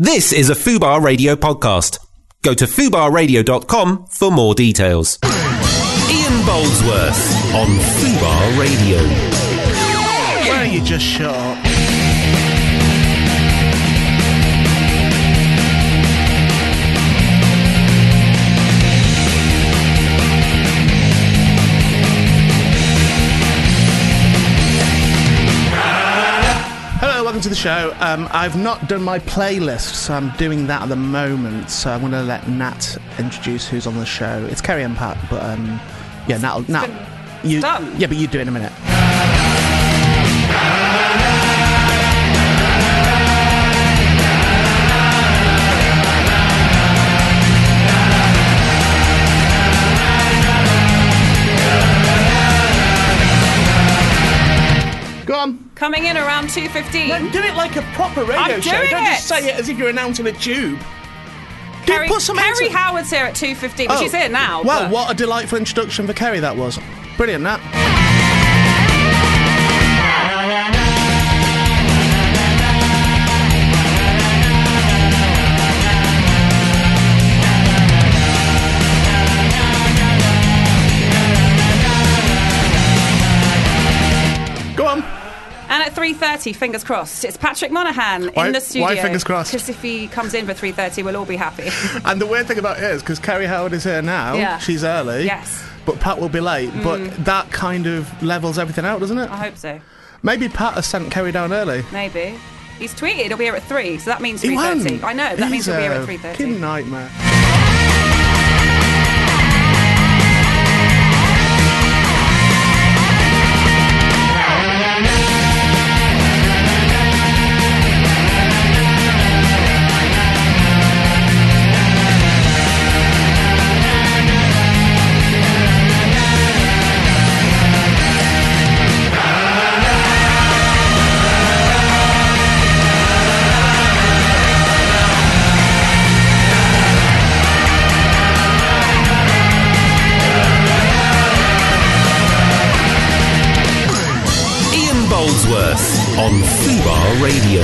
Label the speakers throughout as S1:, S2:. S1: This is a Fubar Radio podcast. Go to fubarradio.com for more details. Ian Boldsworth on Fubar Radio.
S2: Why don't you just shut up? Hello, welcome to the show. Um, I've not done my playlist, so I'm doing that at the moment. So I'm going to let Nat introduce who's on the show. It's Kerry and Pat, but um, yeah, Nat, Nat, you,
S3: done.
S2: yeah, but you do it in a minute. Go on.
S3: Coming in around 2.15.
S2: No, do it like a proper radio
S3: I'm
S2: show.
S3: doing
S2: Don't just
S3: it.
S2: say it as if you're announcing a tube. Do
S3: Kerry,
S2: put some
S3: Kerry
S2: into-
S3: Howard's here at 2.15, but
S2: Oh.
S3: she's here now.
S2: Well,
S3: but-
S2: what a delightful introduction for Kerry that was. Brilliant, that. Go on.
S3: And at 3.30, fingers crossed, it's Patrick Monaghan
S2: Why-
S3: in the studio.
S2: why fingers crossed?
S3: Because if he comes in for 3.30, we'll all be happy.
S2: And the weird thing about it is because Carrie Howard is here now,
S3: Yeah.
S2: she's early.
S3: Yes. Mm.
S2: But Pat will be late. But that kind of levels everything out, doesn't it?
S3: I hope so.
S2: Maybe Pat has sent Kerry down early.
S3: Maybe. He's tweeted he'll be here at 3, so that means
S2: He won.
S3: 3.30. I know, that means
S2: He's uh,
S3: he'll be here
S2: a
S3: at 3.30.
S2: fucking nightmare.
S1: Ian Boldsworth on Fubar Radio.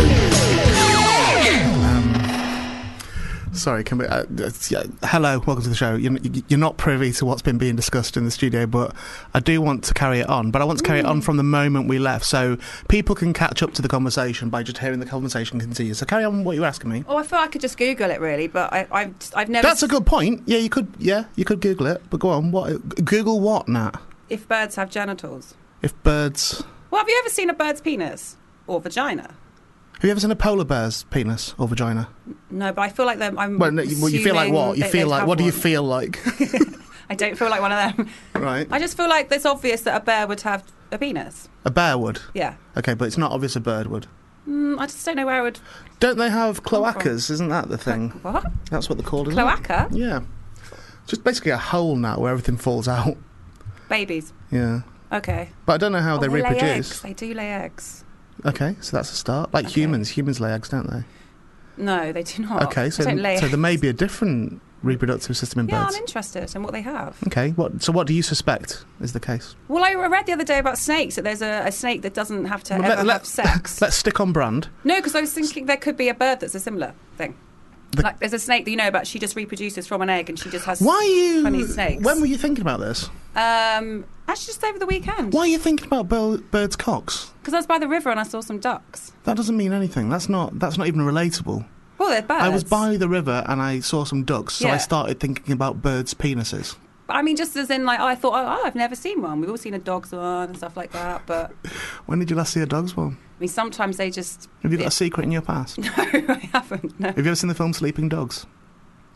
S2: Sorry, can we? Uh, it's- yeah. Hello, welcome to the show. You're, you're not privy to what's been being discussed in the studio, but I do want to carry it on. But I want to carry it
S3: Mm.
S2: on from the moment we left, so people can catch up to the conversation by just hearing the conversation continue. So carry on what you were asking me.
S3: Oh, I thought I could just Google it, really, but I, I've, I've never...
S2: That's a good point. Yeah, you could. Yeah, you could Google it. But go on. What? Google what, Nat?
S3: If birds have genitals.
S2: If birds.
S3: Well, have you ever seen a bird's penis? Or vagina?
S2: Have you ever seen a polar bear's penis or vagina?
S3: No, but I feel like them. I'm
S2: Well, no, you, well, you feel like
S3: assuming
S2: what? You
S3: they-
S2: feel
S3: they'd
S2: like
S3: have
S2: what do you
S3: one.
S2: feel like?
S3: I don't feel like one of them.
S2: right.
S3: I just feel like it's obvious that a bear would have a penis.
S2: A bear would.
S3: Yeah.
S2: Okay, but it's not obvious a bird would.
S3: Mm, I just don't know where I would.
S2: Don't they have cloacas? Isn't that the thing? Mm.
S3: What?
S2: That's what they're called. Isn't it?
S3: Cloaca?
S2: Yeah. Just basically a hole now where everything falls out.
S3: Babies.
S2: Yeah.
S3: Okay.
S2: But I don't know how they,
S3: lay eggs.
S2: reproduce.
S3: Oh, They do lay eggs.
S2: Okay, so that's a start. Like
S3: Okay.
S2: humans, humans lay eggs, don't they?
S3: No, they do not.
S2: okay, so
S3: they don't lay.
S2: so there may be a different reproductive system in
S3: yeah,
S2: birds.
S3: I'm interested in what they have.
S2: Okay, what? So what do you suspect is the case?
S3: Well, I read the other day about snakes that there's a, a snake that doesn't have to
S2: Well,
S3: ever
S2: let- let-
S3: have sex.
S2: Let's stick on brand.
S3: no, because I was thinking there could be a bird that's a similar thing.
S2: The-
S3: like there's a snake that you know about. She just reproduces from an egg, and she just has.
S2: Why are you?
S3: Funny snakes.
S2: When were you thinking about this?
S3: Um, actually, just over the weekend.
S2: Why are you thinking about bir- birds' cocks?
S3: Because I was by the river and I saw some ducks.
S2: That doesn't mean anything. That's not. That's not even relatable.
S3: Well, they're birds.
S2: I was by the river and I saw some ducks, so I
S3: Yeah.
S2: started thinking about birds' penises.
S3: I mean, just as in, like, I thought, oh, oh, I've never seen one. We've all seen a dog's one and stuff like that. But I
S2: When did you last see a dog's one?
S3: mean, sometimes they just.
S2: Have you got
S3: Yeah.
S2: a secret in your past?
S3: No, I haven't. No.
S2: Have you ever seen the film Sleeping Dogs?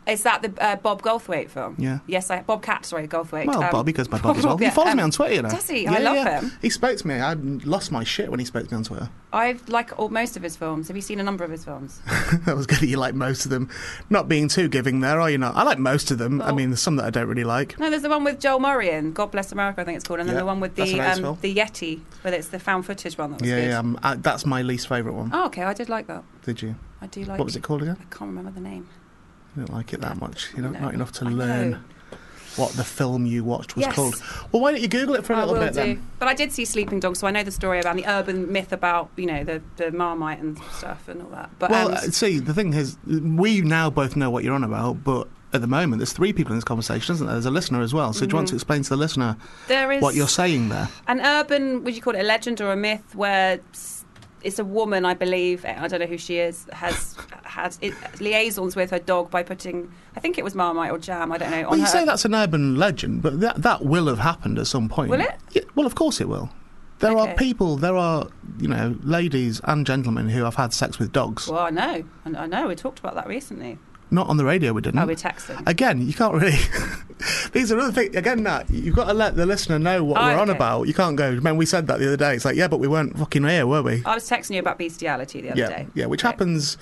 S3: Is that the uh, Bob Goldthwait film?
S2: Yeah.
S3: Yes, I. Bob Cat, sorry, Goldthwait.
S2: Well,
S3: Um,
S2: Bobby goes by Bob as well.
S3: yeah,
S2: he follows
S3: um,
S2: me on Twitter, you know.
S3: does he? I love him.
S2: He spoke to me. I lost my shit when he spoke to me on Twitter.
S3: I've like all, most of his films. Have you seen a number of his films?
S2: that was good. that You like most of them. Not being too giving there, are you not? I like most of them. I
S3: Well-
S2: mean, there's some that I don't really like.
S3: No, there's the one with Joel Murray in God Bless America, I think it's called, and then
S2: Yeah,
S3: the one with
S2: that's a
S3: the
S2: nice film.
S3: um, the Yeti, where it's the found footage one. That was
S2: Yeah,
S3: good.
S2: yeah. Um, I, that's my least favourite one.
S3: Oh, okay, I did like that.
S2: Did you?
S3: I do like.
S2: What was it called again?
S3: I can't remember the name.
S2: You don't like it that much. You don't
S3: No,
S2: not enough to
S3: I know.
S2: learn. what the film you watched was
S3: Yes.
S2: called. Well, why don't you Google it for a
S3: I
S2: little
S3: will
S2: bit
S3: do.
S2: then?
S3: But I did see Sleeping Dogs, so I know the story about the urban myth about you know the, the marmite and stuff and all that. But
S2: Well,
S3: um,
S2: uh, see, the thing is, we now both know what you're on about, but at the moment, there's three people in this conversation, isn't there? There's a listener as well. So do you want to explain to the listener
S3: there Mm-hmm. is
S2: what you're saying there?
S3: an urban would you call it a legend or a myth where s- it's a woman i believe i don't know who she is has had it, liaisons with her dog by putting i think it was marmite or jam i don't know on
S2: Well, you
S3: her
S2: say that's an urban legend, but that that will have happened at some point.
S3: Will it?
S2: Yeah, well, of course it will. There are
S3: Okay.
S2: people, there are you know, ladies and gentlemen who have had sex with dogs.
S3: well i know I know- i know we talked about that recently
S2: Not on the radio, we didn't.
S3: oh we're texting
S2: Again, you can't really. These are other things. Again, Nat, you've got to let the listener know what
S3: Oh,
S2: we're on
S3: okay.
S2: about. You can't go. Man, we said that the other day. It's like, yeah, but we weren't fucking here, were we?
S3: i was texting you about bestiality the other
S2: yeah,
S3: day
S2: yeah, which
S3: Okay.
S2: happens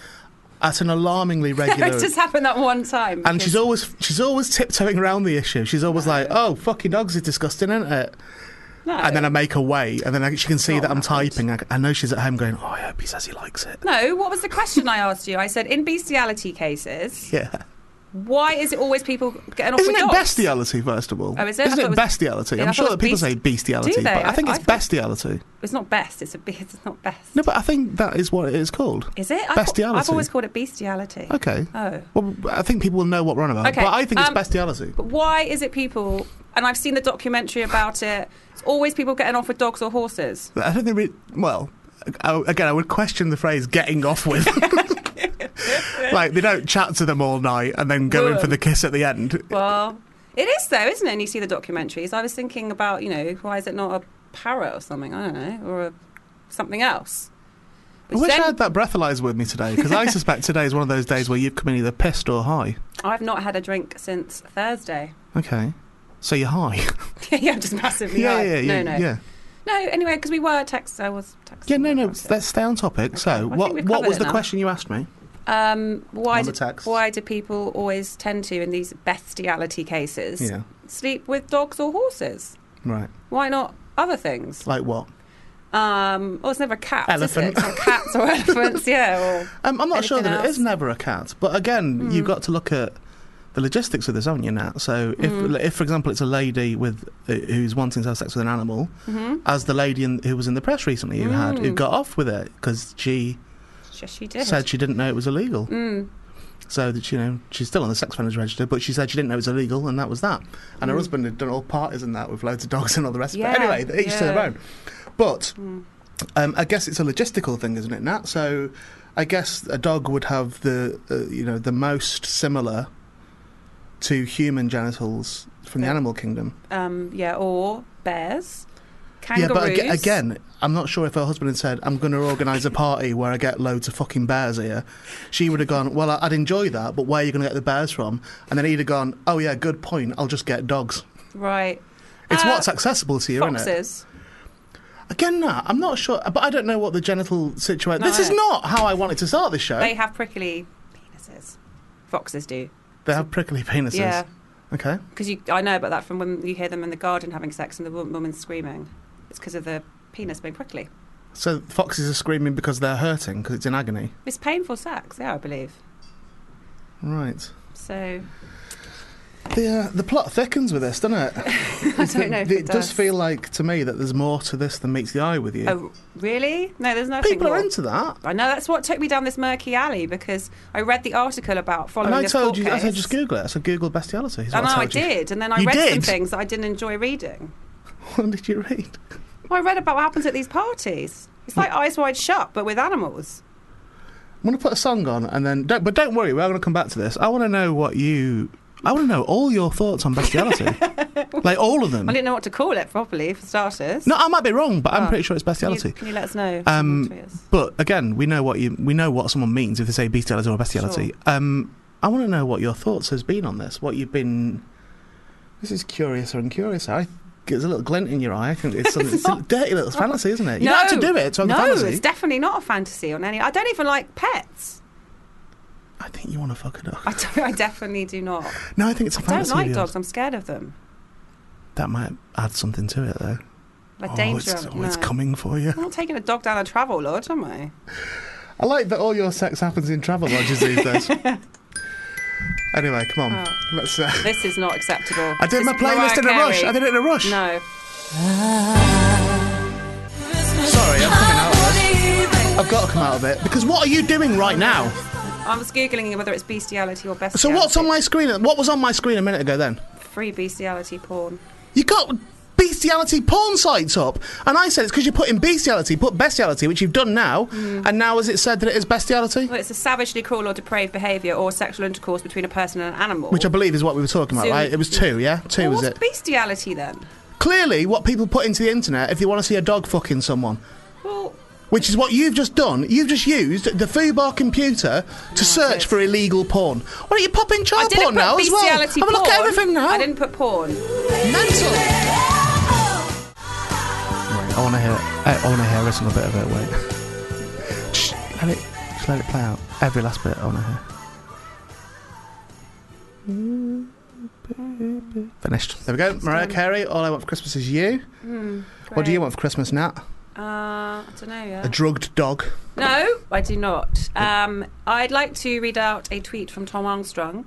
S2: at an alarmingly regular.
S3: it just happened that one time
S2: and
S3: because-
S2: she's always she's always tiptoeing around the issue. She's always like, "Oh, fucking dogs is disgusting, isn't it?"
S3: no.
S2: And then I make her wait, and then I, she can see
S3: not
S2: that I'm
S3: what happens.
S2: typing. I, I know she's at home going, "Oh, I hope he says he likes it."
S3: no, what was the question I asked you? I said, in bestiality cases,
S2: Yeah,
S3: why is it always people getting off
S2: isn't
S3: with
S2: it
S3: dogs?
S2: bestiality first of all?
S3: Oh, is it? I
S2: Isn't
S3: thought
S2: it
S3: it was-
S2: bestiality?
S3: Yeah, I
S2: I'm
S3: thought
S2: sure
S3: it
S2: that
S3: was
S2: people say
S3: beast-
S2: bestiality,
S3: Do they?
S2: but I
S3: I-
S2: think
S3: I
S2: it's
S3: thought-
S2: bestiality.
S3: It's not best. It's a be- It's not best.
S2: No, but I think that is what it is called.
S3: Is it? I've-
S2: Bestiality.
S3: I've, always called it bestiality.
S2: Okay.
S3: Oh.
S2: Well, I think people will know what we're on about.
S3: Okay,
S2: But I think it's
S3: um,
S2: bestiality.
S3: But why is it people, and I've seen the documentary about it, it's always people getting off with dogs or horses?
S2: I don't think we. Well, I, again, I would question the phrase "getting off with." like they don't chat to them all night and then go in for the kiss at the end.
S3: Well, it is though, isn't it? And you see the documentaries. I was thinking about, you know, why is it not a parrot or something? I don't know, or a, something else.
S2: I
S3: Which
S2: wish
S3: then-
S2: I had that breathalyzer with me today because I suspect today is one of those days where you've come in either pissed or high.
S3: I've not had a drink since Thursday.
S2: Okay. So you're high.
S3: yeah, I'm just massively high. no,
S2: yeah,
S3: no,
S2: yeah.
S3: no. Anyway, because we were text, I was texting.
S2: Yeah, no, no.
S3: about it.
S2: Let's stay on topic.
S3: I
S2: So,
S3: think
S2: what
S3: we've
S2: what
S3: covered
S2: was
S3: it
S2: the
S3: now.
S2: question you asked me?
S3: Um, why
S2: On the
S3: do,
S2: text.
S3: why do people always tend to in these bestiality cases
S2: Yeah.
S3: sleep with dogs or horses?
S2: Right.
S3: Why not other things?
S2: Like what?
S3: Um, oh, it's never cats,
S2: Elephant.
S3: is it? Or cats or elephants, yeah. Or,
S2: Um, I'm not sure
S3: Anything
S2: that it
S3: else? Hmm.
S2: is never a cat, but again, you've got to look at the logistics of this, haven't you, Nat? So, if,
S3: Hmm.
S2: if for example, it's a lady with uh, who's wanting to have sex with an animal,
S3: Mm-hmm.
S2: as the lady in, who was in the press recently who had
S3: Hmm.
S2: who got off with it because she
S3: yes, she did.
S2: said she didn't know it was illegal.
S3: Mm.
S2: So that you know, she's still on the sex offenders register, but she said she didn't know it was illegal, and that was that. And her husband had done all parties and that with loads of dogs and all the rest.
S3: Mm. Yeah,
S2: of it. Anyway, each to their
S3: yeah. Mm.
S2: own. But um, I guess it's a logistical thing, isn't it, Nat? So I guess a dog would have the uh, you know the most similar to human genitals from the
S3: Yeah.
S2: animal kingdom.
S3: Um, yeah, or bears, kangaroos.
S2: Yeah, but aga- again, I'm not sure if her husband had said, "I'm going to organise a party where I get loads of fucking bears here." She would have gone, "Well, I- I'd enjoy that, but where are you going to get the bears from?" And then he'd have gone, "Oh yeah, good point. I'll just get dogs."
S3: right?
S2: It's
S3: Uh,
S2: what's accessible to you, isn't it?
S3: Foxes.
S2: Again, nah, I'm not sure, but I don't know what the genital situation.
S3: No,
S2: this is
S3: I-
S2: not how I wanted to start this show.
S3: They
S2: They,
S3: have prickly penises. Foxes do.
S2: have prickly penises.
S3: Yeah,
S2: Okay.
S3: because you. I know about that from when you hear them in the garden having sex and the wo- woman screaming. It's because of the penis being prickly.
S2: So foxes are screaming because they're hurting because it's in agony.
S3: It's painful sex, yeah, I believe.
S2: Right.
S3: So
S2: The uh, the plot thickens with this, doesn't it?
S3: I don't know. If
S2: it,
S3: it,
S2: does. feel like to me that there's more to this than meets the eye with you.
S3: Oh, really? No, there's nothing.
S2: People are
S3: more.
S2: into that.
S3: I know that's what took me down this murky alley because I read the article about following
S2: And I
S3: the
S2: told
S3: court
S2: you, I
S3: case.
S2: said just Google it. I said Google bestiality. is
S3: I
S2: what
S3: know I
S2: told you.
S3: did, and then I
S2: You
S3: read some
S2: did?
S3: things that I didn't enjoy reading.
S2: What did you read?
S3: Well, I read about what happens at these parties. It's like eyes wide shut, but with animals.
S2: I'm going to put a song on and then, don't, but don't worry, we're going to come back to this. I want to know what you, I want to know all your thoughts on bestiality. like all of them.
S3: I didn't know what to call it properly, for starters.
S2: No, I might be wrong, but I'm
S3: Oh.
S2: pretty sure it's
S3: can you,
S2: bestiality.
S3: can you let us know?
S2: Um,
S3: Tweet us.
S2: But again, we know what you, we know what someone means if they say bestiality or bestiality. Um, I want to know what your thoughts has been on this. What you've been. This is curiouser and curiouser. I, there's a little glint in your eye. I think it's, something, it's a dirty little fantasy, isn't it? You don't have to do it to have
S3: no,
S2: a fantasy.
S3: it's definitely not a fantasy on any. I don't even like pets.
S2: I think you want to fuck a dog.
S3: I, don't, I definitely do not.
S2: No, I think it's a
S3: I don't
S2: fantasy. of
S3: like
S2: yours.
S3: dogs. I'm scared of them.
S2: That might add something to it, though.
S3: Like
S2: oh,
S3: danger.
S2: it's
S3: of-
S2: always
S3: no.
S2: coming for you.
S3: I'm not taking a dog down a travel lodge, am I?
S2: I like that all your sex happens in travel lodges these days. Anyway, come on.
S3: Oh.
S2: Let's. Uh,
S3: This is not acceptable.
S2: I did
S3: It's
S2: my playlist
S3: Mariah
S2: in a rush.
S3: Carey.
S2: I did it in a rush.
S3: No.
S2: Sorry, I'm coming out of it. I've got to come out of it because what are you doing right now?
S3: I was googling whether it's bestiality or bestiality.
S2: So what's on my screen? What was on my screen a minute ago? Then
S3: free bestiality porn?
S2: you got bestiality porn sites up, and I said it's because you're putting bestiality, put bestiality, which you've done now,
S3: Mm.
S2: and now has it said that it is bestiality,
S3: Well, it's a savagely cruel or depraved behaviour or sexual intercourse between a person and an animal.
S2: which I believe is what we were talking about,
S3: So-
S2: right? It was two, yeah, two
S3: well,
S2: was
S3: what's
S2: it?
S3: bestiality then?
S2: Clearly, what people put into the internet if they want to see a dog fucking someone.
S3: Well,
S2: Which is what you've just done. You've just used the FUBAR computer to search
S3: did.
S2: for illegal porn. Why don't you pop in
S3: Oh, I
S2: child
S3: didn't
S2: porn
S3: put
S2: now as well? Have
S3: bestiality
S2: a look at
S3: porn.
S2: everything now.
S3: I didn't put porn.
S2: Mental. Wait, I want to hear. I, I want to hear every single bit of it. Wait. Shh, let it. Just let it play out. Every last bit. I want to hear. Finished. There we go. Mariah Carey. All I want for Christmas is you. What do you want for Christmas, Nat?
S3: Uh, I don't know. Yeah.
S2: A drugged dog.
S3: No, I do not. Um, I'd like to read out a tweet from Tom Armstrong.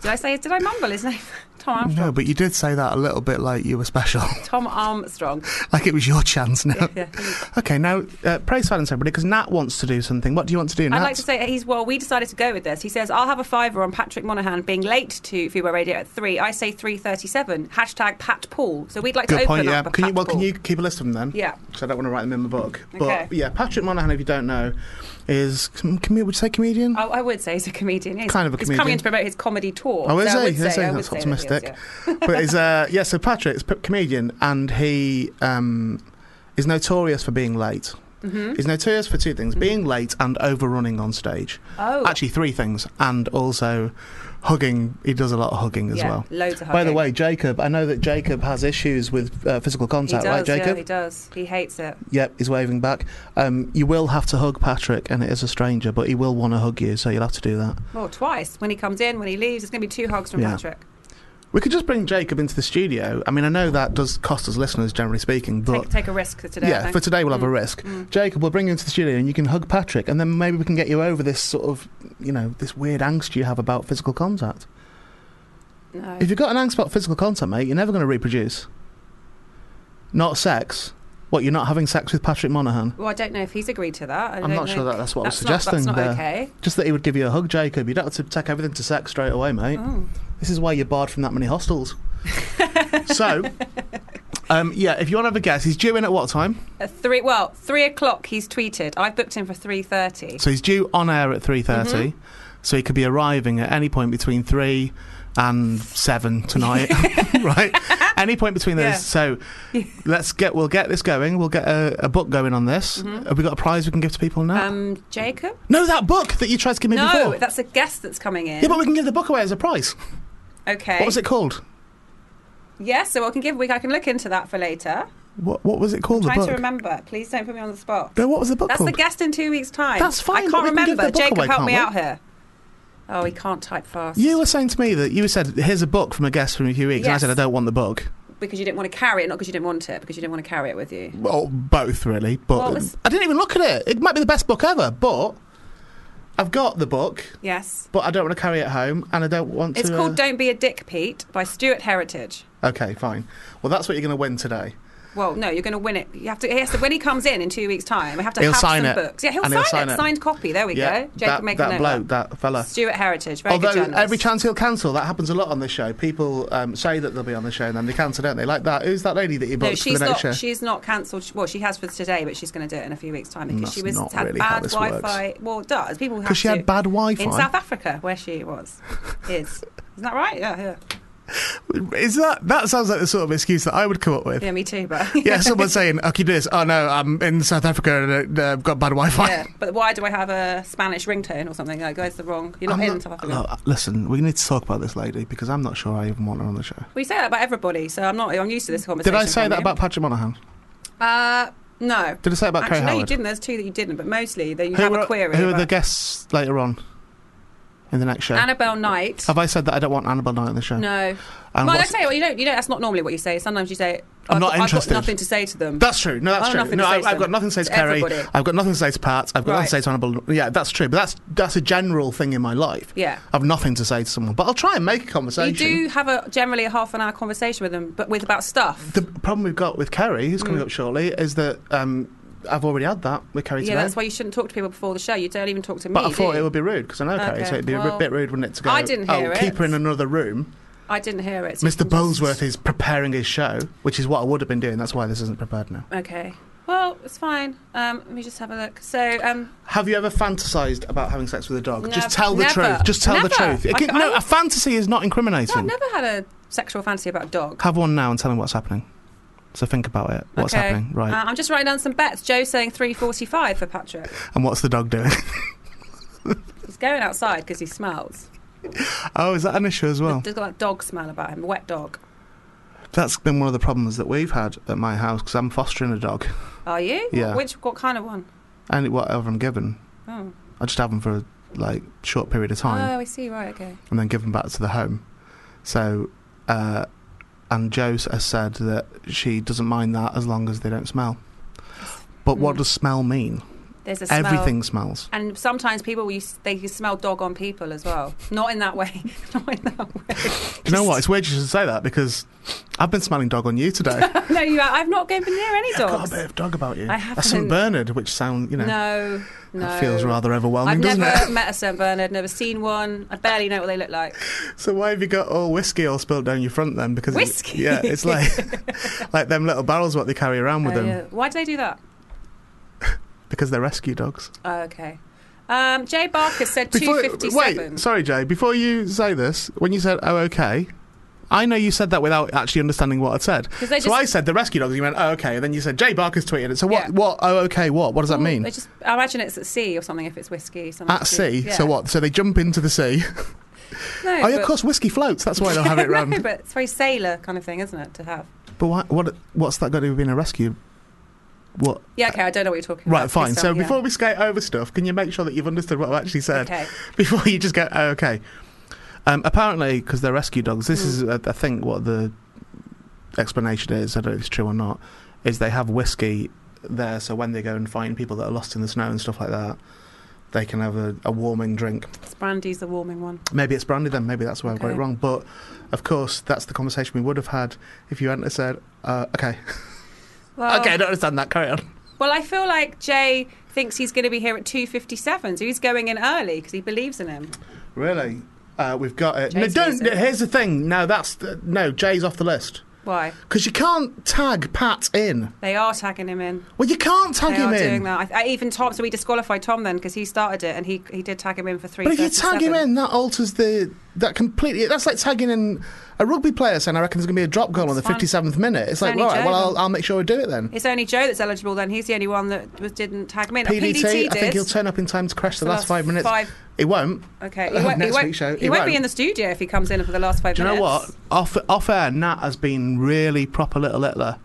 S3: Did I say? Did I mumble his name? Tom Armstrong.
S2: but you did say that a little bit like you were special,
S3: Tom Armstrong.
S2: like it was your chance. Now,
S3: Yeah.
S2: okay. Now, uh, praise silence, everybody, because Nat wants to do something. What do you want to do, Nat?
S3: I'd like to say he's well. We decided to go with this. He says I'll have a fiver on Patrick Monaghan being late to Fubo Radio at three. I say three thirty-seven. Hashtag Pat Paul. So we'd like to
S2: Good
S3: open
S2: point.
S3: up.
S2: Yeah.
S3: a
S2: Can you?
S3: Pat
S2: Well, can
S3: Paul.
S2: you keep a list of them then?
S3: Yeah.
S2: Because I don't want to write them in the book. But
S3: Okay.
S2: yeah, Patrick Monaghan, if you don't know, is com- com- would you say comedian?
S3: I, I would say he's a comedian. yeah. He's,
S2: Kind of a
S3: He's coming
S2: comedian.
S3: in to promote his comedy tour.
S2: Oh, is
S3: so I
S2: he?
S3: would
S2: Is
S3: say-
S2: he?
S3: I would
S2: That's
S3: say that he is,
S2: optimistic.
S3: yeah.
S2: but he's uh, yeah. So Patrick's a p- comedian, and he um, is notorious for being late.
S3: Mm-hmm.
S2: He's notorious for two things: being late and overrunning on stage.
S3: Oh.
S2: Actually, three things, and also hugging. He does a lot of hugging as
S3: Yeah,
S2: well.
S3: loads of
S2: By the
S3: hugging.
S2: way, Jacob, I know that Jacob has issues with uh, physical
S3: He
S2: contact,
S3: does.
S2: right, Jacob?
S3: Yeah, he does. He hates it.
S2: Yep, he's waving back. Um, you will have to hug Patrick, and it is a stranger, but he will want to hug you, so you'll have to do that.
S3: Well, twice when he comes in, when he leaves, there's going to be two hugs from
S2: Yeah.
S3: Patrick.
S2: We could just bring Jacob into the studio. I mean, I know that does cost us listeners, generally speaking, but
S3: Take, take a risk for today. I
S2: yeah,
S3: think. Mm.
S2: for today we'll have a risk. Jacob, we'll bring you into the studio, and you can hug Patrick, and then maybe we can get you over this sort of, you know, this weird angst you have about physical contact.
S3: no.
S2: If you've got an angst about physical contact, mate, you're never going to reproduce. Not sex. What, you're not having sex with Patrick Monaghan?
S3: Well, I don't know if he's agreed to that. I
S2: I'm
S3: don't
S2: not sure
S3: know.
S2: that that's what I was
S3: That's not-
S2: suggesting
S3: that's not
S2: there.
S3: okay.
S2: Just that he would give you a hug, Jacob. You don't have to take everything to sex straight away, mate.
S3: Oh.
S2: This is why you're barred from that many hostels. so, um, yeah, if you want to have a guess, he's due in at what time?
S3: At three. Well, three o'clock. He's tweeted. I've booked him for three thirty.
S2: So he's due on air at three
S3: Mm-hmm.
S2: So he could be arriving at any point between three and seven tonight, right? Any point between those.
S3: Yeah.
S2: So let's get we'll get this going. We'll get a, a book going on this. Have we got a prize we can give to people now?
S3: Mm-hmm. Um, Jacob.
S2: no, that book that you tried to give me
S3: No,
S2: before.
S3: that's a guest that's coming in.
S2: yeah, but we can give the book away as a prize.
S3: okay.
S2: What was it called?
S3: Yes, so I can give. We I can look into that for later.
S2: What What was it called? The
S3: Trying
S2: book.
S3: to remember. Please don't put me on the spot.
S2: no, what was the book
S3: That's
S2: called?
S3: the guest in two weeks' time.
S2: That's fine,
S3: I
S2: but
S3: can't
S2: we can give
S3: remember.
S2: the book
S3: Jacob,
S2: away,
S3: help
S2: can't
S3: me
S2: we?
S3: out here. Oh, he can't type fast.
S2: you were saying to me that you said, "Here's a book from a guest from a few weeks," and I
S3: Yes.
S2: said, "I don't want the book."
S3: because you didn't want to carry it, not because you didn't want it, because you didn't want to carry it with you.
S2: Well, both really, but
S3: Well, it's-
S2: I didn't even look at it. It might be the best book ever, but I've got the book,
S3: Yes.
S2: but I don't want to carry it home, and I don't want
S3: It's
S2: to.
S3: called
S2: uh,
S3: Don't Be a Dick, Pete by Stuart Heritage.
S2: Okay, fine. Well, that's what you're going to win today.
S3: Well, no, you're going to win it. You have to. He has to when he comes in in two weeks' time, we have to
S2: He'll
S3: have
S2: sign
S3: some
S2: it.
S3: books. Yeah, he'll
S2: And
S3: sign,
S2: he'll sign
S3: it.
S2: it.
S3: Signed copy. There we
S2: yeah,
S3: go. Jacob,
S2: that,
S3: make a
S2: that
S3: note.
S2: bloke, that fella.
S3: Stuart Heritage. Very good
S2: Although
S3: journalist.
S2: every chance he'll cancel, that happens a lot on this show. People um, say that they'll be on the show and then they cancel, don't they? Like that. Who's that lady that you booked
S3: No,
S2: for
S3: she's
S2: the next
S3: not.
S2: show?
S3: She's not cancelled. She- Well, she has for today, but she's going to do it in a few weeks' time because
S2: That's
S3: she was
S2: not
S3: had
S2: really how
S3: bad
S2: this
S3: Wi-Fi. Well, it does people have
S2: she had
S3: to-
S2: bad Wi-Fi?
S3: in South Africa where she was? Is isn't that right? Yeah, yeah,
S2: Is that that sounds like the sort of excuse that I would come up with?
S3: yeah. Me too, but
S2: yeah, someone saying, "Oh, can you do this?" Oh no, I'm in South Africa and uh, I've got bad Wi-Fi.
S3: Yeah, but why do I have a Spanish ringtone or something? Like, that's the wrong. You're not
S2: I'm
S3: in
S2: not-
S3: South Africa.
S2: Look, uh, listen, we need to talk about this lady because I'm not sure I even want her on the show.
S3: We say that about everybody, so I'm not. I'm used to this
S2: Did
S3: conversation.
S2: I say
S3: from
S2: that
S3: you.
S2: about Patrick Monaghan?
S3: Uh, no.
S2: Did I say about
S3: Actually,
S2: Craig
S3: no, you
S2: Howard?
S3: didn't. There's two that you didn't, but mostly that you
S2: who
S3: have
S2: were,
S3: a query.
S2: who are the
S3: about-
S2: guests later on in in the next show.
S3: Annabelle Knight.
S2: Have I said that I don't want Annabelle Knight in the show?
S3: No.
S2: And
S3: well, I
S2: what's-
S3: tell you what, you know, you know, that's not normally what you say. Sometimes you say,
S2: I'm not
S3: I've, got, I've got
S2: interested.
S3: nothing to say to them.
S2: That's true. No, that's
S3: I've
S2: true.
S3: nothing
S2: No,
S3: to say
S2: I,
S3: to
S2: I've got
S3: them.
S2: nothing to say to,
S3: To
S2: Kerry.
S3: everybody.
S2: I've got nothing to say to Pat. I've got
S3: Right.
S2: nothing to say to Annabelle. Yeah, that's true. But that's that's a general thing in my life.
S3: Yeah.
S2: I've nothing to say to someone, but I'll try and make a
S3: You
S2: conversation.
S3: do have a generally a half an hour conversation with them, but with about stuff.
S2: The problem we've got with Kerry, who's
S3: Mm.
S2: coming up shortly, is that um, I've already had that with Kerry
S3: yeah,
S2: today.
S3: that's why you shouldn't talk to people before the show. You don't even talk to me.
S2: but I
S3: do
S2: thought
S3: you?
S2: it would be rude because I know Kerry,
S3: Okay,
S2: so it'd be a
S3: well,
S2: bit rude, wouldn't it? To go,
S3: I didn't hear
S2: oh,
S3: it."
S2: keep her in another room.
S3: I didn't hear it. so you
S2: Mr.
S3: can just-
S2: Bolesworth is preparing his show, which is what I would have been doing. That's why this isn't prepared now.
S3: Okay. Well, it's fine. Um, let me just have a look. So, um,
S2: Have you ever fantasized about having sex with a dog? Just
S3: Nev-
S2: tell the
S3: never.
S2: truth. Just tell the
S3: Never.
S2: truth. It
S3: I
S2: can-
S3: c-
S2: no,
S3: I-
S2: a fantasy is not
S3: no,
S2: incriminating.
S3: oh, I've never had a sexual fantasy about a dog.
S2: Have one now and tell me what's happening. So think about it. What's
S3: Okay.
S2: happening? Right.
S3: Uh, I'm just writing down some bets. Joe's saying 345 for Patrick.
S2: and what's the dog doing?
S3: He's going outside because he smells.
S2: oh, is that an issue as well?
S3: There's got that dog smell about him, wet dog.
S2: That's been one of the problems that we've had at my house because I'm fostering a dog
S3: Are you?
S2: Yeah.
S3: Which what kind of one?
S2: and whatever I'm given,
S3: Oh,
S2: I just have them for a like short period of time
S3: oh I see. Right. Okay.
S2: and then give them back to the home. So, uh, and Jo s- has said that she doesn't mind that as long as they don't smell. But what
S3: Mm.
S2: does smell mean?
S3: There's a smell.
S2: Everything smells.
S3: And sometimes people you, s- they can smell dog on people as well. Not in that way. Not in that way.
S2: Do you know what? It's weird you should say that because I've been smelling dog on you today.
S3: no, you. I've not been near any
S2: I've got
S3: dogs.
S2: a bit of dog about you.
S3: I
S2: A St
S3: haven't.
S2: Bernard, which sound you know,
S3: no, no.
S2: that feels rather overwhelming,
S3: I've
S2: doesn't
S3: never
S2: it?
S3: met a St Bernard. Never seen one. I barely know what they look like.
S2: So why have you got all whiskey all spilled down your front then? Because it-
S3: Whiskey?
S2: yeah, it's like like them little barrels what they carry around with
S3: Uh,
S2: them
S3: yeah. Why do they do that?
S2: because they're rescue dogs.
S3: Oh, okay. Um, Jay Barker said
S2: Before-
S3: 257.
S2: wait, sorry, Jay. Before you say this, when you said "oh okay," I know you said that without actually understanding what I said.
S3: 'Cause they
S2: so
S3: just-
S2: I said the rescue dogs. and You went "oh okay," and then you said Jay Barker's tweeted it. So what?
S3: Yeah.
S2: What? Oh okay. What? What does that
S3: Ooh,
S2: mean?
S3: I just I imagine it's at sea or something if it's whiskey. something
S2: At
S3: to do-
S2: sea.
S3: yeah.
S2: So what? So they jump into the sea.
S3: No,
S2: oh, yeah, of
S3: but-
S2: course, whiskey floats. That's why they'll have it round.
S3: no, but it's very sailor kind of thing, isn't it? To have.
S2: But why, what? What's that got to do with being a rescue? What?
S3: Yeah. Okay. I don't know what you're talking about.
S2: Right, fine.
S3: Please
S2: So
S3: tell- yeah.
S2: before we skate over stuff, can you make sure that you've understood what I've actually said
S3: Okay.
S2: before you just go, oh, okay? Um, apparently, because they're rescue dogs, this
S3: Mm.
S2: is, uh, I think, what the explanation is. I don't know if it's true or not. Is they have whiskey there, so when they go and find people that are lost in the snow and stuff like that, they can have a, a warming drink.
S3: It's brandy's the warming one.
S2: Maybe it's brandy then. Maybe that's where I got it
S3: Okay.
S2: wrong. But of course, that's the conversation we would have had if you hadn't have said, uh, okay,
S3: Well,
S2: okay, I don't understand that. Carry on.
S3: Well, I feel like Jay thinks he's going to be here at 2.57, so he's going in early because he believes in him.
S2: Really? Uh, we've got it.
S3: Jay's
S2: no, don't.
S3: losing.
S2: Here's the thing. No, that's the, no. Jay's off the list
S3: Why?
S2: because you can't tag Pat in.
S3: They are tagging him in.
S2: Well, you can't tag
S3: They
S2: him
S3: are
S2: in.
S3: doing that. I, I, even Tom, so we disqualified Tom then because he started it and he, he did tag him in for 3.37.
S2: But if you tag him in, that alters the that completely. That's like tagging in a rugby player saying, "I reckon there's going to be a drop goal on the
S3: It's fine.
S2: 57th minute." It's like,
S3: only
S2: right,
S3: Jay
S2: well, I'll,
S3: then.
S2: I'll make sure I do it then.
S3: It's only Joe that's eligible then. He's the only one that was, didn't tag him in.
S2: PDT,
S3: did.
S2: I think he'll turn up in time to crash the,
S3: The
S2: last,
S3: last
S2: five minutes.
S3: five-
S2: He won't.
S3: Okay.
S2: Oh,
S3: He won't, he
S2: next
S3: won't-
S2: week's show,
S3: he
S2: he
S3: won't
S2: won't.
S3: be in the studio if he comes in for the last five
S2: Do you know
S3: minutes.
S2: what? Off off air, Nat has been really proper little littler,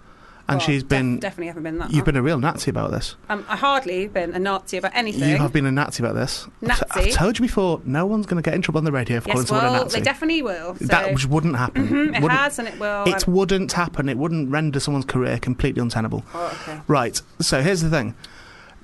S2: and
S3: Well,
S2: she's
S3: def-
S2: been.
S3: definitely haven't been that.
S2: You've
S3: You've
S2: been a real Nazi about this.
S3: um, I hardly been a Nazi about anything.
S2: You have been a Nazi about this. I've-
S3: Nazi?
S2: I've, told you before, no one's going to get in trouble on the radio for calling
S3: yes,
S2: someone a
S3: well,
S2: Nazi.
S3: they definitely will. So
S2: that which wouldn't happen.
S3: Mhm, it
S2: wouldn't,
S3: has and it will. um,
S2: it wouldn't happen. It wouldn't render someone's career completely untenable.
S3: Oh, okay.
S2: Right. So here's the thing.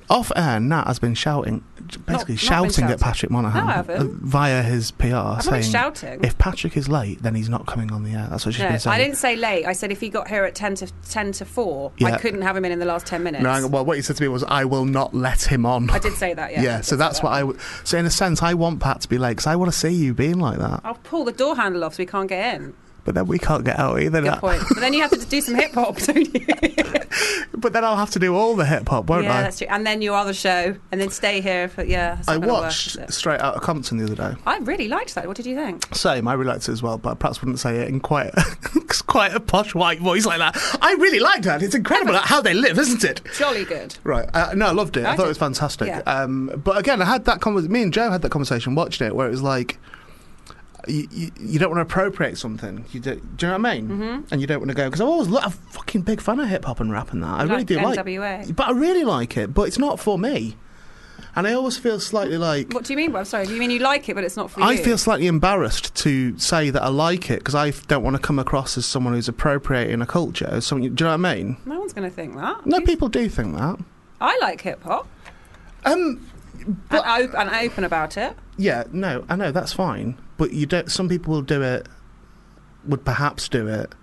S2: Off air, Nat has been shouting, basically
S3: not been
S2: shouting at
S3: shouting.
S2: Patrick Monaghan
S3: No, I haven't.
S2: uh, via his PR,
S3: I'm not
S2: saying,
S3: been shouting.
S2: "If Patrick is late, then he's not coming on the air." That's what she's
S3: no,
S2: been saying.
S3: I didn't say late. I said if he got here at ten to ten to four,
S2: Yeah.
S3: I couldn't have him in in the last ten minutes.
S2: No, hang on, well, what you said to me was, "I will not let him on."
S3: I did say that. Yeah.
S2: yeah, so that's what I. W- so in a sense, I want Pat to be late because I want to see you being like that.
S3: I'll pull the door handle off so we can't get in.
S2: But then we can't get out either.
S3: Good
S2: Nat.
S3: point. But then you have to do some hip hop, don't you?
S2: But then I'll have to do all the hip hop, won't
S3: yeah,
S2: I?
S3: that's true. And then your other show, and then stay here for yeah. it's not
S2: I
S3: gonna work,
S2: watched
S3: is it?
S2: Straight Out of Compton the other day.
S3: I really liked that. What did you think?
S2: Same, I really liked it as well, but I perhaps wouldn't say it in quite quite a posh white voice like that. I really liked that. It's incredible how they live, isn't it?
S3: Jolly good.
S2: Right. Uh, no, I loved it. I,
S3: I
S2: thought it
S3: did.
S2: was fantastic.
S3: Yeah.
S2: Um, but again, I had that conversation. Me and Joe had that conversation watching it, where it was like. You, you, you don't want to appropriate something. You do, do you know what I mean? Mm-hmm. And you don't want to go because I always look. I'm a fucking big fan of hip hop and rap and that. I
S3: You
S2: really
S3: like
S2: do like.
S3: NWA.
S2: But I really like it. But it's not for me. And I always feel slightly like
S3: What do you mean? Well, I'm sorry. Do you mean you like it, but it's not for
S2: I
S3: you?
S2: feel slightly embarrassed to say that I like it because I f- don't want to come across as someone who's appropriating a culture. As someone, do you know what I mean?
S3: No one's going to think that.
S2: No,
S3: You-
S2: people do think that.
S3: I like hip hop.
S2: Um,
S3: And, op- and open about it.
S2: yeah, no, I know that's fine, but you don't. Some people will do it. Would perhaps do it.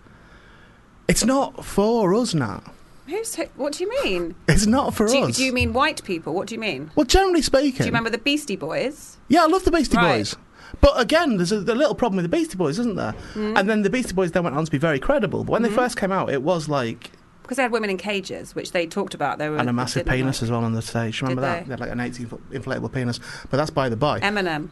S2: It's not for us now.
S3: Who's hi- what do you mean?
S2: It's not for
S3: Do you,
S2: us.
S3: do you mean white people? What do you mean?
S2: well, generally speaking,
S3: Do you remember the Beastie Boys?
S2: Yeah, I love the Beastie
S3: Right.
S2: Boys. But again, there's a, a little problem with the Beastie Boys, isn't there?
S3: Mm.
S2: And then the Beastie Boys then went on to be very credible. But when
S3: Mm-hmm.
S2: they first came out, it was like
S3: Because they had women in cages, which they talked about. They were
S2: and a massive
S3: didn't
S2: penis as well on the stage. Remember
S3: Did
S2: that?
S3: they? Um,
S2: They had like an 18 foot inflatable penis. But that's by the by.
S3: like- Eminem.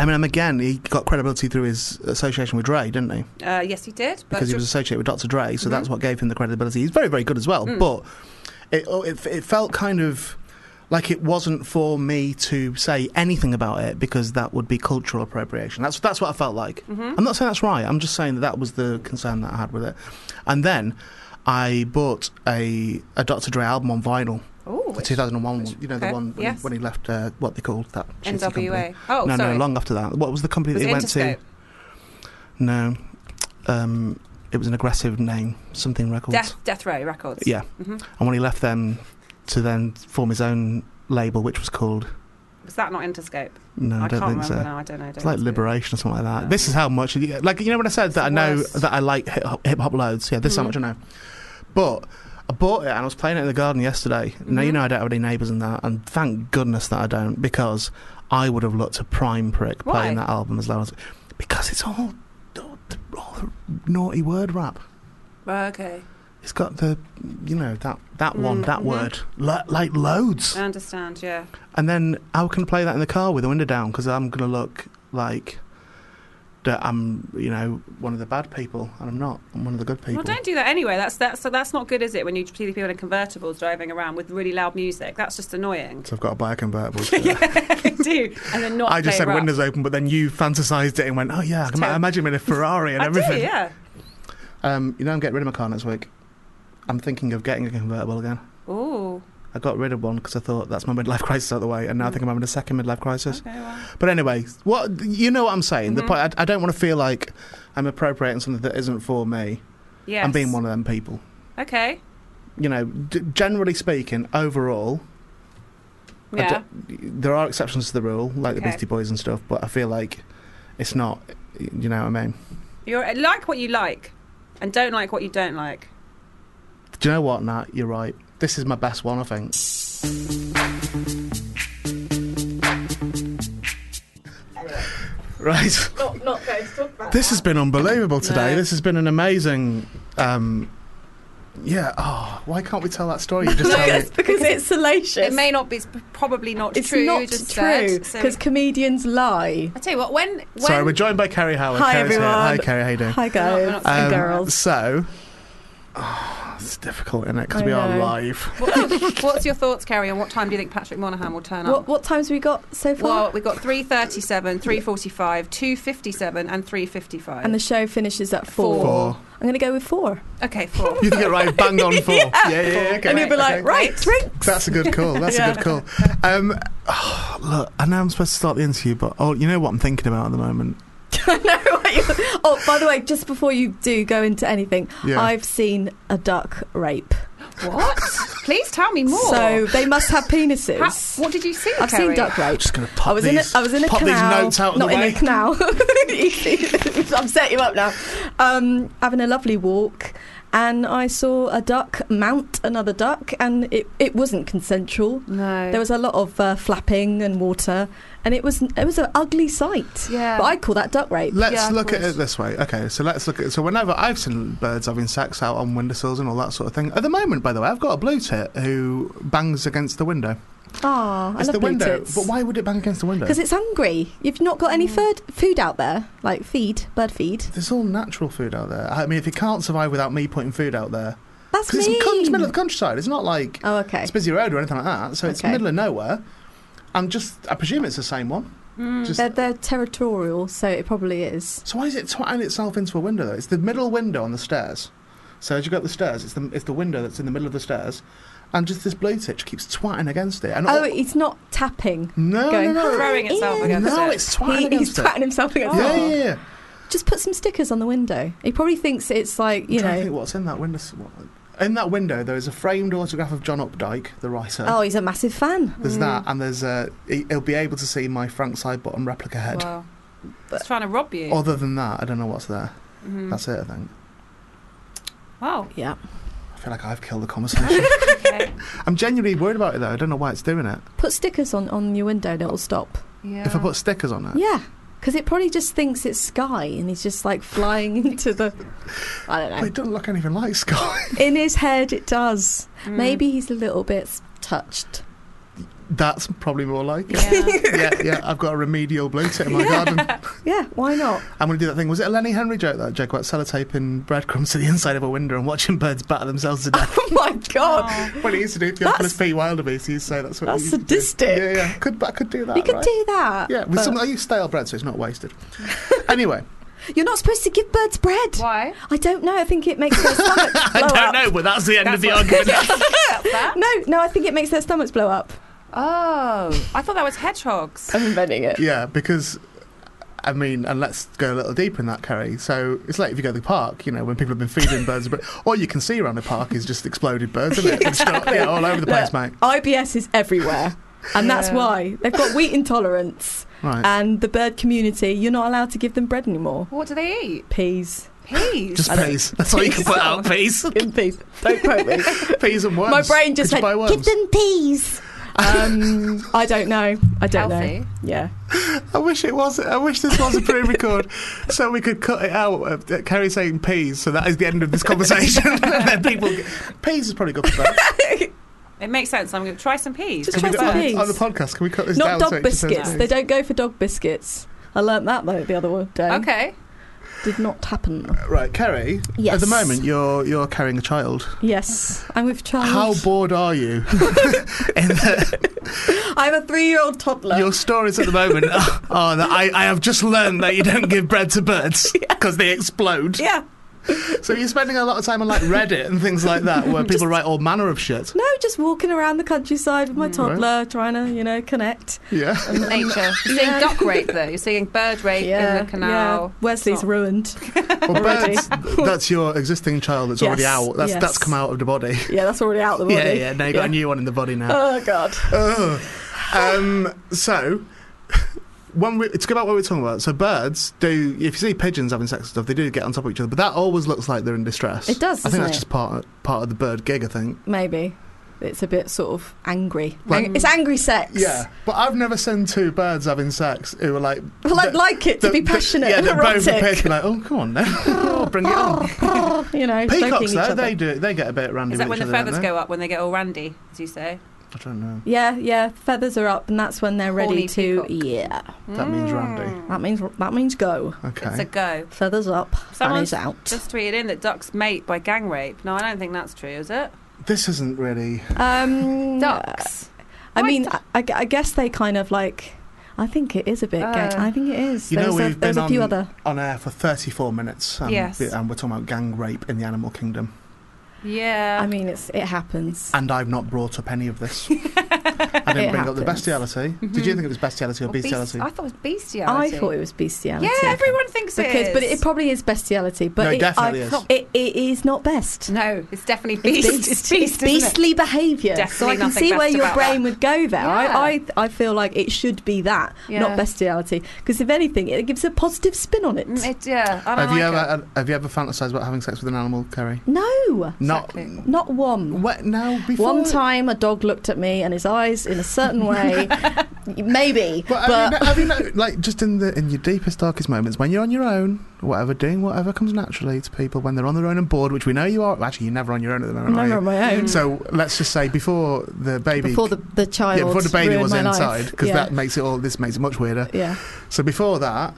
S2: Eminem again, he got credibility through his association with Dre, didn't he?
S3: Uh, yes, he did. But
S2: Because he was associated with Dr. Dre,
S3: Mm-hmm.
S2: so that's what gave him the credibility. He's very, very good as
S3: Mm.
S2: well. But it, oh, it it felt kind of like it wasn't for me to say anything about it because that would be cultural appropriation. That's that's what I felt like.
S3: Mm-hmm.
S2: I'm not saying that's right. I'm just saying that that was the concern that I had with it. And then I bought a a Dr. Dre album on vinyl.
S3: Ooh,
S2: The
S3: which-
S2: 2001 one, you know the
S3: okay,
S2: one when,
S3: yes.
S2: he, when he left uh, what they called that shitty company.
S3: NWA. Oh,
S2: no,
S3: sorry.
S2: no, long after that. What was the company
S3: was
S2: that he
S3: it
S2: went to?
S3: Interscope?
S2: No, um, it was an aggressive name, something records.
S3: Death, Death Row Records.
S2: Yeah,
S3: Mhm.
S2: and when he left them to then form his own label, which was called
S3: Was that not Interscope?
S2: no, I,
S3: I
S2: don't
S3: can't
S2: think
S3: remember
S2: so.
S3: now. I don't know. I don't
S2: It's like
S3: know.
S2: liberation or something like that.
S3: Yeah.
S2: This is how much, like you know, when I said that I
S3: the
S2: know
S3: worst.
S2: that I like hip hop loads. Yeah, this is how
S3: Mhm.
S2: much I know. But I bought it and I was playing it in the garden yesterday. Now you
S3: Mhm.
S2: know I don't have any neighbours and that, and thank goodness that I don't because I would have looked a prime prick
S3: Why?
S2: playing that album as loud as because it's all, all, the, all the naughty word rap.
S3: Oh, okay,
S2: It's got the, you know, that, that one,
S3: Mm,
S2: that
S3: mhm.
S2: word, lo- like loads.
S3: I understand. Yeah,
S2: And then I can play that in the car with the window down because I'm going to look like that I'm, you know, one of the bad people, and I'm not. I'm one of the good people.
S3: well, don't do that anyway. That's that's so that's not good, is it? When you see the people in convertibles driving around with really loud music, that's just annoying.
S2: so I've got to buy a convertible.
S3: yeah, do and then not.
S2: I just
S3: play
S2: said
S3: rock.
S2: windows open, but then you fantasized it and went, "Oh yeah, I can ma-
S3: Terrible.
S2: imagine me in a Ferrari and
S3: I do,
S2: everything."
S3: yeah.
S2: um, you know, I'm getting rid of my car next week. I'm thinking of getting a convertible again.
S3: Ooh,
S2: I got rid of one because I thought that's my midlife crisis out of the way,
S3: Mm.
S2: and now I think I'm having a second midlife crisis.
S3: okay, well.
S2: But anyway, what you know what I'm saying? The
S3: Mhm.
S2: point, I, I don't want to feel like I'm appropriating something that isn't for me.
S3: yes.
S2: I'm being one of them people.
S3: Okay,
S2: You know, d- generally speaking, overall, I
S3: yeah.
S2: d- there are exceptions to the rule, like the
S3: Okay.
S2: Beastie Boys and stuff. But I feel like it's not. You know what I mean?
S3: You're uh, like what you like, and don't like what you don't like.
S2: Do you know what, Nat? You're right. This is my best one, I think. Right.
S4: Not, not going to talk about
S2: This
S4: that.
S2: has been unbelievable today.
S3: No.
S2: This has been an amazing. Um, yeah. Oh, why can't we tell that story? You just
S4: no,
S2: tell
S4: it's
S2: it.
S4: because it's salacious.
S3: It may not be. It's probably not
S4: it's
S3: true. you
S4: not
S3: just
S4: true
S3: said, so-
S4: because comedians lie.
S3: I tell you what, when when
S2: Sorry, we're joined by Kerry Howard.
S4: Hi,
S2: Kerry's here.
S4: everyone.
S2: Hi, Kerry. How you doing? Um,
S4: Hi
S3: not- we're
S4: guys
S3: not
S4: and
S3: saying
S4: girls.
S2: So, oh, it's difficult, isn't it? Because
S4: I
S2: we are
S4: know.
S2: live.
S3: what, what's your thoughts, Kerry? On what time do you think Patrick Monaghan will turn up?
S4: What what times have we got so far?
S3: Well, we got 337, 345, 257, and 355.
S4: and the show finishes at four.
S2: Four.
S4: I'm going to go with four.
S3: okay, four.
S2: You think it right? Bang on four. yeah, yeah, yeah. Okay.
S4: and you'll be like,
S2: okay.
S4: right, drinks.
S2: That's a good call. That's
S4: Yeah.
S2: a good call. Um, oh, look, I know I'm supposed to start the interview, but oh, you know what I'm thinking about at the moment.
S4: I know what you- oh, by the way, just before you do go into anything,
S2: Yeah.
S4: I've seen a duck rape.
S3: what? Please tell me more.
S4: So they must have
S3: How-
S4: penises.
S3: what did you see?
S4: I've
S3: Kerry?
S4: seen duck
S2: I'm
S4: rape.
S2: just going to pop
S4: I was in a,
S2: these-
S4: I was in a
S2: pop
S4: canal.
S2: these notes out of
S4: not
S2: the
S4: in
S2: way.
S4: a canal. I'm setting you up now. Um, having a lovely walk, and I saw a duck mount another duck, and it, it wasn't consensual.
S3: No.
S4: There was a lot of uh, flapping and water, and it was it was an ugly sight.
S3: Yeah.
S4: But I call that duck rape.
S2: Let's
S3: Yeah, of
S2: look at
S3: course.
S2: it this way. Okay, so let's look at so whenever I've seen birds having sex out on windowsills and all that sort of thing. At the moment, by the way, I've got a blue tit who bangs against the window.
S4: Ah, I
S2: it's
S4: love
S2: the
S4: blue
S2: window,
S4: tits.
S2: but why Mm. would it bang against the window?
S4: Because it's hungry. You've not got any food food out there, like feed, bird feed.
S2: There's all natural food out there. I mean, if it can't survive without me putting food out there,
S4: That's
S2: because it's, con- it's
S4: mean.
S2: middle of the countryside. It's not like
S4: oh, okay.
S2: it's busy road or anything like that. So it's
S4: Okay.
S2: middle of nowhere. I'm just. I presume it's the same one. Just,
S4: They're, they're territorial, so it probably is.
S2: so why is it twatting itself into a window though? It's the middle window on the stairs. So as you go up the stairs, it's the it's the window that's in the middle of the stairs, and just this blowtorch keeps twatting against it. And
S4: Oh,
S2: all-
S4: it's not tapping.
S2: no,
S4: going,
S2: no, no,
S3: Throwing itself
S4: Ian.
S3: against
S2: no,
S3: it.
S2: it's twatting
S4: He, he's
S2: against
S4: twatting
S2: it.
S4: himself against
S2: Yeah,
S4: the
S2: yeah,
S4: wall.
S2: yeah.
S4: Just put some stickers on the window. He probably thinks it's like you
S2: I'm trying to
S4: know.
S2: think what's in that window. what- In that window, there is a framed autograph of John Updike, the writer.
S4: Oh, hmm. he's a massive fan.
S2: There's
S3: Mm.
S2: that, and there's uh, he- he'll be able to see my Frank Sidebottom replica head.
S3: Wow.
S4: But-
S3: it's trying to rob you.
S2: Other than that, I don't know what's there.
S4: Hmm.
S3: Mhm.
S2: Oh, That's it, I think.
S3: Wow.
S4: Yeah.
S2: I feel like I've killed the conversation.
S3: Oh, Okay.
S2: I'm genuinely worried about it though. I don't know why it's doing it.
S4: Put stickers on on your window and it'll stop.
S3: yeah.
S2: If I put stickers on it,
S4: Yeah. Because it probably just thinks it's sky and he's just like flying into the. I don't
S2: but
S4: know.
S2: it doesn't look anything like Sky.
S4: In his head, it does.
S3: Mm.
S4: Maybe he's a little bit touched.
S2: That's probably more like it.
S3: Yeah.
S2: yeah, yeah. I've got a remedial blow tit in my garden.
S4: Yeah, why not?
S2: I'm going to do that thing. Was it a Lenny Henry joke that joke about sellotaping breadcrumbs to the inside of a window and watching birds batter themselves to death?
S4: Oh my god.
S3: Oh.
S2: what he used to do to
S4: That's-
S2: Nicholas P. Wildebeest. He used to say that's what.
S4: That's
S2: he used to do.
S4: sadistic.
S2: Yeah, yeah. Could I could do that?
S4: You could
S2: right?
S4: do that.
S2: Yeah, with
S4: but
S2: some I use stale bread, so it's not wasted. anyway,
S4: You're not supposed to give birds bread.
S3: Why?
S4: I don't know. I think it makes their stomachs blow up.
S2: know, but that's the end
S3: That's what-
S4: No, no, I think it makes their stomachs blow up.
S3: Oh, I thought that was hedgehogs.
S4: I'm inventing it.
S2: yeah, because I mean, and let's go a little deeper in that, Kerry. So it's like if you go to the park, you know, when people have been feeding birds, but all you can see around the park is just exploded birds, isn't it? It's got- yeah, all over the place, mate.
S4: IBS is everywhere. And that's
S3: Yeah.
S4: why they've got wheat intolerance
S2: Right.
S4: and the bird community. You're not allowed to give them bread anymore.
S3: What do they eat?
S4: Peas,
S3: Peas.
S2: just
S4: I don't-
S2: peas. That's all you can put out. Peas.
S4: in peas. Don't quote me.
S2: peas and worms.
S4: My brain just
S2: Could you
S4: went,
S2: buy
S4: give
S2: worms?
S4: them peas. Um, I don't know. I don't know.
S3: Healthy.
S4: Yeah.
S2: I wish it was. I wish this was a pre-record, so we could cut it out. Uh, uh, Kerry saying peas, so that is the end of this conversation. and then people, peas is probably good for that.
S3: It makes sense. I'm going to try some peas.
S4: Just
S2: Can
S4: try
S2: we
S4: some
S2: cut-
S4: peas.
S2: on the podcast? Can we cut this
S4: Not
S2: down? so
S4: dog
S2: it just says
S4: biscuits.
S2: peas?
S4: They don't go for dog biscuits. I learnt that though the other day.
S3: Okay.
S4: Did not happen.
S2: Right, Kerry.
S4: Yes.
S2: At the moment, you're you're carrying a child.
S4: Yes. I'm with child.
S2: How bored are you? In the,
S4: I'm a three year old toddler.
S2: your stories at the moment are that I, I have just learned that you don't give bread to birds because they explode.
S4: yeah.
S2: So you're spending a lot of time on like Reddit and things like that, where people write all manner of shit.
S4: No, just walking around the countryside with my
S3: Mm.
S4: toddler, trying to, you know, connect.
S2: Yeah.
S4: Um,
S3: Nature. You're seeing duck rape though. You're seeing bird rape in the canal.
S4: Wesley's
S3: It's not-
S4: ruined.
S2: Well,
S4: Already.
S2: birds, that's your existing child that's already
S4: Yes,
S2: out. That's,
S4: yes.
S2: that's come out of the body.
S4: Yeah, that's already out of the body.
S2: Yeah, yeah. Now you've got a new one in the body now.
S4: Oh god.
S2: Ugh. Um, so, when we, it's about what we're talking about. So, birds do, if you see pigeons having sex and stuff, they do get on top of each other, but that always looks like they're in distress.
S4: It does,
S2: I
S4: doesn't
S2: think that's
S4: it?
S2: just part of, part of the bird gig, I think.
S4: Maybe it's a bit sort of angry.
S2: Like-
S3: Mm.
S4: Ang- it's angry sex.
S2: But I've never seen two birds having sex who are like.
S4: Well, I'd
S2: that-
S4: like it to
S2: that-
S4: be
S2: that-
S4: passionate
S2: yeah,
S4: and
S2: that both appear to
S4: erotic.
S2: be like, oh, come on now. oh, bring it on.
S4: you know,
S2: Peacocks,
S4: stroking each
S2: though,
S4: other.
S2: they do it. They get a bit randy with
S3: Is that when
S2: each
S3: the
S2: other, don't
S3: feathers
S2: they?
S3: go up when they get all randy, as you say?
S2: I don't know.
S4: Yeah, yeah. Feathers are up, and that's when they're ready
S3: Horny
S4: to.
S3: peacock.
S4: Yeah,
S2: That means randy.
S4: that means that means go.
S2: Okay.
S3: Mm. It's a go.
S4: Feathers up,
S3: Someone's
S4: fannies out.
S3: just tweeted in that ducks mate by gang rape. No, I don't think that's true, is it?
S2: This isn't really.
S4: um,
S3: Ducks.
S4: I
S3: Why
S4: mean,
S3: duck?
S4: I, I guess they kind of like. I think it is a bit gang.
S3: Uh,
S4: I think it is.
S2: you know,
S4: There's a,
S2: we've
S4: there's
S2: been
S4: a few
S2: on-
S4: other.
S2: on air for 34 minutes. And,
S3: Yes.
S2: And we're talking about gang rape in the animal kingdom.
S3: Yeah.
S4: I mean, it's it happens.
S2: And I've not brought up any of this. I didn't
S4: It
S2: bring up
S4: happens.
S2: the
S4: Mm-hmm.
S2: bestiality. Did you think it was bestiality or
S3: Or beast-
S2: bestiality?
S3: I thought it was
S4: I
S3: bestiality.
S4: thought it was bestiality.
S3: Yeah, everyone thinks it
S4: because
S3: is.
S4: but it probably is bestiality. But
S2: No,
S4: it,
S2: definitely
S4: I-
S2: is.
S4: It, it is not best.
S3: No, it's definitely
S4: It's
S3: beast. It's beast.
S4: beast- it's
S3: isn't it?
S4: beastly behaviour. so
S3: Definitely
S4: I can
S3: nothing
S4: see where
S3: best
S4: your
S3: about
S4: brain would go there.
S3: Yeah.
S4: I, I I feel like it should be that,
S3: Yeah.
S4: not bestiality. Because if anything, it gives a positive spin on it.
S3: Mm, It, yeah, I don't
S2: have you
S3: like
S2: ever
S3: it.
S2: had- have you ever fantasized about having sex with an animal, Kerry?
S4: no,
S3: Exactly.
S2: Not.
S4: not one.
S2: What, no, before.
S4: One time, a dog looked at me and his eyes in a certain way. Maybe,
S2: But,
S4: but,
S2: have, you know, have you know, like just in the in your deepest darkest moments when you're on your own, whatever doing whatever comes naturally to people when they're on their own and bored, which we know you are. Actually, you're never on your own at the
S4: I'm
S2: moment. are you?
S4: never on my own.
S2: So let's just say before the baby
S4: Before the, the child,
S2: yeah, before the baby
S4: ruined
S2: was
S4: my life.
S2: inside because
S4: yeah.
S2: that makes it all this makes it much weirder.
S4: Yeah.
S2: So before that,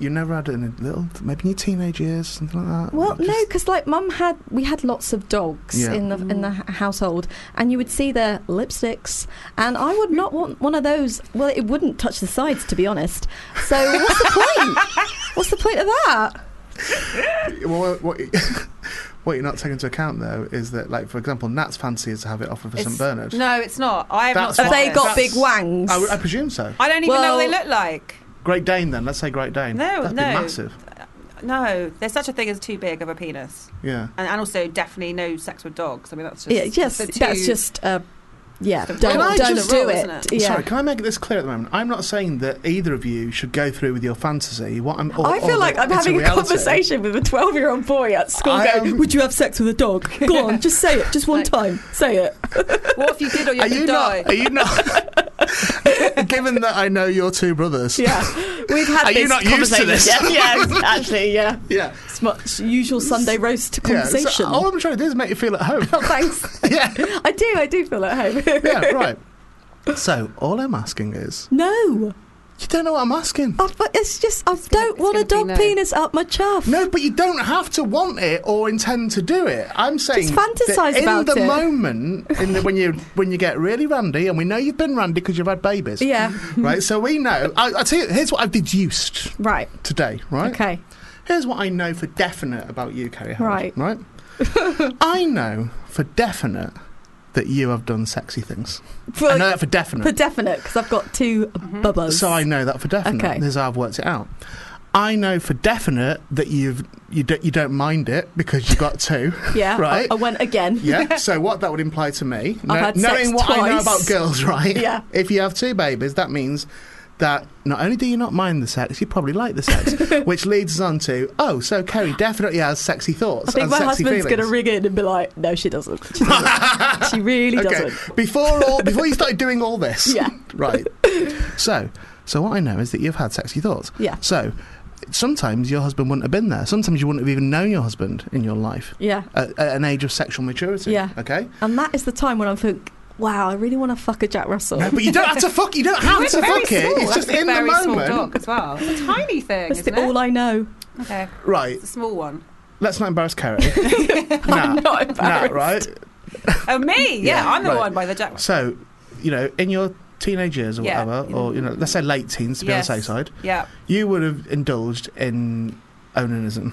S2: you never had any little maybe in your teenage years something like that.
S4: Well, no, 'cause no,
S2: Just-
S4: because like mum had we had lots of dogs
S2: Yeah. Mm.
S4: in the in the h- household, and you would see their lipsticks, and I would not want one of those. Well, it wouldn't touch the sides, to be honest. So what's the point? What's the point of that?
S2: Well, what, What you're not taking into account though is that, like for example, Nat's fancy is to have it offered for
S3: It's-
S2: St Bernard.
S3: No, it's not. I have
S2: That's
S3: not.
S4: Have
S3: said
S2: why-
S4: they
S3: this.
S4: got
S2: that's-
S4: big wangs?
S2: I, would- I presume so.
S3: I don't even know what they
S4: Well-
S3: look like.
S2: Great Dane, then. Let's say Great Dane.
S3: No,
S2: That'd
S3: no.
S2: be massive.
S3: No, there's such a thing as too big of a penis,
S2: Yeah.
S3: and, and also definitely no sex with dogs. I mean, that's just
S4: yeah, yes,
S3: the two-
S4: that's just. Uh, yeah,
S3: It's the
S4: don't,
S2: rule. Can I
S4: don't
S2: just-
S4: do
S3: rule,
S4: it.
S3: isn't it?
S4: Yeah.
S2: Sorry, can I make this clear at the moment? I'm not saying that either of you should go through with your fantasy. What I'm, or-
S4: I
S2: or
S4: feel like
S2: that
S4: I'm
S2: it's
S4: having a
S2: reality.
S4: conversation with a 12 year old boy at school
S2: I
S4: going,
S2: am-
S4: Would you have sex with a dog? Go on, just say it, just one
S3: Like-
S4: time. Say it.
S3: What if you did or you
S2: Are
S3: had to
S2: you
S3: die?
S2: not? Are you not? Given that I know your two brothers,
S4: Yeah. We've had
S2: Are you
S4: this
S2: not used to
S4: conversation.
S2: this?
S4: Yeah, yeah, actually, yeah.
S2: yeah,
S4: It's much usual Sunday roast
S2: yeah.
S4: conversation.
S2: So all I'm trying to do is make you feel at home.
S4: Oh, thanks.
S2: yeah,
S4: I do, I do feel at home.
S2: yeah, right. So all I'm asking is,
S4: No.
S2: you don't know what I'm asking.
S4: Oh, but it's just, I
S3: gonna-
S4: don't
S3: it's
S4: want a
S3: gonna
S4: dog
S3: be no.
S4: penis up my chuff.
S2: No, but you don't have to want it or intend to do it. I'm saying
S4: Just fantasise
S2: that in
S4: about
S2: the
S4: it.
S2: moment, in the, when you when you get really randy, and we know you've been randy because you've had babies,
S4: Yeah,
S2: right? So we know. I, I tell you, here's what I've deduced
S4: right.
S2: today, right?
S4: Okay.
S2: Here's what I know for definite about you, Carrie. Howard,
S4: Right.
S2: right. I know for definite that you have done sexy things. I
S4: For,
S2: know Mm-hmm. that for definite.
S4: for definite, because I've got two bubbas.
S2: So I know that for definite.
S4: Okay.
S2: This is how I've worked it out. I know for definite that you've you don't you don't mind it because you've got two.
S4: Yeah, I-
S2: Right.
S4: I, went again.
S2: Yeah. So what that would imply to me,
S4: I've had sex
S2: knowing what I
S4: twice.
S2: know about girls, right?
S4: Yeah.
S2: If you have two babies, that means that not only do you not mind the sex, you probably like the sex, which leads us on to oh, so Kerry definitely has sexy thoughts.
S4: I think
S2: and
S4: my
S2: sexy
S4: husband's going to
S2: feelings.
S4: ring in and be like, no, she doesn't. She, doesn't. she really doesn't.
S2: Before all, before you started doing all this,
S4: Yeah.
S2: right. So, so what I know is that you've had sexy thoughts.
S4: Yeah.
S2: So, sometimes your husband wouldn't have been there. Sometimes you wouldn't have even known your husband in your life
S4: Yeah.
S2: at, at an age of sexual maturity.
S4: Yeah.
S2: Okay.
S4: And that is the time when I think, wow, I really want to fuck a Jack Russell.
S2: No, but you don't have to fuck. You don't have
S3: It's
S2: to
S3: very
S2: fuck it.
S3: small.
S2: It's just
S3: That's a
S2: in the
S3: very
S2: moment.
S3: Small dog as well. It's a tiny thing.
S4: That's
S3: isn't
S4: the, all
S3: it?
S4: I know.
S3: okay,
S2: Right.
S3: it's a small one.
S2: Let's not embarrass Carrie. nah.
S4: I'm not
S2: Nah.
S4: embarrassed.
S2: Right.
S3: Oh me? Yeah,
S2: Yeah,
S3: I'm the
S2: right.
S3: one by the jack.
S2: So, you know, in your teenage years or
S3: Yeah.
S2: whatever, or you know, let's say late teens to be
S3: Yes.
S2: on the safe side,
S3: Yeah.
S2: you would have indulged in onanism,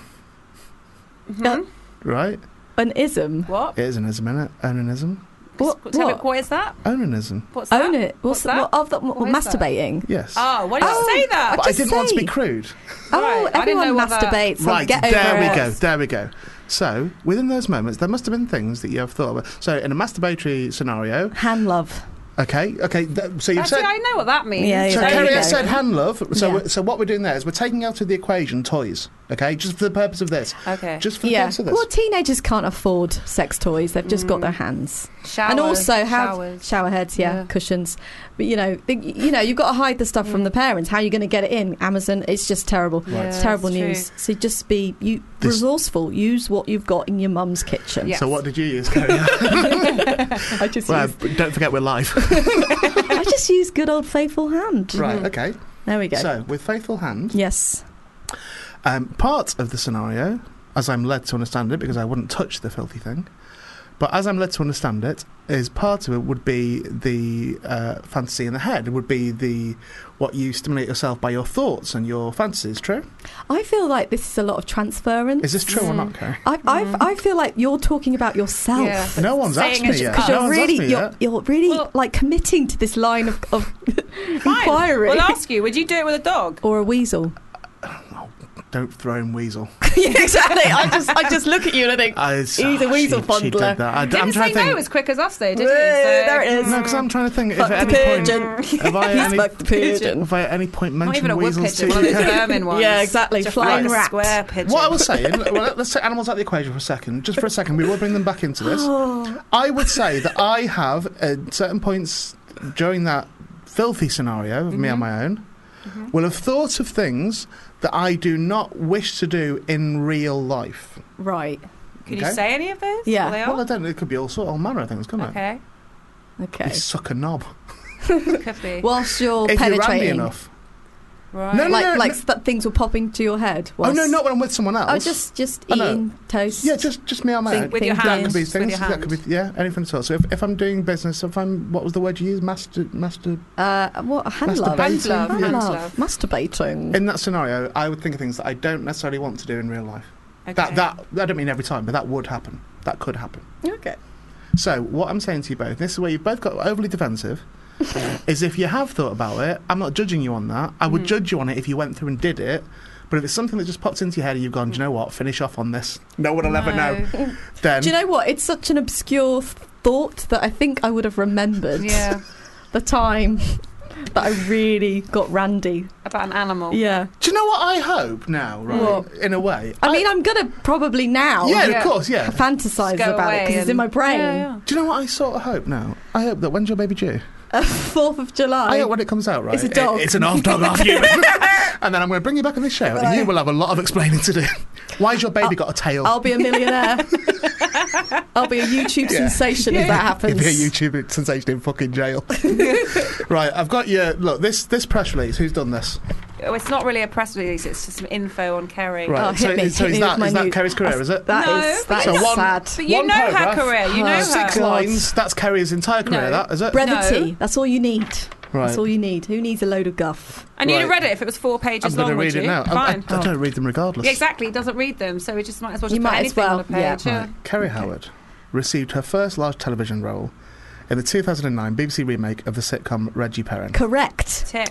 S4: Uh,
S3: Mhm.
S2: right?
S4: An ism.
S3: What?
S2: It is an ism, isn't it? Onanism.
S4: What?
S3: Tell me,
S4: what?
S3: what is that?
S2: Onanism.
S3: What's that?
S4: Own it. What's,
S3: What's that?
S4: What, of the, what,
S3: What is that?
S4: masturbating.
S2: Yes.
S3: Oh, why did you
S4: Oh,
S3: say that?
S2: but I
S4: just
S2: didn't want to be
S4: say.
S2: crude.
S4: Oh,
S3: Right, I didn't
S4: everyone
S3: know what that-
S4: masturbates. so
S2: right.
S4: get over
S2: there we
S4: it.
S2: go. There we go. So within those moments, there must have been things that you have thought about. So in a masturbatory scenario,
S4: Hand love.
S2: okay, okay. Th- so you've
S3: Actually,
S2: said.
S3: I know what that means.
S4: Yeah, yeah,
S2: so
S4: There you
S2: Carrie
S4: go.
S2: has said hand love. So,
S4: Yeah.
S2: we're- so what we're doing there is we're taking out of the equation toys, okay, just for the purpose of this,
S3: Okay.
S2: just for the
S4: Yeah.
S2: purpose of this.
S4: Well, teenagers can't afford sex toys. They've just
S3: Mm.
S4: got their hands.
S3: Showers,
S4: and also have
S3: showers.
S4: shower heads, yeah,
S3: Yeah. Mm.
S4: cushions. But you know, the, you know, you've got to hide the stuff from the parents. How are you going to get it in? Amazon, it's just terrible.
S3: Yeah,
S4: it's terrible
S3: it's true.
S4: news. So just be you
S2: This-
S4: resourceful. Use what you've got in your mum's kitchen.
S3: Yeah.
S2: So what did you use, Carrie?
S4: I just
S2: well,
S4: use,
S2: don't forget we're live.
S4: I just use good old faithful hand.
S2: right. Okay.
S4: There we go.
S2: So with faithful hand.
S4: yes.
S2: Um, part of the scenario, as I'm led to understand it, because I wouldn't touch the filthy thing, but as I'm led to understand it, is part of it would be the uh, fantasy in the head. It would be the what you stimulate yourself by your thoughts and your fantasies. True?
S4: I feel like this is a lot of transference.
S2: Is this true or
S4: Mm.
S2: not, Kerry?
S4: I, I've, I feel like you're talking about yourself.
S3: Yeah.
S2: No one's
S3: Saying
S2: asked
S3: it's
S2: me yet.
S3: just-
S4: Because
S2: No
S4: you're
S2: one's asked
S4: really,
S2: me
S4: you're,
S2: yet.
S4: you're really
S3: Well-
S4: like committing to this line of, of
S3: Fine.
S4: inquiry
S3: We'll ask you. Would you do it with a dog?
S4: or a weasel.
S2: Don't throw in weasel.
S4: yeah, exactly. I just I just look at you and I think
S2: I,
S4: He's a weasel
S2: she, she did
S4: fondler.
S2: that. I,
S3: Didn't
S2: am
S3: say
S2: trying to
S3: no
S2: think.
S3: as quick as us though, did he? So, hmm.
S4: Hey, there it is.
S2: no, because I'm trying to think. If
S4: Fuck
S2: at,
S4: the
S2: any point,
S4: pigeon.
S2: if, I
S4: he's
S2: any,
S4: like the pigeon.
S2: if I at any point
S3: Not
S2: mention
S3: even a wood
S2: weasels to
S3: pigeon, one of
S2: you,
S3: those vermin ones.
S4: Yeah, exactly.
S3: Just
S4: Flying
S3: like a
S4: rat.
S3: Square pigeon.
S2: What I was saying, well, let's take animals out of the equation for a second, just for a second. We will bring them back into this.
S4: Oh.
S2: I would say that I have at certain points during that filthy scenario of
S4: Mm-hmm.
S2: me on my own,
S3: Mm-hmm.
S2: will have thought of things that I do not wish to do in real life.
S4: right.
S3: Could you
S2: Okay.
S3: say any of those?
S4: Yeah.
S3: What they
S2: Well, I
S3: are?
S2: don't. know, It could be all sort, all manner of things, couldn't
S3: Okay.
S2: it?
S4: Okay.
S2: You suck a knob
S3: Could be.
S4: Whilst you're
S2: if you're randy
S4: penetrating,
S2: enough.
S3: Right.
S2: No, no,
S4: like
S2: no,
S4: like
S2: no.
S4: st- things will pop into your head.
S2: Oh
S4: Whilst,
S2: no, not when I'm with someone else.
S4: Oh, just just
S2: I know.
S4: eating toast.
S2: yeah, just just me on my
S4: Think-
S2: own.
S3: with your
S4: That
S2: That
S3: hands.
S2: could be
S3: with
S2: things.
S3: your
S2: That could
S3: hand.
S2: be yeah, anything sort. So if, if I'm doing business, if I'm what was the word you used, master master
S4: uh, what a hand love.
S2: Masturbate.
S3: Hand love.
S4: Hand
S3: Hand
S4: love.
S3: love.
S4: Masturbating.
S2: In that scenario, I would think of things that I don't necessarily want to do in real life.
S3: Okay.
S2: That that I don't mean every time, but that would happen. That could happen.
S4: Okay.
S2: So what I'm saying to you both, this is where you've both got overly defensive, is if you have thought about it, I'm not judging you on that. I would
S3: Mm.
S2: judge you on it if you went through and did it. But if it's something that just pops into your head and you've gone, do you know what? Finish off on this. No one will ever know. Then
S4: Do you know what? It's such an obscure th- thought that I think I would have remembered
S3: Yeah,
S4: the time that I really got randy.
S3: about an animal.
S4: Yeah.
S2: do you know what I hope now? Right,
S4: What? Oh,
S2: in a way.
S4: I, mean, I'm going to probably now
S2: yeah,
S3: Yeah.
S2: of course, yeah.
S4: fantasize
S3: Just go
S4: about it
S3: away
S4: because it's in
S3: and-
S4: my brain.
S3: Yeah, yeah.
S2: Do you know what I sort of hope now? I hope that when's your baby due?
S4: 4th of July.
S2: I hope when it comes out, right?
S4: It's a dog.
S2: it's an off dog off you. and then I'm going to bring you back on this show, and you will have a lot of explaining to do. Why's your baby got a tail?
S4: I'll be a millionaire. I'll be a YouTube
S2: Yeah.
S4: sensation if that happens.
S2: It'd be a YouTube sensation in fucking jail. right, I've got your look. This this press release. Who's done this?
S3: Oh, it's not really a press release. It's just some info on Kerry.
S2: Right.
S4: Oh, hit
S2: so
S4: me,
S2: so
S4: hit
S2: is
S4: me
S2: that
S4: with my
S2: is that
S4: new-
S2: Kerry's career? Is it?
S4: That
S3: No,
S4: is- that
S2: So
S4: is
S2: one-
S4: sad.
S3: But you
S2: One
S3: know
S2: paragraph.
S3: her career. You know her.
S2: Six
S4: God.
S2: lines. That's Kerry's entire career.
S3: No.
S2: That is it.
S4: Brevity.
S3: No.
S4: That's all you need.
S2: right.
S4: That's all you need. Who needs a load of guff?
S3: And you'd have
S2: Right.
S3: read it if it was four
S2: I'm
S3: pages
S2: going
S3: long.
S2: to read
S3: would
S2: it
S3: you?
S2: now. I,
S3: Fine.
S2: I, I don't read them regardless.
S3: Yeah, exactly. He doesn't read them, so we just might as well just
S4: You
S3: put
S4: might as
S3: anything on
S4: well,
S3: the page.
S4: yeah.
S3: Yeah.
S2: Right. Kerry Howard received her first large television role in the 2009 BBC remake of the sitcom Reggie Perrin
S4: Correct.
S3: Tick.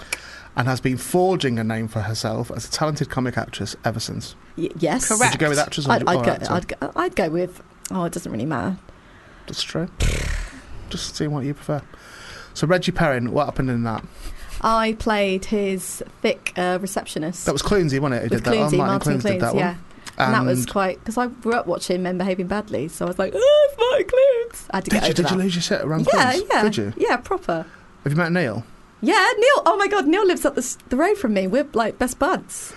S2: and has been forging a name for herself as a talented comic actress ever since.
S4: Y- yes.
S2: Did you
S3: Correct.
S2: go with actress or,
S4: I'd,
S2: or
S4: I'd,
S2: actor?
S4: go, I'd, go, I'd go with. Oh, it doesn't really matter.
S2: That's true. Just seeing what you prefer. So Reggie Perrin, what happened in that?
S4: I played his thick uh, receptionist.
S2: That was Clunesy, wasn't it? Who
S4: with
S2: did that?
S4: Clunesy,
S2: one?
S4: Martin
S2: Clunes did that
S4: Clunes,
S2: one.
S4: yeah. And, that was quite because I grew up watching Men Behaving Badly, so I was like, oh, it's Martin Clunes. I had to
S2: Did
S4: get
S2: you
S4: over
S2: did you
S4: that.
S2: lose your set around
S4: yeah,
S2: Clunes?
S4: yeah,
S2: Did you?
S4: yeah, proper.
S2: Have you met Neil?
S4: Yeah, Neil. Oh my God, Neil lives up the, s- the road from me. We're like best buds.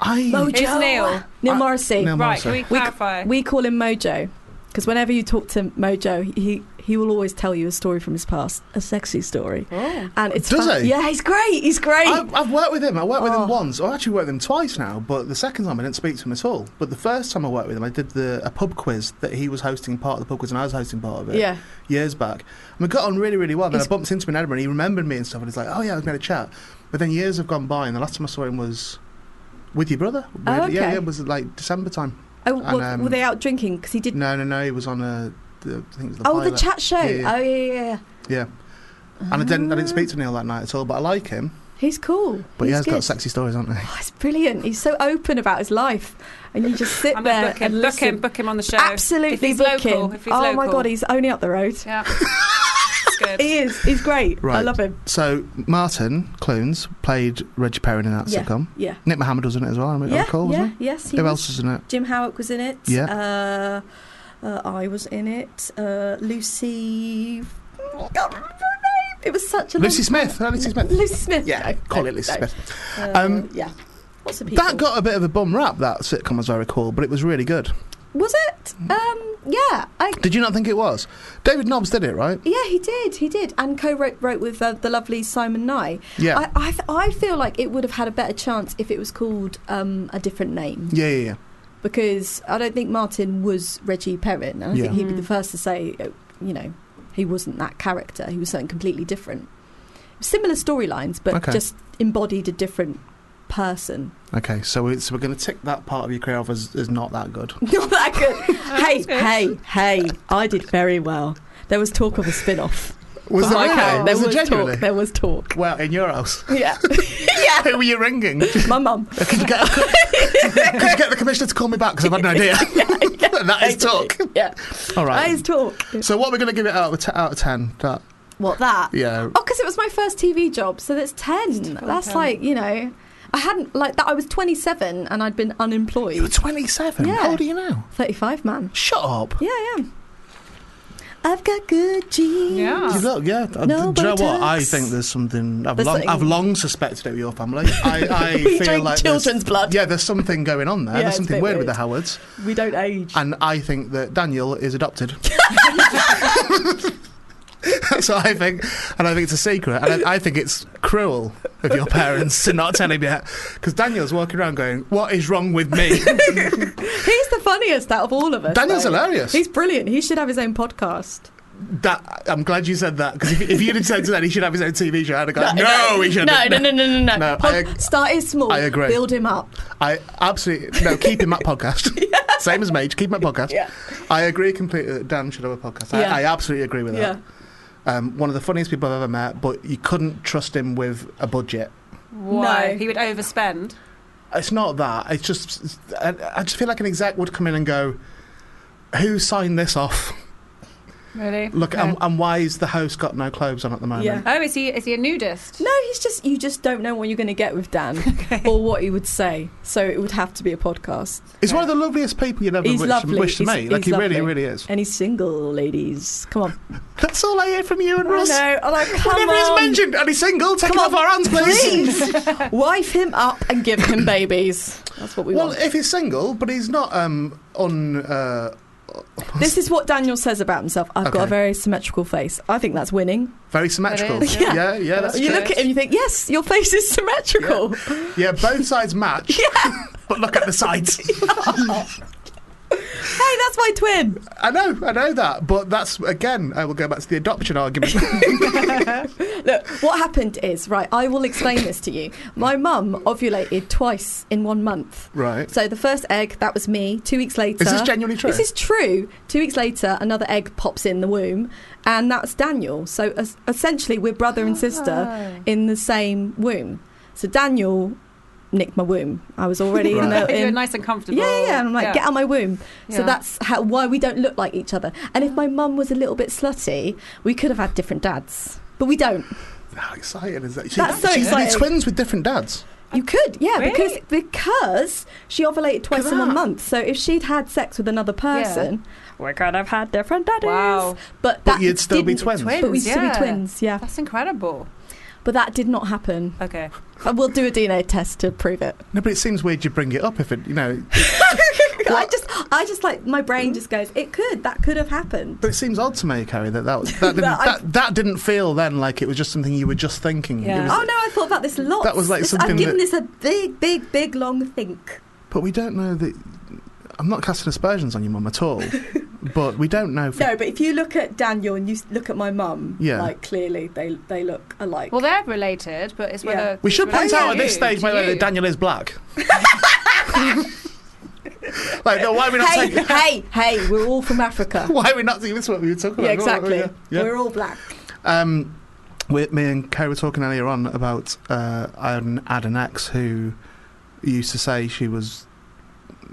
S2: I
S4: Mojo.
S3: Who's Neil?
S4: Neil
S2: Uh,
S4: Morrissey.
S2: Neil Morrissey.
S3: Right, can we clarify?
S4: We call him Mojo because whenever you talk to Mojo, he he will always tell you a story from his past, a sexy story,
S3: Oh.
S4: and it's
S2: Does he?
S4: Yeah, he's great. He's great.
S2: I, I've worked with him. I worked with
S4: Oh.
S2: him once. I actually worked with him twice now, but the second time I didn't speak to him at all. But the first time I worked with him, I did the a pub quiz that he was hosting part of the pub quiz and I was hosting part of it
S4: yeah,
S2: years back. And we got on really, really well. Then I
S4: He's-
S2: bumped into him in Edinburgh and he remembered me and stuff. And he's like, oh, yeah, I've made a chat. But then years have gone by and the last time I saw him was with your brother.
S4: Oh,
S2: weirdly. Yeah,
S4: okay.
S2: yeah, it was like December time.
S4: oh, well,
S2: and, um,
S4: were they out drinking? Because he did.
S2: No, no, no. He was on a. The, I think it was the
S4: oh, the
S2: pilot.
S4: chat show.
S2: Yeah, yeah.
S4: Oh yeah, yeah, yeah.
S2: Yeah. And I didn't, I didn't
S4: Ah.
S2: speak to Neil that night at all, but I like him.
S4: He's cool.
S2: But
S4: he's
S2: he has
S4: good.
S2: got sexy stories, aren't he?
S4: Oh, it's brilliant. He's so open about his life, and you just sit
S3: I'm
S4: there
S3: gonna book
S4: and
S3: him. Book
S4: listen.
S3: him. Book him on the show.
S4: Absolutely
S3: If he's
S4: book
S3: local,
S4: him.
S3: if he's
S4: oh my
S3: local.
S4: god, he's only up the road.
S3: Yeah. It's good.
S4: He is. He's great. I
S2: Right.
S4: love him.
S2: So Martin Clunes played Reggie Perrin in that
S4: Yeah.
S2: sitcom.
S4: Yeah.
S2: Nick Mohammed was in it as well. I
S4: yeah.
S2: recall,
S4: yeah.
S2: wasn't
S4: Yes.
S2: he?
S4: He
S2: Who
S4: was.
S2: else was in it?
S4: Jim Howitt was in it. Yeah. Uh, uh, I was in it. Uh, Lucy. I can't remember her name. It was such a
S2: Lucy
S4: long-
S2: Smith. Oh, Lucy Smith.
S4: Lucy Smith.
S2: Yeah,
S4: No,
S2: call
S4: no,
S2: it Lucy
S4: no.
S2: Smith.
S4: Uh,
S2: Um,
S4: yeah. Lots of people.
S2: That got a bit of a bum rap, that sitcom, as I recall, but it was really good.
S4: was it? Um, yeah. I
S2: Did you not think it was? David Nobbs did it, right?
S4: Yeah, he did. He did, and co-wrote wrote with uh, the lovely Simon Nye.
S2: Yeah.
S4: I, I, th- I feel like it would have had a better chance if it was called um, a different name
S2: yeah, yeah, yeah.
S4: because I don't think Martin was Reggie Perrin, and I
S2: Yeah.
S4: think he'd be the
S3: Mm.
S4: first to say, uh, you know, he wasn't that character. He was something completely different. Similar storylines, but
S2: Okay.
S4: just embodied a different person.
S2: Okay, so we're, so we're going to tick that part of your career off as, as not that good.
S4: Not that good. hey,
S3: Oh, good.
S4: hey, hey! I did very well. There was talk of a spin-off.
S2: Was
S4: But I can't-
S2: that
S4: There
S2: Was it
S4: was
S2: genuinely?
S4: talk. There was talk.
S2: Well, in your house.
S4: Yeah, yeah.
S2: Who were you ringing?
S4: My mum.
S2: Could you, get, could, could you get the commissioner to call me back? Because I've had no idea. that is talk.
S4: Yeah.
S2: All
S4: That
S2: right.
S4: is talk.
S2: So what we're going to give it out of, t- out of 10? That,
S4: What that?
S2: yeah.
S4: Oh, because it was my first TV job, so that's ten.
S3: full
S4: That's
S3: 10.
S4: like you know, I hadn't like that. I was twenty seven and I'd been
S2: You were
S4: unemployed.
S2: 27?
S4: Yeah.
S2: How old are you now?
S4: Thirty five, man.
S2: Shut up.
S4: Yeah, I am. I've got good genes.
S3: Yeah.
S2: You look, yeah. I-
S4: No
S2: do you know what?
S4: Botox.
S2: I think there's something. I've,
S4: There's
S2: long,
S4: something-
S2: I've long suspected it with your family. I, I
S4: We
S2: feel
S4: drink
S2: like
S4: children's
S2: there's,
S4: blood.
S2: Yeah, there's something going on there.
S4: Yeah,
S2: there's
S4: it's a
S2: something
S4: bit
S2: weird, with the
S4: weird.
S2: Howards,
S4: We don't age.
S2: and I think that Daniel is adopted. That's what I think, and I think it's a secret, and I, I think it's cruel of your parents to not tell him yet, because Daniel's walking around going, "What is wrong with me?"
S4: He's the funniest out of all of us.
S2: Daniel's
S4: though.
S2: hilarious.
S4: He's brilliant. He should have his own podcast.
S2: that I'm glad you said that, because if, if you'd have said that, he should have his own TV show. I'd have gone, "No, he should."
S4: No, no, no, no, no, no.
S2: No, I
S4: Pod-
S2: ag-
S4: Start it small.
S2: I agree.
S4: Build him up.
S2: I absolutely no. Keep him at podcast. Same as Mage. Keep my podcast.
S4: Yeah.
S2: I agree completely that Dan should have a podcast. I,
S4: Yeah.
S2: I absolutely agree with
S4: Yeah.
S2: that. Um, one of the funniest people I've ever met, but you couldn't trust him with a budget.
S3: Why?
S4: No.
S3: He would overspend.
S2: It's not that. It's just I, I just feel like an exec would come in and go, "Who signed this off?
S3: Really?
S2: Look, and, and why is the host got no clothes on at the moment?
S4: Yeah.
S3: Oh, is he is he a nudist?
S4: No, he's just you just don't know what you're going to get with Dan or what he would say. So it would have to be a podcast.
S2: He's one of the loveliest people you'd ever
S4: He's
S2: wish,
S4: lovely.
S2: wish to
S4: He's-
S2: meet. Like
S4: he's
S2: he really,
S4: lovely.
S2: really is.
S4: And he's single, ladies. Come on.
S2: That's all I hear from you and Russ.
S4: I know. I'm like, Oh, come
S2: Whenever
S4: on.
S2: he's mentioned and he's single, take
S4: Come on,
S2: him off our hands, please.
S4: Please, wife him up and give him babies. That's what we
S2: Well,
S4: want.
S2: if he's single, but he's not um, on. Uh,
S4: This is what Daniel says about himself. I've got
S2: Okay.
S4: a very symmetrical face. I think that's winning.
S2: very symmetrical.
S3: It is,
S2: yeah,
S4: yeah.
S2: yeah, that's
S3: That's
S4: you
S2: true.
S3: true.
S4: look at him, you think, yes, your face is symmetrical.
S2: Yeah, both sides match. but look at the sides.
S4: Hey, that's my twin.
S2: I know, I know that, but that's again, I will go back to the adoption argument.
S4: Look, what happened is, right, I will explain this to you. My mum ovulated twice in one month.
S2: right?
S4: So the first egg, that was me. Two weeks later.
S2: Is this genuinely true?
S4: This is true. Two weeks later, another egg pops in the womb, and that's Daniel. So es- essentially, we're brother and sister
S3: Oh.
S4: in the same womb. So Daniel nicked my womb. I was already in
S2: Right.
S4: the.
S3: You're
S4: In,
S3: nice and comfortable.
S4: yeah, yeah, yeah. And I'm like, get out of my womb. So
S3: Yeah.
S4: that's how, why we don't look like each other. And if my mum was a little bit slutty, we could have had different dads. But we don't.
S2: How exciting is that? She,
S4: That's so
S2: she's really
S4: exciting.
S2: twins with different dads.
S4: You could, yeah,
S3: Really?
S4: because because she ovulated twice in one
S2: that.
S4: month. So if she'd had sex with another person, we could have had different daddies.
S3: Wow.
S4: But,
S2: But
S4: that
S2: you'd still be
S4: didn't-
S2: twins.
S4: But we'd still
S3: Yeah.
S4: be twins, yeah.
S3: That's incredible.
S4: But that did not happen.
S3: Okay.
S4: And we'll do a DNA test to prove it.
S2: No, but it seems weird you bring it up if it, you know.
S4: I just, I just like my brain just goes, it could, that could have happened.
S2: But it seems odd to me, Carrie, that that, was, that, didn't,
S4: That I-
S2: that, that didn't feel then like it was just something you were just thinking. It
S3: Yeah.
S2: was-
S4: Oh no, I thought about this a lot.
S2: That was like
S4: This-
S2: something
S4: I've given
S2: that-
S4: this a big, big, big long think.
S2: But we don't know that. I'm not casting aspersions on your mum at all, but we don't know. For,
S4: No, but if you look at Daniel and you s- look at my mum,
S2: Yeah.
S4: like clearly they they look alike.
S3: Well, they're related, but it's whether
S4: Yeah.
S2: we should
S3: it's
S2: point
S3: related
S2: out at
S3: to
S2: this
S3: you,
S2: stage,
S3: to
S2: by the way,
S3: you.
S2: that Daniel is black. like, no, why are we not
S4: hey,
S2: saying?
S4: hey, hey, we're all from Africa.
S2: Why are we not saying this? is What we were talking
S4: yeah,
S2: about? What were we-
S4: exactly.
S2: Yeah.
S4: We're all black.
S2: Um, we, me and Kerry were talking earlier on about uh, I had an, had an ex who used to say she was.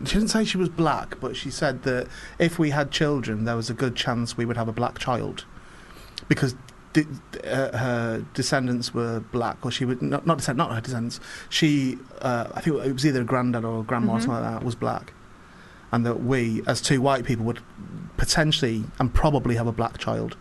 S2: She didn't say she was black, but she said that if we had children, there was a good chance we would have a black child because de- uh, her descendants were black, or she would not not descend, not her descendants. She, uh, I think it was either a granddad or a grandma or
S3: Mhm.
S2: something like that was black, and that we, as two white people, would potentially and probably have a black child.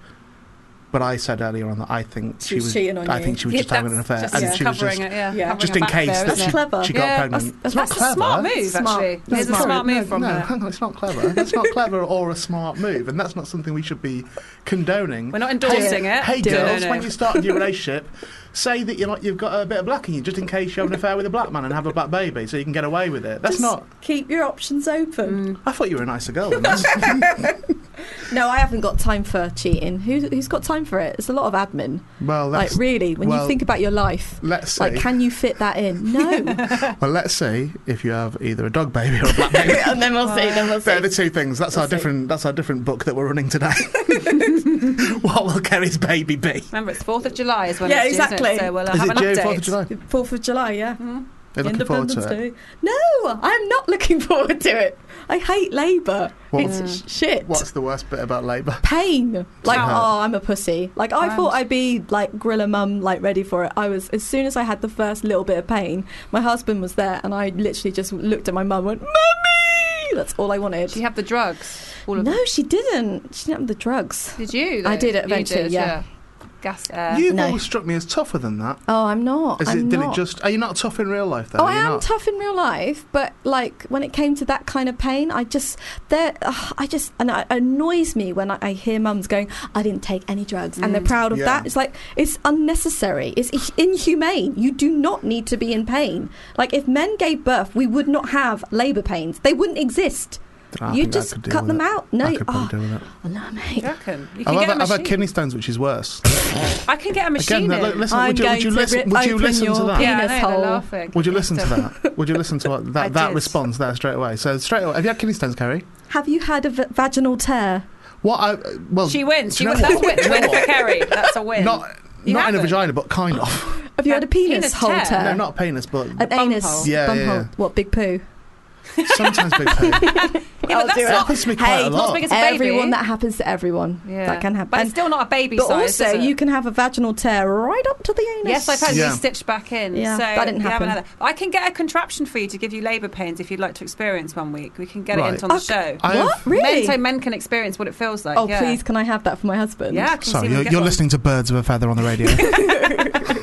S2: But I said earlier on that I think she
S4: She's
S2: was.
S4: cheating on
S2: I
S4: you.
S2: think she was
S3: Yeah,
S2: just having an
S3: that's
S2: affair,
S3: Just
S2: and
S4: yeah.
S2: she was
S3: covering
S2: just
S3: it, yeah.
S4: Yeah.
S3: covering
S2: just
S3: it
S2: in
S3: back
S2: case
S3: there,
S2: that
S3: isn't
S4: That's
S3: it?
S4: clever.
S2: she got
S3: Yeah,
S2: pregnant.
S3: that's-
S2: it's not
S3: that's a
S2: clever.
S3: smart move,
S4: Smart.
S3: actually.
S4: That's
S3: It's a smart move
S2: no,
S3: from
S2: no,
S3: her.
S2: hang on, it's not clever. That's not clever or a smart move, and that's not something we should be condoning.
S3: We're not endorsing
S2: hey,
S3: it.
S2: Hey
S4: Do it.
S2: girls,
S3: No, no.
S2: when you start a new relationship, say that you're not, you've got a bit of black in you, just in case you have an affair with a black man and have a black baby, so you can get away with it. That's
S4: Just
S2: not.
S4: Keep your options open.
S3: Mm.
S2: I thought you were a nicer girl. Than this.
S4: No, I haven't got time for cheating. Who, who's got time for it? It's a lot of admin.
S2: well, that's,
S4: like really, when
S2: well,
S4: you think about your life,
S2: let's see.
S4: like can you fit that in? No.
S2: well, let's see if you have either a dog baby or a black baby.
S4: and then we'll see. Then we'll
S2: They're the two things. That's our
S4: That's it.
S2: different. That's our different book that we're running today. what will Kerry's baby be?
S3: Remember, it's 4th of July is when
S4: Yeah,
S3: it's due, isn't it?
S4: exactly.
S3: So we'll uh,
S2: Is
S3: have
S2: it
S3: an
S2: due
S3: update.
S2: Fourth of July?
S4: Fourth of July, yeah.
S3: Mm.
S2: They're looking forward
S4: Independence
S2: to it.
S4: Day. No, I'm not looking forward to it. I hate Labour.
S2: What-
S4: It's sh- shit.
S2: What's the worst bit about Labour?
S4: Pain. Like,
S2: hurt.
S4: oh, I'm a pussy. Like, I
S3: I'm-
S4: thought I'd be like gorilla mum, like ready for it. I was as soon as I had the first little bit of pain. My husband was there, and I literally just looked at my mum, and went, "Mummy!" That's all I wanted.
S3: Did you have the drugs? All of them.
S4: no, she didn't. She didn't have the drugs.
S3: Did you?
S4: I
S3: though?
S4: did it
S3: You
S4: eventually,
S3: did,
S4: yeah.
S3: Gas uh, air.
S2: You've
S4: no.
S2: always struck me as tougher than that.
S4: Oh, I'm not.
S2: Is
S4: I'm
S2: it? Did
S4: not.
S2: it just? Are you not tough in real life? Then
S4: Oh,
S2: Are
S4: I
S2: you
S4: am
S2: not?
S4: tough in real life, but like when it came to that kind of pain, I just there, ugh, I just and it annoys me when I, I hear mums going, "I didn't take any drugs," and they're
S3: Mm.
S4: proud of
S2: Yeah.
S4: that. It's like it's unnecessary. It's i- inhumane. You do not need to be in pain. Like if men gave birth, we would not have labour pains. They wouldn't exist.
S2: I
S4: you
S2: think I
S4: just
S2: could deal
S4: cut
S2: with
S4: them
S2: it.
S4: out. No,
S2: I
S4: you-
S2: could probably
S4: oh,
S2: deal with it.
S4: oh, no, mate.
S3: You reckon? You can
S2: I've,
S3: get a
S2: had, I've had
S3: machine.
S2: kidney stones, which is worse.
S3: I can get a machine.
S2: Again,
S3: in.
S2: look, listen,
S4: I'm
S2: would you,
S4: going
S2: would you
S4: to
S2: listen,
S4: rip
S2: would you
S4: open
S2: listen to
S4: your
S2: that?
S4: pit.
S3: yeah, I
S4: penis
S3: know, they're
S4: hole.
S3: laughing.
S2: Would you listen to
S3: Don't-
S2: that? Would you listen to what,
S3: I
S2: that, that
S3: did.
S2: response there straight away? So straight away, have you had kidney stones, Kerry?
S4: Have you had a v- vaginal tear?
S2: What? I, well,
S3: She wins.
S2: do
S3: She
S2: you
S3: wins.
S2: know
S3: That's a
S2: what?
S3: win.
S2: Do you know
S3: Win for
S2: what?
S3: Kerry. That's a win.
S2: Not,
S3: You
S2: not in a
S3: haven't. Uh,
S2: vagina, but kind of.
S4: Have you
S3: A
S4: had a penis,
S3: penis
S4: hole
S3: tear?
S4: tear?
S2: No, not a penis, but
S4: An
S3: Bump
S4: anus
S3: hole.
S2: Yeah,
S4: bump
S2: yeah, yeah.
S4: hole. What big poo?
S2: sometimes big pain.
S3: Yeah, but that's
S2: It
S3: not.
S2: happens to me quite
S4: Hey,
S2: a
S3: not as
S2: lot.
S3: big as a baby.
S4: everyone that happens to everyone.
S3: Yeah.
S4: That can happen.
S3: But it's
S4: And-
S3: still not a baby
S4: but
S3: size.
S4: also,
S3: is it?
S4: you can have a vaginal tear right up to the anus.
S3: Yes, I've had
S2: Yeah.
S3: these stitched back in.
S4: Yeah,
S3: so
S4: that didn't
S3: you haven't
S4: happen.
S3: had that. I can get a contraption for you to give you labour pains if you'd like to experience one week. We can get
S2: Right.
S3: it into on the
S4: Oh,
S3: show.
S2: I have-
S4: What? Really?
S3: Men, so men can experience what it feels like.
S4: oh,
S3: yeah.
S4: please, can I have that for my husband?
S3: Yeah, I can
S2: Sorry,
S3: see
S2: you're,
S3: we get
S2: you're
S3: one.
S2: listening to Birds of a Feather on the radio.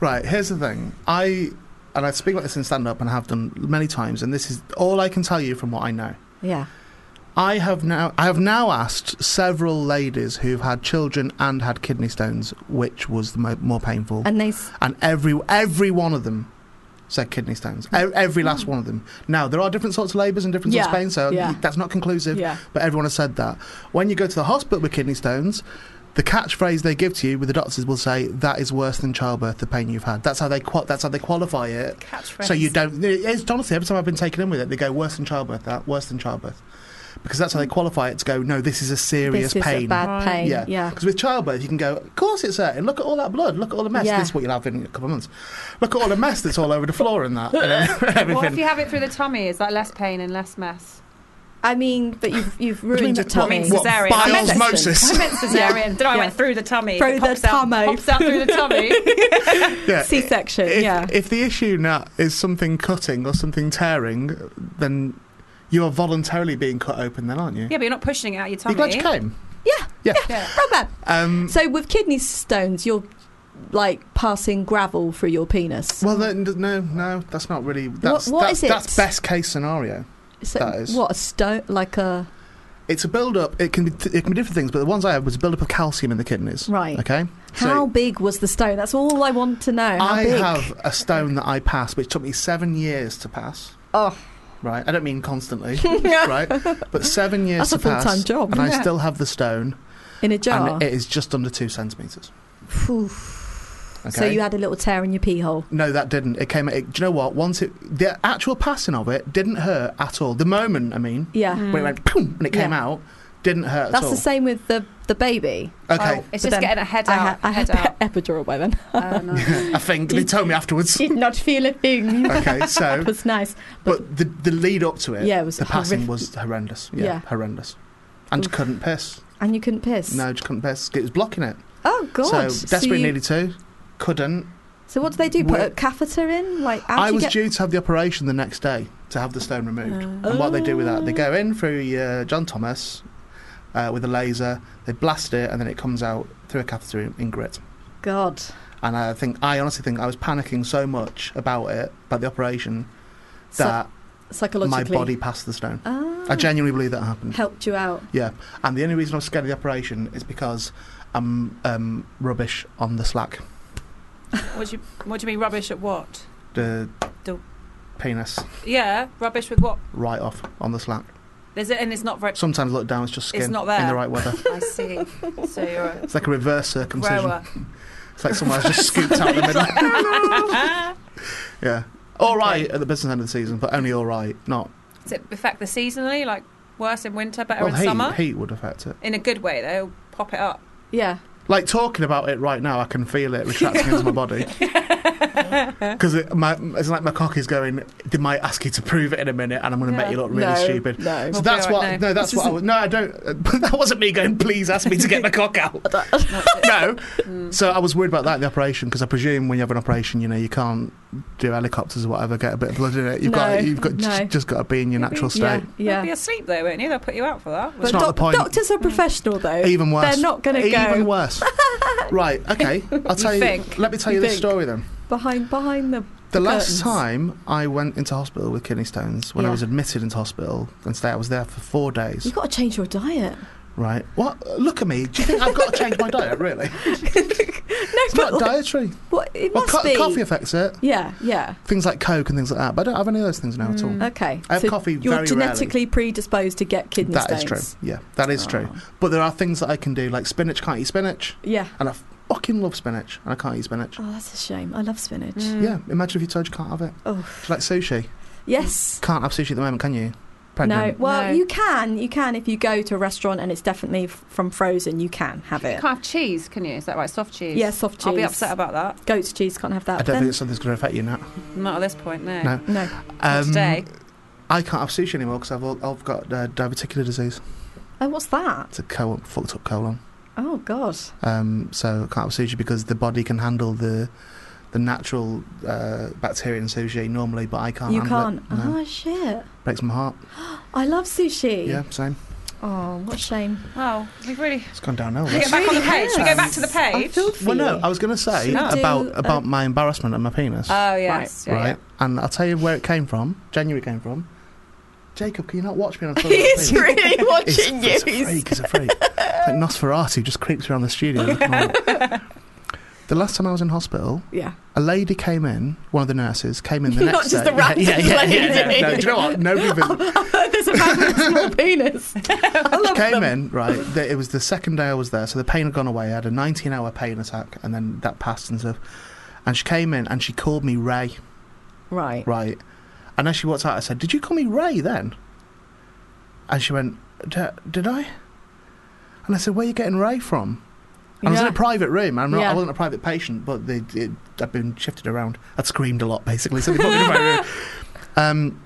S2: right, here's the thing. I and I speak about this in stand up and have done many times, and this is all I can tell you from what I know.
S4: Yeah.
S2: I have now I have now asked several ladies who've had children and had kidney stones which was the mo- more painful, and,
S4: And they. s-
S2: every every one of them said kidney stones. E- every last one of them. Now there are different sorts of labours and different sorts
S4: Yeah,
S2: of pain, so
S4: yeah.
S2: that's not conclusive
S4: Yeah.
S2: but everyone has said that. When you go to the hospital with kidney stones, the catchphrase they give to you with the doctors will say that is worse than childbirth, the pain you've had. That's how they qua that's how they qualify it.
S3: Catchphrase.
S2: So you don't. It's honestly every time I've been taken in with it, they go worse than childbirth. That worse than childbirth, because that's how they qualify it to go. No, this is a serious
S4: This is
S2: pain.
S4: a bad
S3: Right.
S4: pain.
S2: Yeah.
S4: yeah.
S2: Because with childbirth, you can go, of course it's hurting. Look at all that blood. Look at all the mess.
S4: Yeah.
S2: This is what you'll have in a couple of months. Look at all the mess that's all over the floor and that. and
S3: What if
S2: everything.
S3: you have it through the tummy? Is that less pain and less mess?
S4: I mean, but you've you've
S2: do you mean
S4: ruined your
S2: that- what-
S4: tummy.
S3: means
S2: What,
S3: cesarean?
S2: by
S3: I meant
S2: osmosis.
S3: I meant cesarean. Did I
S4: Yeah.
S3: went through the tummy?
S4: Through
S3: It
S4: the
S3: pops out-
S4: tummy.
S3: Pops out through the tummy.
S2: Yeah,
S4: C-section,
S2: If,
S4: yeah.
S2: If the issue now is something cutting or something tearing, then you are voluntarily being cut open, then, aren't you?
S3: yeah, but you're not pushing it out your
S2: Are
S3: tummy.
S2: you glad you came?
S4: Yeah.
S2: Yeah.
S3: Yeah.
S4: Not bad.
S2: Um,
S4: So with kidney stones, you're like passing gravel through your penis.
S2: well, then, no, no, that's not really. That's,
S4: what
S2: that-
S4: is it?
S2: That's best case scenario.
S4: So
S2: that is-
S4: what a stone like a
S2: It's a build up. It can be it can be different things, but the ones I had was a build up of calcium in the kidneys.
S4: right.
S2: Okay.
S4: How big was the stone? That's all I want to know. How
S2: I
S4: big?
S2: have a stone that I passed, which took me seven years to pass.
S4: Oh.
S2: Right. I don't mean constantly. right. But seven years
S4: That's a
S2: to pass.
S4: full-time job.
S2: And I
S4: Yeah.
S2: still have the stone,
S4: in a jar.
S2: and it is just under two centimeters.
S4: Phew.
S2: Okay.
S4: So you had a little tear in your pee hole.
S2: No, that didn't. It came. It, do you know what? Once it, the actual passing of it didn't hurt at all. The moment, I mean,
S4: Yeah.
S3: Mm.
S2: when it went boom and it came
S4: Yeah.
S2: out, didn't hurt
S4: That's
S2: at all.
S4: the same with the the baby.
S2: okay,
S3: Oh, it's
S4: But
S3: just
S4: then
S3: getting a head
S4: I,
S3: out.
S4: ha- I had
S3: head out.
S4: epidural by then.
S3: Oh, no.
S2: I think they told me afterwards.
S4: Did not feel a thing.
S2: okay, so
S4: That was nice.
S2: but the the lead up to it,
S4: Yeah, it was
S2: the passing
S4: horrific.
S2: was horrendous. Yeah,
S4: Yeah.
S2: horrendous. And
S4: Oof.
S2: couldn't piss.
S4: And you couldn't piss.
S2: No, just couldn't piss. It was blocking it.
S4: Oh God.
S2: So desperately
S4: you-
S2: needed to. Couldn't.
S4: So what do they do? Put a
S2: We're-
S4: catheter in? Like how do
S2: I
S4: you
S2: was
S4: get?
S2: due to have the operation the next day to have the stone removed.
S4: Oh.
S2: And what they do with that, they go in through your John Thomas uh, with a laser, they blast it, and then it comes out through a catheter in, in grit.
S4: God.
S2: And I think, I honestly think I was panicking so much about it, about the operation,
S4: Psy-
S2: that my
S4: psychologically.
S2: body passed the stone.
S4: Ah.
S2: I genuinely believe that happened.
S4: helped you out.
S2: Yeah. And the only reason I was scared of the operation is because I'm um, rubbish on the slack,
S3: What do you What do you mean rubbish at what?
S2: the
S3: The-
S2: penis
S3: Yeah, rubbish with what?
S2: right off on the slack.
S3: There's it, and it's not very.
S2: Sometimes look down, it's just skin
S3: It's not
S2: in
S3: there.
S2: the right weather.
S3: I see. So you're a
S2: It's like a reverse circumcision.
S3: grower.
S2: It's like someone has just scooped out the middle. yeah. All right at the business end of the season, but only all right. Not
S3: Does it affect the seasonally? Like worse in winter, better
S2: well,
S3: in
S2: heat,
S3: summer?
S2: heat would affect it.
S3: In a good way, though. Pop it up.
S4: Yeah.
S2: Like talking about it right now, I can feel it retracting into my body because it, my, it's like my cock is going. They might ask you to prove it in a minute, and I'm going to make
S3: Yeah.
S2: you look really
S4: no,
S2: stupid.
S4: No.
S2: So
S3: We'll
S2: that's
S3: be all
S2: what.
S3: right
S2: No,
S3: now.
S2: that's what. I was, no, I don't. that wasn't me going. Please ask me to get my cock out. no.
S3: Hmm.
S2: So I was worried about that in the operation because I presume when you have an operation, you know, you can't do helicopters or whatever, get a bit of blood in it. You've
S4: No,
S2: got, you've got
S4: no.
S2: just got to be in your
S4: Yeah.
S2: natural state.
S3: You'll be
S4: Yeah.
S3: asleep, though, won't you? They'll put you out for that.
S2: It's not the point.
S4: doctors are professional though.
S2: Even worse.
S4: They're not going to
S2: Even
S4: go
S2: worse. right. Okay. I'll tell you.
S3: think.
S2: Let me tell
S4: You
S2: you this
S4: think.
S2: story then.
S4: behind behind the.
S2: The last
S4: curtains.
S2: time I went into hospital with kidney stones, when I
S4: Yeah.
S2: was admitted into hospital and stayed, I was there for four days.
S4: You've got to change your diet.
S2: Right. What? Look at me. Do you think I've got to change my diet? Really? It's
S4: but
S2: not
S4: what-
S2: dietary.
S4: What it
S2: Well,
S4: must
S2: co-
S4: be.
S2: coffee affects it.
S4: Yeah, yeah.
S2: Things like Coke and things like that. But I don't have any of those things now at all.
S4: Okay.
S2: I have coffee
S4: Mm. You're
S2: very
S4: genetically predisposed to get kidney
S2: That is
S4: stones. Oh.
S2: true. Yeah, that is true. But there are things that I can do, like spinach. Can't eat spinach,
S4: Yeah.
S2: and I fucking love spinach, and I can't eat spinach.
S4: Oh, that's a shame. I love spinach.
S3: Mm.
S2: Yeah, imagine if you told you can't have it.
S4: Oh,
S2: It's like sushi.
S4: yes.
S2: Can't have sushi at the moment, can you?
S4: No.
S2: Pregnant.
S4: Well,
S3: No.
S4: you can. You can if you go to a restaurant and it's definitely f- from frozen. You can have
S3: You
S4: it.
S3: can't have cheese, can you? Is that right? Soft cheese.
S4: Yeah, soft cheese.
S3: I'll be upset about that.
S4: Goat's cheese can't have that.
S2: I don't
S4: then.
S2: think it's something's going to affect you now.
S3: Not at this point, no.
S2: No. Um,
S4: no.
S3: Not today.
S2: I can't have sushi anymore because I've, al- I've got uh, diverticular disease.
S4: Oh, what's that?
S2: It's a colon, fucked up colon.
S4: Oh God.
S2: Um, so I can't have sushi because the body can handle the the natural uh, bacteria in sushi normally, but I can't.
S4: you
S2: handle
S4: can't.
S2: It. No.
S4: Oh shit.
S2: Breaks my heart.
S4: I love sushi.
S2: Yeah, same.
S4: Oh, what a shame.
S3: Wow, we've really.
S2: It's gone downhill.
S3: Should we
S2: that's-
S3: get back on the page? Should we go back to the
S4: I
S3: page?
S4: feel for
S2: Well,
S4: you.
S2: no, I was going to say
S4: Should we do
S2: about
S4: a-
S2: about my embarrassment and my penis.
S3: Oh yes, yeah,
S2: right? And I'll tell you where it came from. January came from. Jacob, can you not watch me on
S4: He is really watching
S2: he's,
S4: you.
S2: He's a freak. He's a freak. It's like Nosferatu just creeps around the studio. looking all- the last time I was in hospital,
S4: Yeah.
S2: a lady came in. One of the nurses came in the
S4: Not
S2: next
S4: just
S2: day.
S4: a random
S2: yeah, yeah, yeah, yeah,
S4: lady.
S2: No, no, do you know what? Nobody even
S4: There's a man with a small penis. I love
S2: came
S4: them.
S2: in. Right, the, it was the second day I was there, so the pain had gone away. I had a 19-hour pain attack, and then that passed and stuff. And she came in and she called me Ray.
S4: Right.
S2: right? And as she walked out, I said, "Did you call me Ray then?" And she went, D- "Did I?" And I said, "Where are you getting Ray from?" And I was in
S4: Yeah.
S2: a private room. I'm not,
S4: Yeah.
S2: I wasn't a private patient, but they, it, I'd been shifted around. I'd screamed a lot, basically, so they put me in my room. Um,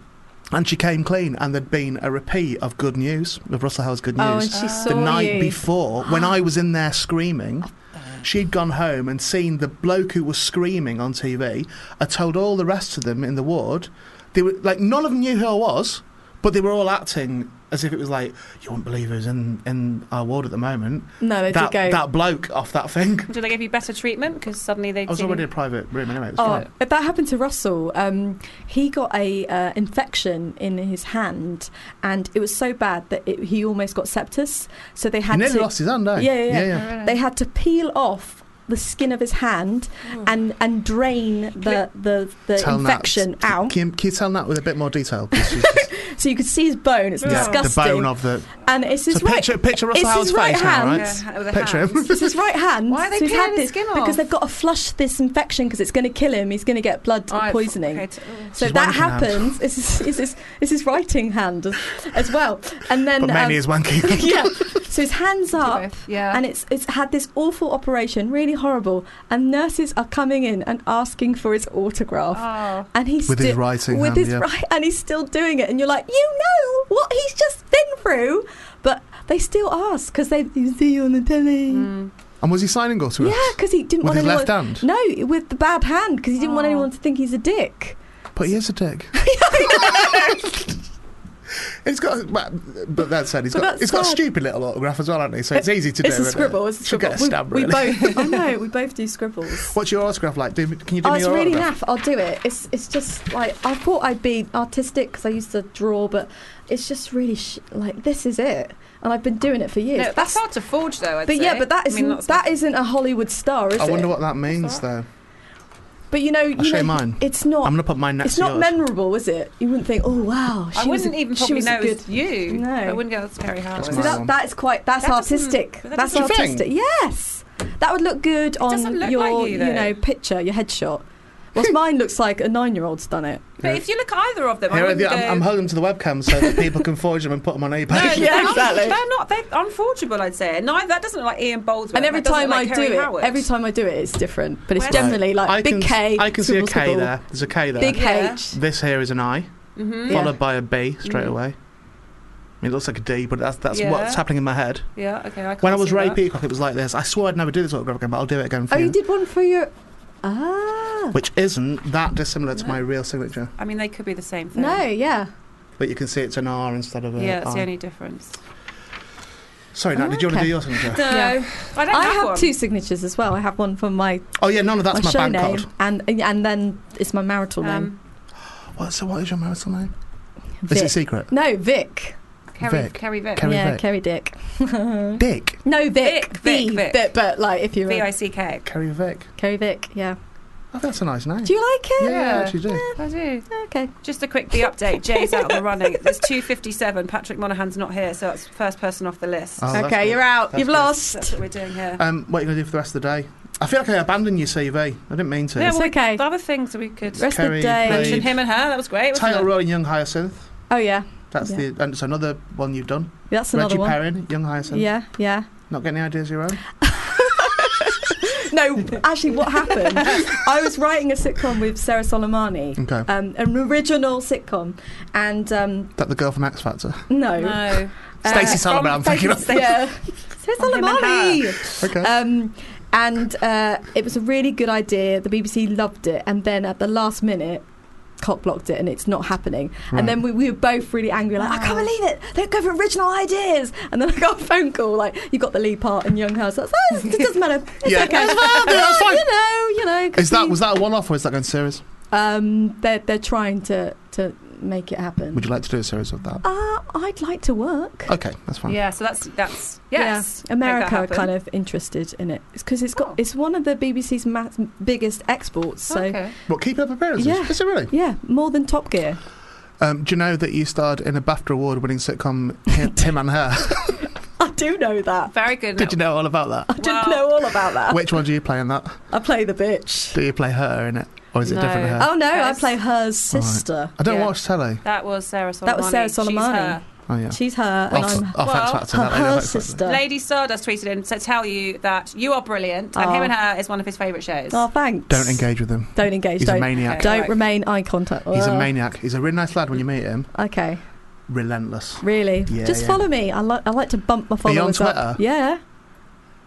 S2: and she came clean, and there'd been a repeat of Good News, of Russell Howard's Good News.
S4: Oh, and she saw
S2: the night
S4: you. Oh,
S2: before, when I was in there screaming, she'd gone home and seen the bloke who was screaming on TV. I told all the rest of them in the ward. They were like, none of them knew who I was, but they were all acting as if it was like, you wouldn't believe who's in, in our ward at the moment.
S4: No, they
S2: that,
S4: did go.
S2: that bloke off that thing.
S3: Do they give you better treatment because suddenly they?
S2: I was already in a private room anyway. It was
S4: Oh,
S2: fine.
S4: if that happened to Russell. Um, he got a uh, infection in his hand, and it was so bad that it, he almost got septus. So they
S2: He
S4: had
S2: nearly
S4: to
S2: lost his hand, eh?
S4: Yeah, yeah, yeah. Oh, they
S3: They
S4: had to peel off the skin of his hand
S3: Oh.
S4: and and drain the the, the
S2: Tell Nat-
S4: infection out,
S2: Can, you- can you tell that with a bit more detail? 'Cause she's just-
S4: so you could see his bone. It's
S3: Yeah, the
S2: the
S4: disgusting.
S2: bone of the.
S4: and it's his
S2: So
S4: right.
S2: picture, picture Russell
S4: it's his
S2: Howard's
S4: right
S2: face
S4: hand.
S2: now, right?
S3: Yeah, with the
S2: Picture him.
S3: hands.
S4: It's his right hand.
S3: Why are they
S4: so he's
S3: peeling
S4: had
S3: his
S4: this-
S3: skin off?
S4: Because they've got to flush this infection because it's going to kill him. He's going to get blood
S3: I've-
S4: poisoning.
S3: okay, t- oh.
S4: So
S2: His
S4: that
S2: wanking hand.
S4: happens. It's his, it's, his, it's his writing hand as, as well. And then
S2: But mainly
S4: um,
S2: is wanking.
S4: yeah. So his hands up,
S3: both, yeah.
S4: and it's it's had this awful operation, really horrible. And nurses are coming in and asking for his autograph,
S3: Oh.
S4: and he's
S2: With his
S4: still-
S2: writing
S4: with
S2: hand,
S4: his
S2: yeah.
S4: right, and he's still doing it. And you're like, you know what he's just been through, but they still ask because they you see you on the telly.
S3: mm.
S2: And was he signing autographs?
S4: Yeah, because he didn't
S2: Mm. With
S4: want
S2: his
S4: anyone.
S2: left hand?
S4: No, with the bad hand because he didn't want
S3: Oh.
S4: anyone to think he's a dick.
S2: But he is a dick. He's got, but, but that said, he's
S4: But
S2: got
S4: that's
S2: he's got a
S4: sad.
S2: stupid little autograph as well, hasn't he? So it's easy to do.
S4: It's a
S2: isn't
S4: scribble.
S2: It?
S4: It's a
S2: Should
S4: scribble.
S2: get a stab,
S4: we,
S2: really.
S4: we both. I know. We both do scribbles.
S2: What's your autograph like? Do, can you do
S4: Oh,
S2: me
S4: it's
S2: your
S4: really
S2: autograph?
S4: naff. I'll do it. It's it's just like I thought I'd be artistic because I used to draw, but it's just really sh- like this is it, and I've been doing it for years.
S3: No, that's hard to forge, though. I'd
S4: but yeah,
S3: say.
S4: but that
S3: I
S4: isn't
S3: mean, lots of-
S4: that isn't a Hollywood star, is
S2: I
S4: it?
S2: wonder what that means,
S3: that?
S2: though.
S4: but you know, you
S2: show
S4: know,
S2: you mine.
S4: It's
S2: I'm
S4: not.
S2: going to put mine next
S4: It's
S2: to
S4: not
S2: yours.
S4: memorable, is it? You wouldn't think, oh wow, she
S3: I
S4: was
S3: wouldn't
S4: a-
S3: even
S4: she
S3: probably
S4: was a
S3: know
S4: good.
S3: it's you.
S4: No.
S3: I wouldn't go. That's Carrie Howard.
S2: That's
S4: So that,
S2: Mine.
S4: that is quite. That's
S3: That doesn't-
S4: artistic.
S3: that
S4: That's
S2: doesn't- Do you
S4: artistic.
S2: think?
S4: Yes, that would look good on
S3: doesn't look
S4: your
S3: like you, though.
S4: know picture, your headshot. What's mine looks like a nine-year-old's done it.
S3: But if you look at either of them, I
S2: Here,
S3: wouldn't
S2: I'm,
S3: go-
S2: I'm holding them to the webcam so that people can forge them and put them on eBay.
S4: Yeah,
S3: they're not-
S4: exactly.
S3: They're not. They're unforgeable, I'd say. Neither that doesn't look like Ian Boldsworth.
S4: And every
S3: that doesn't
S4: time
S3: look
S4: I
S3: like
S4: do
S3: Harry
S4: it,
S3: Howard.
S4: every time I do it, it's different. But it's
S3: Where's-
S4: generally like
S2: I
S4: big
S2: can,
S4: K.
S2: I can see
S4: scribble,
S2: a K
S4: scribble.
S2: there. There's a K there.
S4: Big
S3: Yeah.
S4: H.
S2: This here is an I,
S3: Mm-hmm.
S2: followed by a B straight
S4: Mm.
S3: Mhm.
S2: away. I mean, it looks like a D, but that's that's
S3: Yeah.
S2: what's happening in my head.
S3: Yeah. Okay. I can't
S2: When I was
S3: see
S2: Ray
S3: that.
S2: Peacock, it was like this. I swore I'd never do this autograph again, but I'll do it again for
S4: Oh, you did one for your. Ah.
S2: Which isn't that dissimilar to my real signature,
S3: I mean, they could be the same thing.
S4: No, yeah.
S2: but you can see it's an R instead of a
S3: Yeah, that's
S2: I.
S3: the only difference.
S2: Sorry, Nat,
S4: Oh,
S2: did you want to
S4: okay.
S2: do your signature?
S3: No, I don't
S4: I
S3: have,
S4: have
S3: one. Um,
S4: two signatures as well. I have one for my,
S2: Oh yeah, none of
S4: my
S2: that's my,
S4: show
S2: bank
S4: name,
S2: card.
S4: and and then it's my marital name.
S3: Um,
S2: What, so what is your marital name?
S4: Vic.
S2: Is it secret?
S4: No, Vic.
S3: Kerry,
S2: Vic.
S3: Kerry Vic.
S2: Kerry
S4: yeah,
S2: Vic.
S4: Kerry Dick.
S2: Dick.
S4: No, Vic.
S3: Vic, Vic,
S4: V,
S3: Vic.
S4: But, but, like, if you're
S3: V
S4: a
S3: I C K.
S2: Kerry Vic.
S4: Kerry Vic, yeah.
S2: Oh, that's a nice name.
S4: Do you like it?
S2: yeah,
S3: Yeah.
S2: I actually do. Oh,
S3: I do.
S4: Okay.
S3: Just a quick the update. Jay's out of the running. There's 257. Patrick Monaghan's not here, so that's first person off the list.
S2: Oh, that's
S4: okay,
S2: good.
S4: you're out.
S2: That's
S4: You've
S2: good.
S3: That's
S4: lost.
S3: what we're doing here.
S2: Um, what are you going to do for the rest of the day? I feel like I abandoned your CV. I didn't mean to.
S3: Yeah,
S4: It's
S3: well,
S4: okay.
S3: The other things we could
S4: Rest of the
S2: Kerry
S4: day.
S3: mention
S2: played-
S3: him and her. That was great. Wasn't
S2: Title
S3: it?
S2: role in Young Hyacinth.
S4: Oh, yeah.
S2: That's
S4: Yeah.
S2: the and it's another one you've done.
S4: That's another
S2: Reggie
S4: one.
S2: Perrin, Young Hyacinth.
S4: Yeah, yeah.
S2: Not getting any ideas of your own?
S4: No, actually, what happened? I was writing a sitcom with Sarah Solomani,
S2: Okay.
S4: um, an original sitcom, and um,
S2: That the girl from X Factor.
S4: no,
S3: No.
S4: Uh,
S2: Stacey Solomon,
S3: from
S2: I'm thinking of.
S3: Stacey-
S4: yeah, Sarah
S3: From him and
S4: Solomani.
S2: Okay.
S4: Um, and uh, it was a really good idea. The BBC loved it, and then at the last minute. Cock blocked it and it's not happening.
S2: Right.
S4: And then we, we were both really angry, like, I can't believe it. Don't go for original ideas. And then I got a phone call, like, you got the lead part in Young House. That's, oh, it doesn't matter. It's
S2: Yeah.
S4: okay.
S2: It's fine, dude, that's fine.
S4: You know, you know. could
S2: Is that
S4: be-
S2: was that a one off or is that going series?
S4: Um, they're they're trying to to make it happen.
S2: Would you like to do a series of that?
S4: uh, I'd like to work.
S2: Okay, that's fine.
S3: Yeah, so that's that's yes.
S4: Yeah, America are kind of interested in it because it's got
S3: Oh.
S4: it's one of the BBC's ma- biggest exports. So
S3: okay.
S2: But keep up appearances.
S4: Yeah.
S2: Is it really?
S4: yeah, more than Top Gear.
S2: Um, do you know that you starred in a BAFTA award winning sitcom Him, Him and Her?
S4: I do know that.
S3: very good.
S2: Did you know all about that?
S4: I didn't
S3: Well-
S4: know all about that.
S2: Which one do you play in that?
S4: I play the bitch.
S2: Do you play her in it? Or is it
S3: No.
S2: different her?
S4: Oh no, I
S3: Yes.
S4: play her sister.
S2: I don't
S3: yeah.
S2: watch telly.
S3: That was Sarah Solomon.
S4: That was Sarah Solomani.
S2: Oh, yeah.
S4: She's her, and
S2: Off,
S4: I'm
S2: off X
S3: Well,
S2: Factor.
S4: her,
S2: that lady of
S4: her
S2: X Factor.
S4: sister.
S3: Lady Stardust tweeted in to tell you that you are brilliant, and
S4: Aw.
S3: him and her is one of his favourite shows.
S4: Oh, thanks.
S2: Don't engage with him.
S4: Don't engage.
S2: He's a
S4: don't
S2: maniac.
S3: Okay.
S4: don't
S3: Right.
S4: remain eye contact.
S2: He's a
S4: Ugh.
S2: maniac. He's a really nice lad when you meet him.
S4: Okay.
S2: Relentless.
S4: Really?
S2: Yeah,
S4: Just
S2: yeah.
S4: follow me. I, li- I like to bump my
S2: Are
S4: followers
S2: you on
S4: up.
S2: Twitter?
S4: Yeah.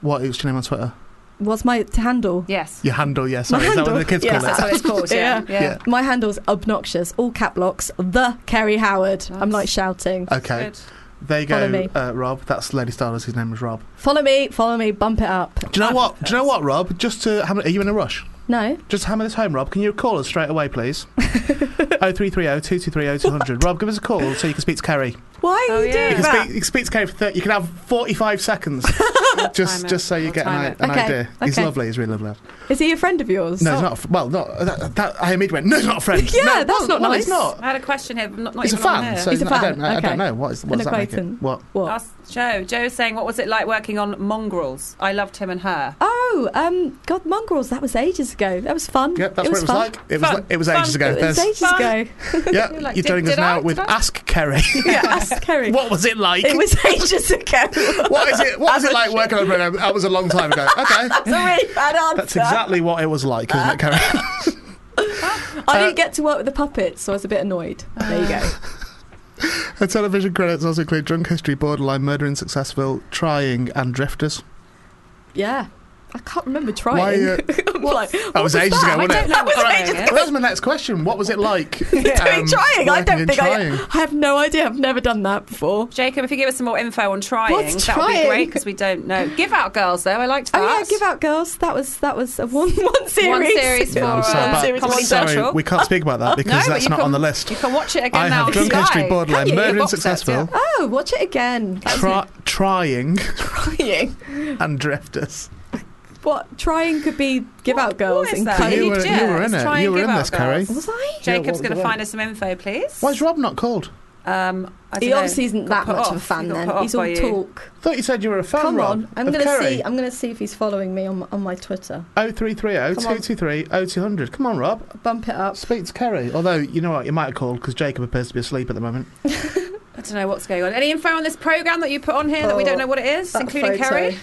S2: What is your name on Twitter?
S4: What's my t- handle?
S3: Yes,
S2: Your handle, yeah. Sorry, is that
S4: handle?
S2: what the kids
S4: Yeah.
S2: call
S3: that's
S2: it?
S3: what it's called. Yeah, yeah.
S2: Yeah.
S4: My handle's obnoxious, all cap locks, the Kerry Howard. I'm
S3: Nice.
S4: like shouting.
S2: Okay.
S3: Good.
S2: There you
S4: Follow
S2: go,
S4: me.
S2: uh, Rob. That's Lady Stardust. His name is Rob.
S4: Follow me, follow me, bump it up.
S2: Do you know what? Do you know what, Rob? Just to hammer, are you in a rush?
S4: No?
S2: Just hammer this home, Rob. Can you call us straight away, please? 0330 223 0200. oh, Rob, give us a call so you can speak to Kerry.
S4: Why are
S3: Oh,
S4: you
S2: You
S3: yeah.
S4: doing
S2: can,
S4: that?
S2: speak, you can speak to Kerry for 30. You can have 45 seconds
S3: We'll
S2: just
S3: time it.
S2: just so you
S3: We'll
S2: get an,
S3: time
S2: i-
S3: it.
S2: an
S4: Okay,
S2: idea. He's
S4: okay.
S2: lovely. He's really lovely.
S4: Is he a friend of yours?
S2: No, he's not. a f- Well, not that. that I immediately went. No, he's not a friend.
S4: Yeah,
S2: No,
S4: that's
S2: well,
S4: not
S2: well,
S4: nice.
S2: He's not.
S3: I had a question here. but Not,
S2: Oh.
S3: not
S2: He's a
S3: even on
S2: fan.
S3: here.
S2: So
S4: He's a
S2: I don't
S4: fan,
S2: know. I don't
S4: okay.
S2: know. What, is, what
S4: An
S2: does that make it?
S4: acquaintance.
S2: What?
S4: What?
S3: Ask Joe. Joe's saying, "What was it like working on Mongrels? I loved him and her."
S4: oh, um, God, Mongrels, that was ages ago. That was fun.
S2: Yep, that's
S4: it was
S2: what it was
S4: fun.
S2: like. It was
S3: Fun.
S2: like, it was
S3: Fun.
S2: ages ago.
S4: It was
S2: There's-
S4: ages
S3: Fun.
S4: ago.
S2: yeah,
S3: You're like,
S2: you're
S3: did-
S2: joining us
S3: did
S2: now
S3: I-
S2: with
S3: did I-
S2: Ask Kerry.
S4: yeah, ask Kerry.
S2: what was it like?
S4: It was ages ago.
S2: what is it? What was it like working on a program? That was a long time ago. Okay,
S4: That's a really bad answer.
S2: that's exactly what it was like, isn't it, Kerry? uh,
S4: I didn't get to work with the puppets, so I was a bit annoyed. There you go.
S2: Her television credits also include Drunk History, Borderline, Murder in Successful, Trying, and Drifters.
S4: Yeah. I can't remember trying.
S2: Why, uh,
S4: I'm like,
S2: That was ages ago,
S3: I
S2: wasn't
S3: don't
S2: it?
S3: know.
S4: That was
S3: what
S4: ages
S3: trying
S2: That
S3: is.
S2: was my next question. What was it like? um,
S4: doing trying. I
S2: working
S4: don't
S2: in
S4: think I,
S2: Trying?
S4: I have no idea. I've never done that before.
S3: Jacob, if you give us some more info on trying,
S4: What's
S3: that would be
S4: trying?
S3: great because we don't know. Give out girls though. I liked that.
S4: Oh yeah, give out girls. That was that was a one one series.
S3: One series for
S2: Yeah, I'm
S3: uh,
S2: sorry, but-
S4: Comedy
S3: Comedy
S2: sorry,
S3: Central.
S2: we can't speak about that because
S3: No, but
S2: that's
S3: you
S2: not
S3: can-
S2: on the list.
S3: You can watch it again
S2: I
S3: now.
S2: have
S3: on
S2: Drunk
S3: Sky.
S2: History, Borderline,
S3: Can you?
S2: Murder
S3: The
S2: and
S3: box set,
S2: Successful,
S3: yeah.
S4: Oh, watch it again.
S2: Try- Trying,
S4: Trying.
S2: and Drifters.
S4: What trying could be give
S3: What-
S4: out girls
S3: what is
S4: and
S3: that?
S4: code.
S2: You were,
S3: yeah,
S2: you were in
S3: let's
S2: it.
S3: try
S2: You
S3: and
S2: were in
S3: give out
S2: this, Kerry.
S3: girls.
S4: Was I?
S3: Jacob's
S2: what
S3: going
S2: was
S3: to
S2: it?
S3: find us some info, please.
S2: Why's Rob not called?
S3: Um, I
S4: He
S3: dunno.
S4: obviously isn't that
S3: Got put
S4: much of a
S3: off.
S4: fan
S3: He got
S4: then.
S3: put
S4: He's
S3: off
S4: all
S3: by you.
S4: talk.
S2: Thought you said you were a fan,
S4: Come
S2: Rob.
S4: on. I'm
S2: of
S4: gonna
S2: Kerry.
S4: see I'm gonna see if he's following me on on my Twitter.
S2: 0330
S4: Come on.
S2: 223 0200. oh, Come on, Rob.
S4: Bump it up.
S2: Speak to Kerry. Although, you know what? You might have called because Jacob appears to be asleep at the moment.
S3: I don't know what's going on. Any info on this program that you put on here that we
S4: Oh,
S3: don't know what it is,
S4: That
S3: including
S4: photo-
S3: Kerry?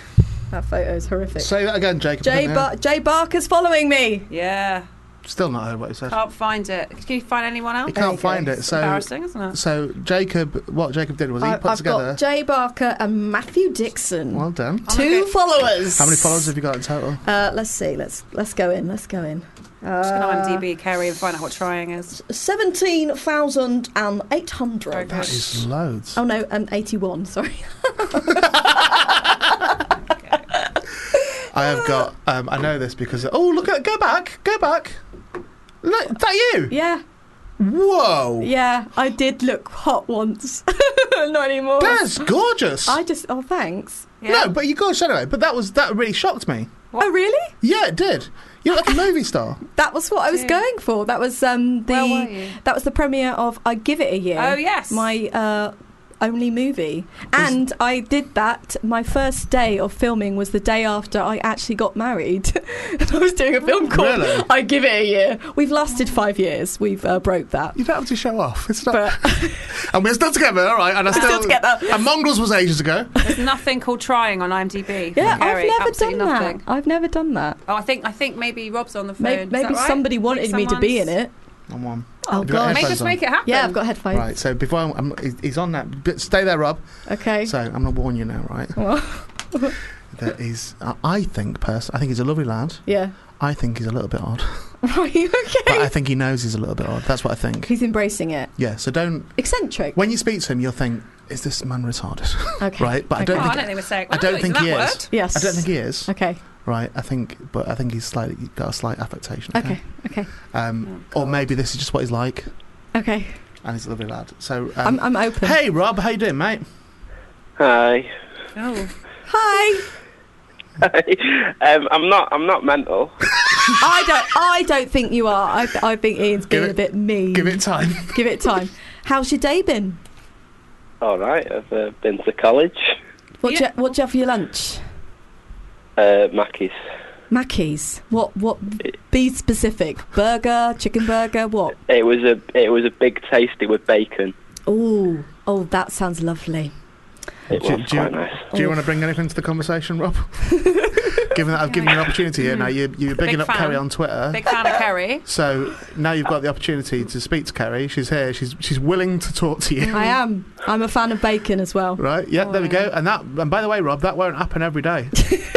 S4: That photo is horrific.
S2: Say that again, Jacob. I
S4: Jay,
S2: don't know.
S4: Bar- Jay Barker's following me.
S3: Yeah,
S2: Still not heard what he said.
S3: can't find it. Can you find anyone
S2: He
S3: else?
S2: can't
S4: Okay.
S2: find it.
S3: It's
S2: So,
S3: embarrassing, isn't it?
S2: so Jacob, what Jacob did was he
S4: I-
S2: put
S4: I've
S2: together.
S4: got Jay Barker and Matthew Dixon.
S2: well done.
S3: Oh my
S4: Two
S3: God.
S4: followers.
S2: How many followers have you got in total?
S4: Uh, let's see. Let's let's go in. Let's go in. Uh,
S3: Just going to IMDb Kerry and find out what trying is.
S4: Seventeen thousand and eight hundred.
S3: Okay.
S2: That is loads.
S4: Oh no, um, eighty-one. Sorry.
S2: I have got. Um, I know this because. Oh, look at. Go back. Go back. Look, is that you?
S4: Yeah,
S2: Whoa.
S4: yeah. I did look hot once. Not anymore.
S2: That's gorgeous.
S4: I just. Oh, thanks.
S3: Yeah.
S2: No, but you gosh, anyway. But that was that really shocked me.
S4: Oh, really?
S2: Yeah, it did. You're like a movie star.
S4: That was what I was
S3: Yeah.
S4: going for. That was um the
S3: Where were you?
S4: that was the premiere of I Give It a Year.
S3: Oh, yes.
S4: my uh, only movie. And I did that. My first day of filming was the day after I actually got married. and I was doing a film called
S2: Really?
S4: I Give It a Year. We've lasted five years. We've uh, broke that.
S2: You don't have to show off. It's not.
S4: But
S2: and we're still together, all right. And I still,
S4: still together.
S2: And Mongrels was ages ago.
S3: There's nothing called trying on IMDb.
S4: yeah,
S3: Gary,
S4: I've never done
S3: absolutely nothing.
S4: that. I've never done that.
S3: Oh, I think I think maybe Rob's on the phone.
S4: Maybe,
S3: Is
S4: maybe
S3: that right?
S4: somebody
S3: Think
S4: wanted me to be in
S3: someone's-
S4: it.
S2: I'm one.
S4: Oh,
S2: You've
S4: God.
S2: got
S3: Make
S2: headphones
S3: us
S2: on.
S3: make it happen.
S4: Yeah, I've got headphones.
S2: Right, so before I'm, I'm, he's on that. But stay there, Rob.
S4: Okay.
S2: So I'm going to warn you now, right?
S4: Well,
S2: That he's, I- I think, person. I think he's a lovely lad.
S4: yeah.
S2: I think he's a little bit odd,
S4: Are you
S2: but
S4: okay?
S2: I think he knows he's a little bit odd. That's what I think.
S4: He's embracing it.
S2: Yeah. So don't.
S4: Eccentric.
S2: When you speak to him, you'll think, "Is this man retarded?"
S4: Okay.
S2: right? But I
S3: Oh,
S2: don't
S3: I
S2: think.
S3: don't think we're saying.
S2: I don't think
S3: that
S2: he
S3: word.
S2: is.
S4: Yes.
S2: I don't think he is.
S4: Okay.
S2: Right. I think, but I think he's slightly he's got a slight affectation.
S4: Okay. Okay.
S2: Um, or maybe this is just what he's like,
S4: Okay.
S2: and he's a lovely lad. So.
S4: I'm, I'm
S2: Um,
S4: open.
S2: hey, Rob. How you doing, mate?
S5: Hi.
S3: Oh.
S4: Hi.
S5: um, I'm not. I'm not mental.
S4: I don't. I don't think you are. I, I think Ian's
S2: Give
S4: being
S2: it-
S4: a bit mean.
S2: Give it time.
S4: Give it time. How's your day been?
S5: All right. I've uh, been to college.
S4: What
S3: Yeah.
S4: you, what you have for your lunch?
S5: Uh, Mackey's.
S4: Mackey's. What what? Be specific. Burger, chicken burger. What?
S5: It was a. It was a big tasty with bacon.
S4: Oh oh, that sounds lovely.
S5: It
S2: Do-
S5: was
S2: do you-
S5: quite nice.
S2: Do you
S4: Oh.
S2: want to bring anything to the conversation, Rob? given that I've given you an opportunity here now,
S4: Mm.
S2: you, you're bigging
S3: Big
S2: up
S3: fan.
S2: Kerry on Twitter.
S3: Oh, Big fan of Kerry.
S2: so now you've got the opportunity to speak to Kerry. She's here. She's she's willing to talk to
S3: Mm.
S2: you.
S4: I am. I'm a fan of bacon as well.
S2: Right? Yeah. There we go. And that. And by the way, Rob, that won't happen every day.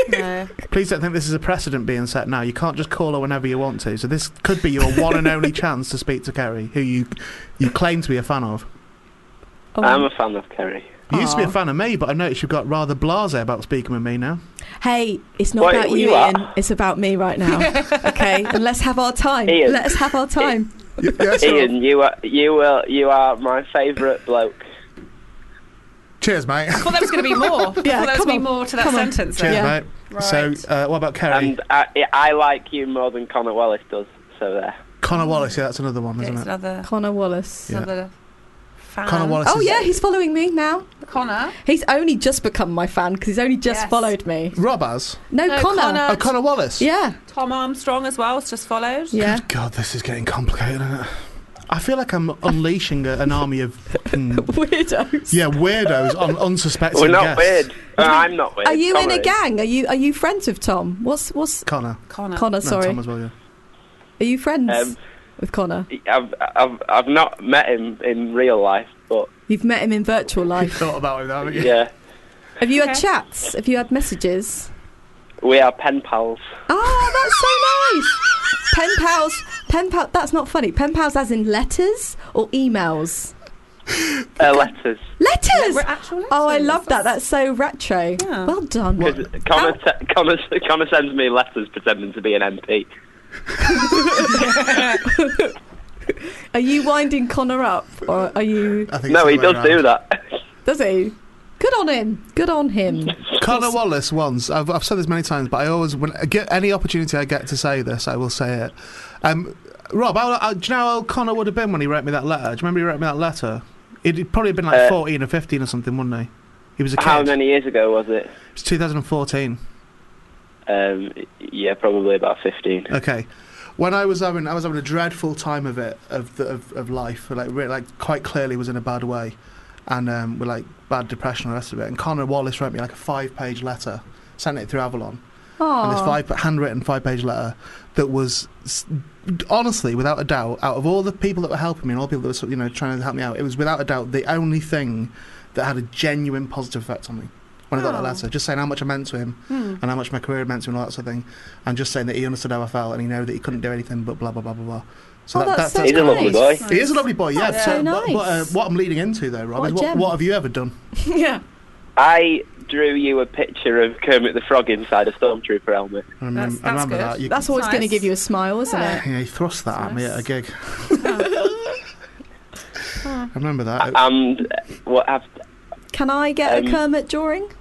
S3: No.
S2: Please don't think this is a precedent being set now. You can't just call her whenever you want to. So this could be your one and only chance to speak to Kerry, who you you claim to be a fan of.
S4: Oh.
S5: I'm a fan of Kerry.
S2: You used to be a
S4: Aw.
S2: fan of me, but I noticed you've got rather blasé about speaking with me now.
S4: Hey, it's not
S5: Wait,
S4: about
S5: where
S4: you,
S5: you at?
S4: Ian. It's about me right now. okay, and let's have our time.
S5: Ian.
S4: Let's have our time.
S2: Y- yes, Rob?
S5: Ian, you are. You are. You are my favourite bloke.
S2: Cheers, mate.
S3: I thought there was going to be more.
S4: Yeah,
S3: I thought there
S4: come
S3: was going to be
S4: on.
S3: more to that
S4: Come on.
S3: sentence.
S2: Cheers,
S3: there.
S4: Yeah.
S2: mate.
S3: Right.
S2: So, uh, what about Kerry?
S5: And I, I like you more than Connor Wallace does. So there.
S2: Connor Wallace, yeah, that's another one,
S3: It's
S2: isn't it?
S3: another,
S4: Connor Wallace.
S2: Yeah.
S3: another fan.
S2: Connor Wallace.
S4: Oh
S2: is-
S4: yeah, he's following me now.
S3: Connor.
S4: He's only just become my fan because he's only just
S3: Yes.
S4: followed me.
S2: Rob has.
S4: No,
S3: No,
S4: Connor.
S3: Connor.
S2: Oh, Connor Wallace.
S4: Yeah,
S3: Tom Armstrong as well has just followed.
S4: yeah.
S2: God, this is getting complicated, isn't it? I feel like I'm unleashing a, an army of hmm, fucking-
S4: Weirdos.
S2: yeah weirdos on unsuspecting
S5: We're not
S2: guests.
S5: weird. Uh, I'm not weird.
S4: Are you in
S5: Connor
S4: a
S5: is.
S4: gang? Are you are you friends with Tom? What's what's
S2: Connor.
S3: Connor.
S4: Connor?
S2: No,
S4: sorry,
S2: Tom as well, yeah.
S4: are you friends
S5: Um,
S4: with Connor?
S5: I've, I've I've not met him in real life, but
S4: You've met him in virtual life.
S2: Thought about it, haven't you?
S5: yeah,
S4: Have you had
S3: Okay.
S4: chats? Have you had messages?
S5: we are pen pals.
S4: Ah, that's so nice. Pen pals, pen pal. That's not funny. Pen pals, as in letters or emails.
S5: Uh, letters.
S4: Letters.
S3: We're actual
S4: oh, I
S3: letters.
S4: love that. That's so retro.
S3: Yeah.
S4: Well done.
S5: Because Connor, te- Connor, Connor sends me letters pretending to be an MP.
S4: Are you winding Connor up, or are you?
S2: I think
S5: No, he
S2: it's the
S5: does
S2: other way
S5: do
S2: around.
S5: that.
S4: Does he? Good on him. Good on him.
S2: Connor Wallace once, I've, I've said this many times, but I always, when I get any opportunity I get to say this, I will say it. Um, Rob, how, how, do you know how old Connor would have been when he wrote me that letter? Do you remember he wrote me that letter? It'd probably been like
S5: Uh,
S2: 14 or 15 or something, wouldn't he? He was a kid.
S5: How many years ago was it?
S2: It was 2014.
S5: Um, yeah, probably about fifteen.
S2: Okay. When I was having, I was having a dreadful time of it, of the, of, of life, like really, like quite clearly was in a bad way, and um, with like bad depression and the rest of it. And Connor Wallace wrote me like a five-page letter, sent it through Avalon, and this
S4: Aw.
S2: five handwritten five-page letter that was s- honestly, without a doubt, out of all the people that were helping me and all the people that were sort of, you know trying to help me out, it was without a doubt the only thing that had a genuine positive effect on me. When I got that
S3: Oh.
S2: letter, just saying how much I meant to him,
S3: Hmm.
S2: and how much my career meant to him and all that sort of thing, and just saying that he understood how I felt and he knew that he couldn't do anything but blah blah blah blah blah. So
S4: Oh,
S2: that,
S4: that's
S2: that's,
S4: so
S5: He's a lovely
S4: nice.
S5: boy.
S2: he is a lovely boy, yeah.
S3: That's
S2: so,
S3: so
S2: But, but uh,
S4: nice.
S2: what I'm leading into though, Rob,
S4: What
S2: is
S4: a
S2: what,
S4: gem.
S2: what have you ever done?
S4: yeah.
S5: I drew you a picture of Kermit the Frog inside a stormtrooper helmet.
S2: I remember,
S3: That's-
S2: I remember
S3: that's
S2: that.
S3: good.
S2: You,
S4: That's always going to
S3: nice.
S4: give you a smile, isn't
S3: Yeah.
S4: it?
S2: yeah, he thrust that
S3: That's
S2: at me at a
S3: nice.
S2: gig. I remember that.
S5: And uh, what have?
S4: Can I get a
S5: Um,
S4: Kermit drawing?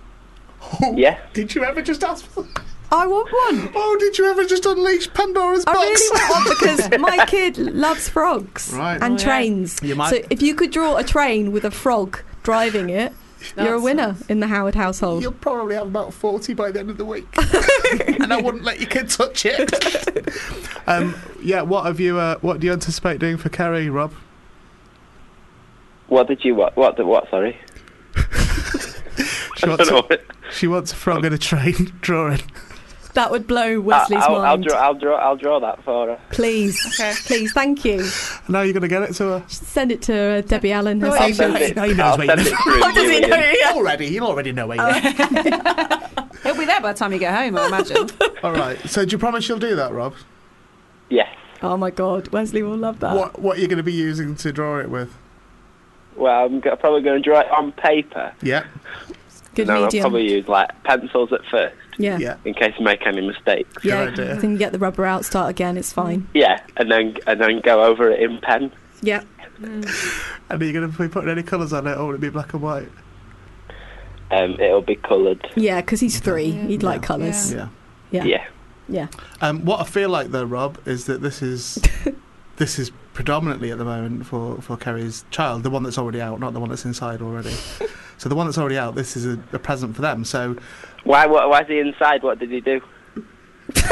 S2: Oh,
S5: Yeah.
S2: Did you ever just ask? For,
S4: I want one.
S2: oh, did you ever just unleash Pandora's
S4: I
S2: box?
S4: really want one because my kid loves frogs
S2: Right.
S4: and
S6: Oh, yeah.
S4: trains.
S2: You might-
S4: So if you could draw a train with a frog driving it, you're a
S6: That's
S4: winner in the Howard household.
S2: You'll probably have about 40 by the end of the week. and I wouldn't let your kid touch it. um, yeah, what have you, uh, what do you anticipate doing for Kerry, Rob?
S5: What did you what? What? the- What? Sorry.
S2: She
S5: I
S2: wants,
S5: don't know.
S2: a,
S5: what-
S2: she wants a frog and a train drawing.
S4: That would blow Wesley's
S5: I'll,
S4: mind.
S5: I'll, draw, I'll draw. I'll draw that for her.
S4: Please, please, thank you.
S2: Now you're going to get it to her.
S4: Send it to uh, Debbie Allen.
S2: No,
S4: herself.
S5: I'll
S2: He's
S5: send
S2: right.
S5: it.
S2: Now he knows
S5: I'll
S2: where
S5: send
S2: you
S5: it through
S4: What does he
S5: you,
S4: know?
S5: Ian.
S4: Yeah.
S2: Already, you'll already know where you
S3: He'll be there by the time you get home, I imagine.
S2: are. All right, so do you promise you'll do that, Rob?
S5: Yes.
S4: Oh my God, Wesley will love that.
S2: What, what are you going to be using to draw it with?
S5: Well, I'm go- probably going to draw it on paper.
S2: Yeah,
S4: Good
S5: no,
S4: medium.
S5: I'll probably use like pencils at first
S4: yeah, yeah.
S2: yeah.
S5: in case I make any mistakes.
S2: idea.
S4: Then you get the rubber out, start again. It's fine.
S5: Yeah, and then and then go over it in pen.
S4: Yeah.
S3: Hmm.
S2: And are you going to be putting any colours on it, or will it be black and white?
S5: Um, it'll be coloured.
S4: Yeah, because he's three. He'd like
S2: Yeah.
S4: colours.
S2: Yeah.
S4: Yeah.
S5: yeah.
S4: Yeah.
S2: Um, what I feel like though, Rob, is that this is this is predominantly at the moment for for Kerry's child, the one that's already out, not the one that's inside already. so the one that's already out, this is a, a present for them. So
S5: Why? What? Why is he inside? What did he do?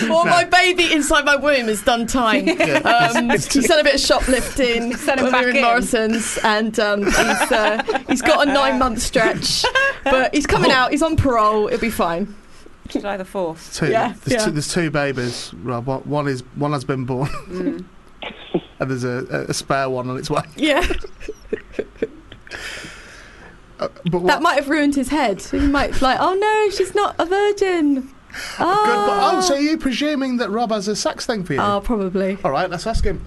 S4: Well, my baby inside my womb has done time.
S2: uh,
S4: Um, he's done a bit of shoplifting. He's
S3: him back
S4: in
S3: in.
S4: Morrison's, and um, he's, uh, he's got a nine month stretch, but he's coming out. He's on parole. It'll be fine.
S3: July the 4th.
S2: two,
S4: Yeah,
S2: there's,
S4: yeah.
S2: Two, there's two babies, Rob. One, one is one has been born,
S3: Mm.
S2: and there's a, a- a spare one on its way.
S4: Yeah,
S2: Uh, but what?
S4: that might have ruined his head. He might be like, oh no, she's not a virgin.
S2: good, but,
S4: Ah.
S2: oh, so are you presuming that Rob has a sex thing for you?
S4: Oh, probably.
S2: All right, let's ask him.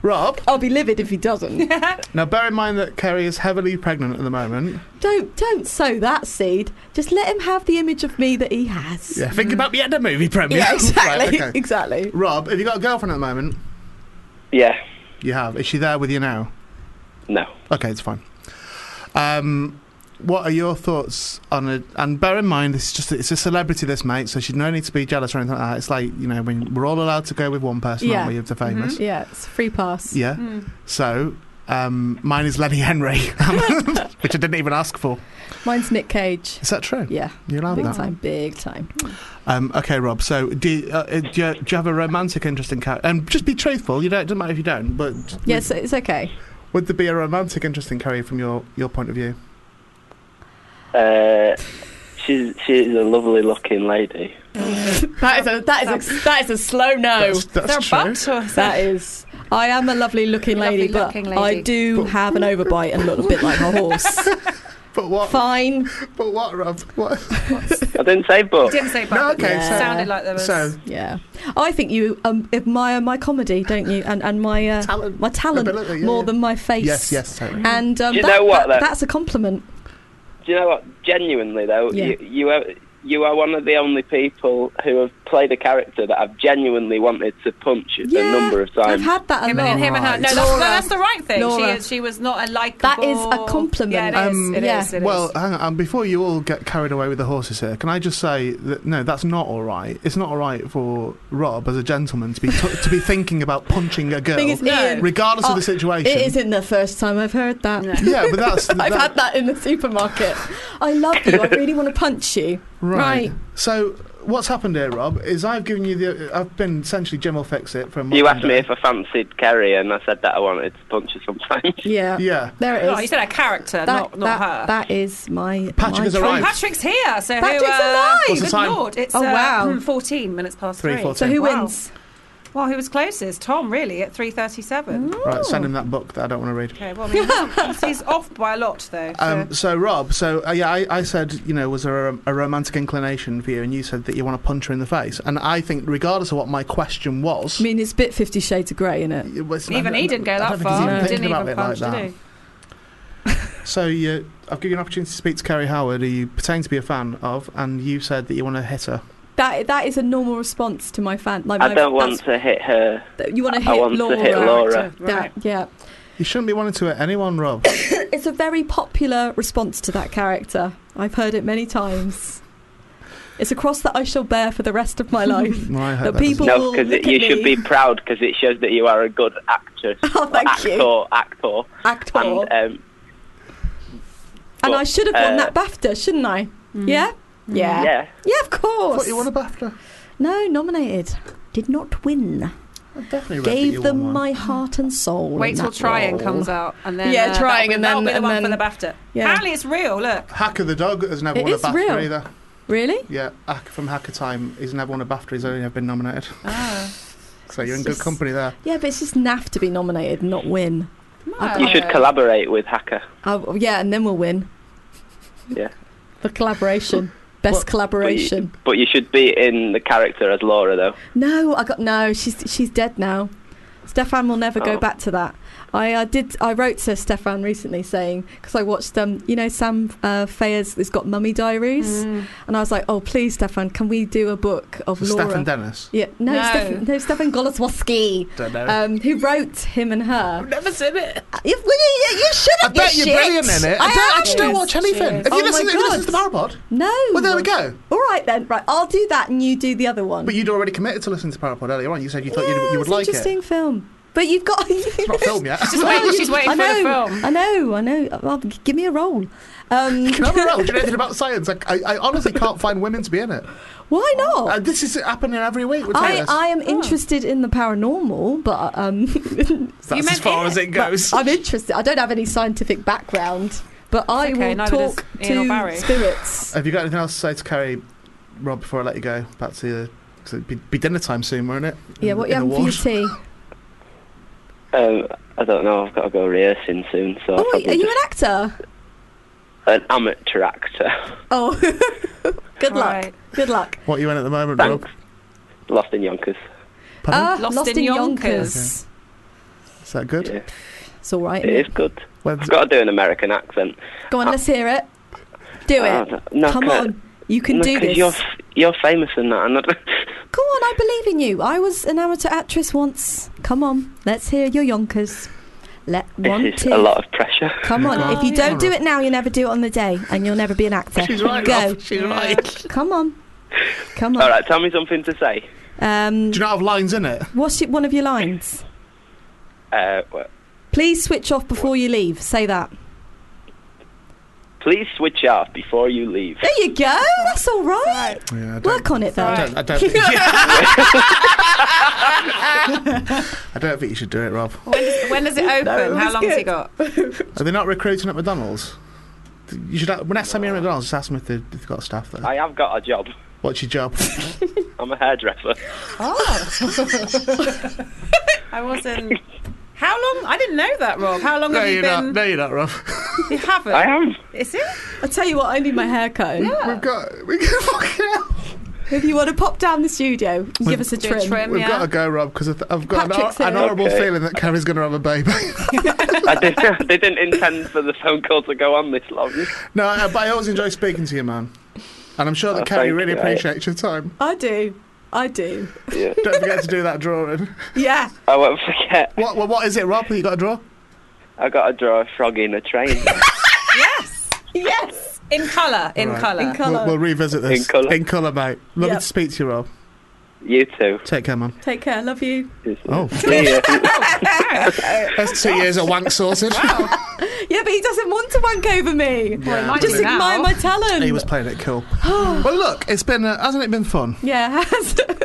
S2: Rob,
S4: I'll be livid if he doesn't.
S2: now bear in mind that Kerry is heavily pregnant at the moment.
S4: don't don't sow that seed. Just let him have the image of me that he has.
S2: Yeah, think about me at the movie premiere.
S4: Mm. Yeah,
S2: Right,
S4: exactly.
S2: okay.
S4: Exactly.
S2: Rob, have you got a girlfriend at the moment?
S5: Yeah.
S2: You have. Is she there with you now?
S5: No.
S2: Okay, it's fine. Um, what are your thoughts on it? And bear in mind, this is just it's a celebrity, this mate, so she's no need to be jealous or anything like that. It's like you know, when we're all allowed to go with one person,
S4: Yeah. Mm-hmm.
S2: aren't we? If they're famous,
S4: Yeah, it's a free pass.
S2: yeah.
S3: Mm.
S2: So. Um, mine is Lenny Henry, which I didn't even ask for.
S4: Mine's Nick Cage.
S2: Is that true?
S4: Yeah,
S2: You allowed
S4: big
S2: that?
S4: time, big time.
S2: Um, okay, Rob. So, do you, uh, uh, do, you, do you have a romantic interest in Carrie? And just be truthful. You don't. It doesn't matter if you don't. But
S4: Yes, it's okay.
S2: would there be a romantic interest in Carrie from your, your point of view?
S5: Uh, she's she's a lovely looking lady.
S4: That is a that is a that is a slow no.
S2: That's, that's
S3: Oh, Is there a
S2: true.
S3: butt or is
S4: That is. I am a lovely looking
S3: Lovely
S4: lady, but
S3: looking
S4: I
S3: lady.
S4: do have an overbite and look a bit like a horse.
S2: But what?
S4: Fine.
S2: But what, Rob? What?
S5: I didn't say
S3: I
S5: but.
S3: didn't say butt.
S2: No,
S3: but
S2: okay,
S3: it
S4: so-
S3: sounded like there was.
S2: So
S4: Yeah. I think you um, admire my comedy, don't you? And and my uh,
S2: talent.
S4: my talent
S2: Ability, yeah,
S4: more
S2: yeah.
S4: than my face.
S2: Yes, yes, totally.
S4: And um,
S5: Do you
S4: that-
S5: know what,
S4: that-
S5: then?
S4: that's a compliment.
S5: Do you know what? Genuinely though,
S4: Yeah.
S5: you you are, you are one of the only people who have played a character that I've genuinely wanted to punch a
S4: Yeah,
S5: number of
S4: I've
S5: times.
S4: had that a
S3: Him
S4: lot.
S3: and, him and her. No, that's,
S4: Laura.
S3: no, that's the right thing. She
S4: Laura.
S3: is. She was not a likable.
S4: That is a compliment.
S3: Yeah, it is.
S2: Um,
S3: it
S4: yeah.
S3: is, it is.
S2: Well, hang on. And before you all get carried away with the horses here, can I just say that no, that's not all right. It's not all right for Rob as a gentleman to be t- to be thinking about punching a girl,
S4: Thing is, Ian,
S2: regardless
S4: Oh,
S2: of the situation.
S4: It isn't the first time I've heard that.
S3: No.
S2: Yeah, but that's
S4: I've
S2: that-
S4: had that in the supermarket. I love you. I really want to punch you.
S2: Right.
S4: Right.
S2: So what's happened here, Rob, is I've given you the. I've been essentially Jim will fix it from.
S5: You
S2: my
S5: asked me if
S2: window.
S5: I fancied Kerry, and I said that I wanted to punch her sometimes.
S4: Yeah.
S2: Yeah.
S4: There it is.
S3: No, you Oh, said a character,
S4: that,
S3: not not
S4: that-
S3: her.
S4: that is my.
S2: Patrick
S4: my
S2: has
S4: choice.
S2: arrived.
S3: Patrick's here. So
S4: Patrick's
S3: who, uh,
S4: alive!
S2: What's the
S3: good
S2: time?
S3: lord! It's
S4: Oh,
S3: uh,
S4: wow.
S3: hmm, fourteen minutes past
S2: Three,
S3: three.
S4: So
S2: fourteen.
S4: who
S3: Wow.
S4: wins?
S3: Well, who was closest? Tom, really, at three thirty-seven.
S4: Mm-hmm.
S2: Right. Send
S3: Oh.
S2: him that book that I don't want to read.
S3: Okay, well, I mean, he's- he's off by a lot though. So.
S2: Um, so Rob, so uh, yeah, I, I said, you know, was there a, a romantic inclination for you, and you said that you want to punch her in the face, and I think, regardless of what my question was,
S4: I mean, it's a bit Fifty Shades of Grey, isn't it?
S2: it was-
S3: even
S2: I
S3: he
S2: don't-
S3: didn't go
S2: I
S3: that
S2: don't think he's
S3: far.
S4: even
S3: He
S2: thinking
S3: didn't
S2: about
S3: even
S2: it like
S3: punch,
S2: that.
S3: did he?
S2: So you, I've given you an opportunity to speak to Kerry Howard, who you pretend to be a fan of, and you said that you want to hit her.
S4: That that is a normal response to my fan. Like
S5: I
S4: my-
S5: don't want
S4: that's-
S5: to hit her.
S4: You want to
S5: I
S4: hit
S5: want to
S4: Laura.
S5: hit Laura.
S4: That-
S3: Right.
S4: yeah.
S2: You shouldn't be wanting to at anyone, Rob.
S4: It's a very popular response to that character. I've heard it many times. It's a cross that I shall bear for the rest of my life.
S2: Well, I
S4: But
S2: hope that doesn't-
S4: people-
S5: No, because
S4: look at
S5: you should
S4: me.
S5: be proud because it shows that you are a good actress.
S4: Oh,
S5: or
S4: thank
S5: actor,
S4: you.
S5: actor.
S4: Actor. And,
S5: And um,
S4: I should have won
S5: uh,
S4: that BAFTA, shouldn't I? Yeah? Mm-hmm. Yeah.
S5: yeah,
S4: Yeah, of
S2: I
S4: course.
S2: Hmm. thought you won a BAFTA.
S4: no, nominated. Did not win.
S2: I definitely read that you
S4: Gave them
S2: won one.
S4: my heart and soul.
S3: Wait
S4: in
S3: till
S4: that
S3: trying
S4: role.
S3: comes out, and then
S6: Yeah,
S3: uh, that'll
S6: Trying
S3: be-
S6: and then-
S3: that'll be the
S6: and
S3: one for
S6: then-
S3: the BAFTA.
S4: Yeah.
S3: Apparently, it's real. Look,
S2: Hacker the dog has never
S4: It
S2: won a
S4: is
S2: BAFTA
S4: real.
S2: either.
S4: Really?
S2: Yeah, Hacker from Hacker Time. He's never won a BAFTA. He's only ever been nominated.
S4: Ah.
S2: So you're in
S4: It's
S2: good
S4: just-
S2: company there.
S4: Yeah, but it's just naff to be nominated, and not win.
S3: No.
S5: you
S4: Uh,
S5: should collaborate with Hacker.
S4: Oh, yeah, and then we'll win.
S5: Yeah.
S4: The collaboration. Best
S2: What-
S4: collaboration.
S5: But you should be in the character as Laura, though.
S4: No, I got no. She's she's dead now. Stefan will never go
S5: Oh.
S4: back to that. I uh, did. I wrote to Stefan recently saying because I watched um, you know, Sam uh, Fayers has got Mummy Diaries, and I was like, oh please, Stefan, can we do a book of
S2: So
S4: Laura?
S2: Stefan Dennis.
S4: yeah, no,
S6: No.
S4: Stefan, no, Stefan Goloswowski,
S2: Don't know.
S4: um, who wrote him and her.
S6: Never seen it.
S4: You, you, you- you should
S2: I
S4: have.
S2: bet
S4: you
S2: you're brilliant in it. I, don't, I just don't
S4: am.
S2: watch anything. Have you,
S4: Oh my
S2: listened, have you
S4: God.
S2: listened to Parapod?
S4: No.
S2: Well, there we go.
S4: All right then. Right, I'll do that, and you do the other one.
S2: But you'd already committed to listening to Parapod earlier on. You said you thought
S4: Yeah,
S2: you'd, you would
S4: it's
S2: like
S4: an
S2: it.
S4: interesting film. But you've got.
S2: It's not filmed yet.
S3: She's waiting, she's waiting
S4: I
S3: for the
S4: know,
S3: film.
S4: I know, I know. Well, g- give me a role. Um,
S2: Can I have a roll? Do you know anything about science? I, I, I honestly can't find women to be in it.
S4: why
S2: Uh,
S4: not?
S2: this is happening every week. With
S4: I,
S2: Taylor's.
S4: Oh. I am
S3: Oh.
S4: interested in the paranormal, but um,
S3: You
S7: That's as
S3: meant
S7: far
S3: it.
S7: as it goes.
S4: I'm interested. I don't have any scientific background, but I
S3: okay,
S4: will
S3: neither does
S4: talk
S3: Ian or
S4: to
S3: Barry.
S4: spirits.
S2: Have you got anything else to say to Carrie, Rob, before I let you go? Back to the. Cause it'd be, be dinner time soon, won't it?
S4: Yeah,
S2: In-
S4: what
S2: in
S4: you
S2: the
S4: having for your
S2: ward.
S4: tea?
S5: Um, I don't know. I've got to go rehearsing soon, so I'll
S4: Oh, are
S5: probably
S4: you an
S5: just
S4: actor?
S5: an amateur actor.
S4: Oh, good luck.
S3: Right.
S4: Good luck.
S2: What are you in at the moment, Rob?
S5: Thanks. Uh, Lost in Yonkers.
S2: Pardon?
S4: Ah,
S3: Lost in Yonkers.
S2: is that good?
S5: Yeah,
S4: It's all right.
S5: it is good.
S2: When's-
S5: I've got to do an American accent.
S4: Go on, let's hear it. Do
S5: Uh,
S4: it.
S5: no,
S4: Come
S5: 'cause-
S4: on, you can
S5: no,
S4: do
S5: 'cause
S4: this.
S5: You're f- you're famous in that, and I don't-
S4: Come on, I believe in you. I was an amateur actress once. Come on, let's hear your yonkers. Let one,
S5: this is
S4: two.
S5: a lot of pressure.
S4: Come on,
S2: Oh,
S4: if you
S2: yeah.
S4: don't do it now, you never do it on the day, and you'll never be an actor.
S2: She's right.
S4: Go.
S2: Rob. She's right.
S4: Come on. Come on.
S5: All right, tell me something to say.
S4: Um,
S2: Do you not have lines in it?
S4: what's your, one of your lines?
S5: Uh, well,
S4: Please switch off before you leave. Say that.
S5: please switch off before you leave.
S4: There you go. That's all right.
S2: Yeah, I don't,
S4: Work on it, though.
S2: I don't. I don't, think, I don't think you should do it, Rob.
S3: When does, when does it open? How long has he got?
S2: Are they not recruiting at McDonald's? You should. Have, next time you're at McDonald's, just ask them if they've, they've got staff there.
S5: I have got a job.
S2: What's your job?
S5: I'm a hairdresser.
S3: I wasn't. How long? I didn't know that, Rob. How long have you been?
S2: you're not, Rob.
S3: You haven't.
S5: I am.
S3: Is it?
S4: I tell you what, I need my hair cut.
S2: We've got. We can fucking hell.
S4: If you want to pop down the studio, and give us a
S3: Do a
S4: trim.
S3: trim,
S2: We've
S3: yeah.
S2: got to go, Rob, because I've got an,
S4: Patrick's
S2: hor- an
S4: here.
S2: horrible
S5: Okay.
S2: feeling that Carrie's going to have a baby.
S5: I didn't, they didn't intend for the phone call to go on this long.
S2: no, I, but I always enjoy speaking to you, man. And I'm sure that
S5: Oh,
S2: Carrie
S5: thank
S2: really
S5: you, I-
S2: appreciates your time.
S4: I do. I do.
S5: Yeah.
S2: Don't forget to do that drawing.
S4: Yeah.
S5: I won't forget.
S2: What, what, what is it, Rob, that you got to draw?
S5: I got to draw a frog in a train.
S3: Yes. yes. In colour. In
S2: Right.
S3: colour.
S4: In colour.
S2: We'll, we'll revisit this.
S5: In colour.
S2: In colour, mate. Lovely
S4: Yep.
S2: to speak to you, Rob.
S5: you too.
S2: Take care, man.
S4: Take care. Love you.
S2: Oh.
S5: See ya.
S2: That's two years of wank sorted.
S4: Yeah, but he doesn't want to wank over me.
S3: Mind
S4: Just
S3: you now.
S4: admire my talent.
S2: he was playing it cool. well, look, it's been, uh, hasn't it been fun?
S4: yeah,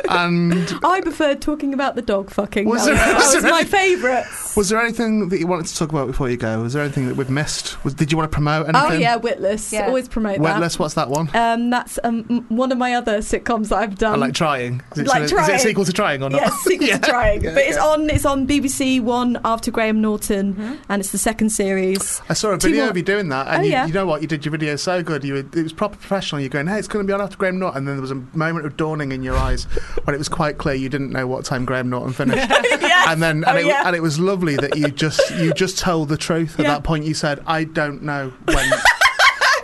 S2: And
S4: I preferred talking about the dog fucking.
S2: Was
S4: that
S2: there-
S4: was, that
S2: was
S4: was
S2: there
S4: my
S2: any-
S4: favourite.
S2: was there anything that you wanted to talk about before you go? Was there anything that we've missed? Was, did you want to promote anything?
S4: Oh yeah, Witless.
S3: Yeah.
S4: Always promote
S2: Wetless, what's that one?
S4: that. Um, that's um, m- one of my other sitcoms that I've
S2: I
S4: done.
S2: like trying. Is it,
S4: like
S2: is it
S4: Trying.
S2: sequel to trying or not?
S4: Yes, sequel
S2: Yeah.
S4: to trying,
S2: Yeah,
S4: but it's
S2: okay.
S4: on it's on BBC One after Graham Norton, and it's the second series.
S2: I saw a
S4: Two
S2: video
S4: more-
S2: of you doing that,
S4: Oh,
S2: and you,
S4: yeah.
S2: you know what? You did your video so good. You were, it was proper professional. You're going, hey, it's going to be on after Graham Norton. And then there was a moment of dawning in your eyes when it was quite clear you didn't know what time Graham Norton finished. And then,
S4: Oh,
S2: and, it,
S4: yeah.
S2: and it was lovely that you just you just told the truth. At
S4: Yeah.
S2: that point, you said, I don't know when.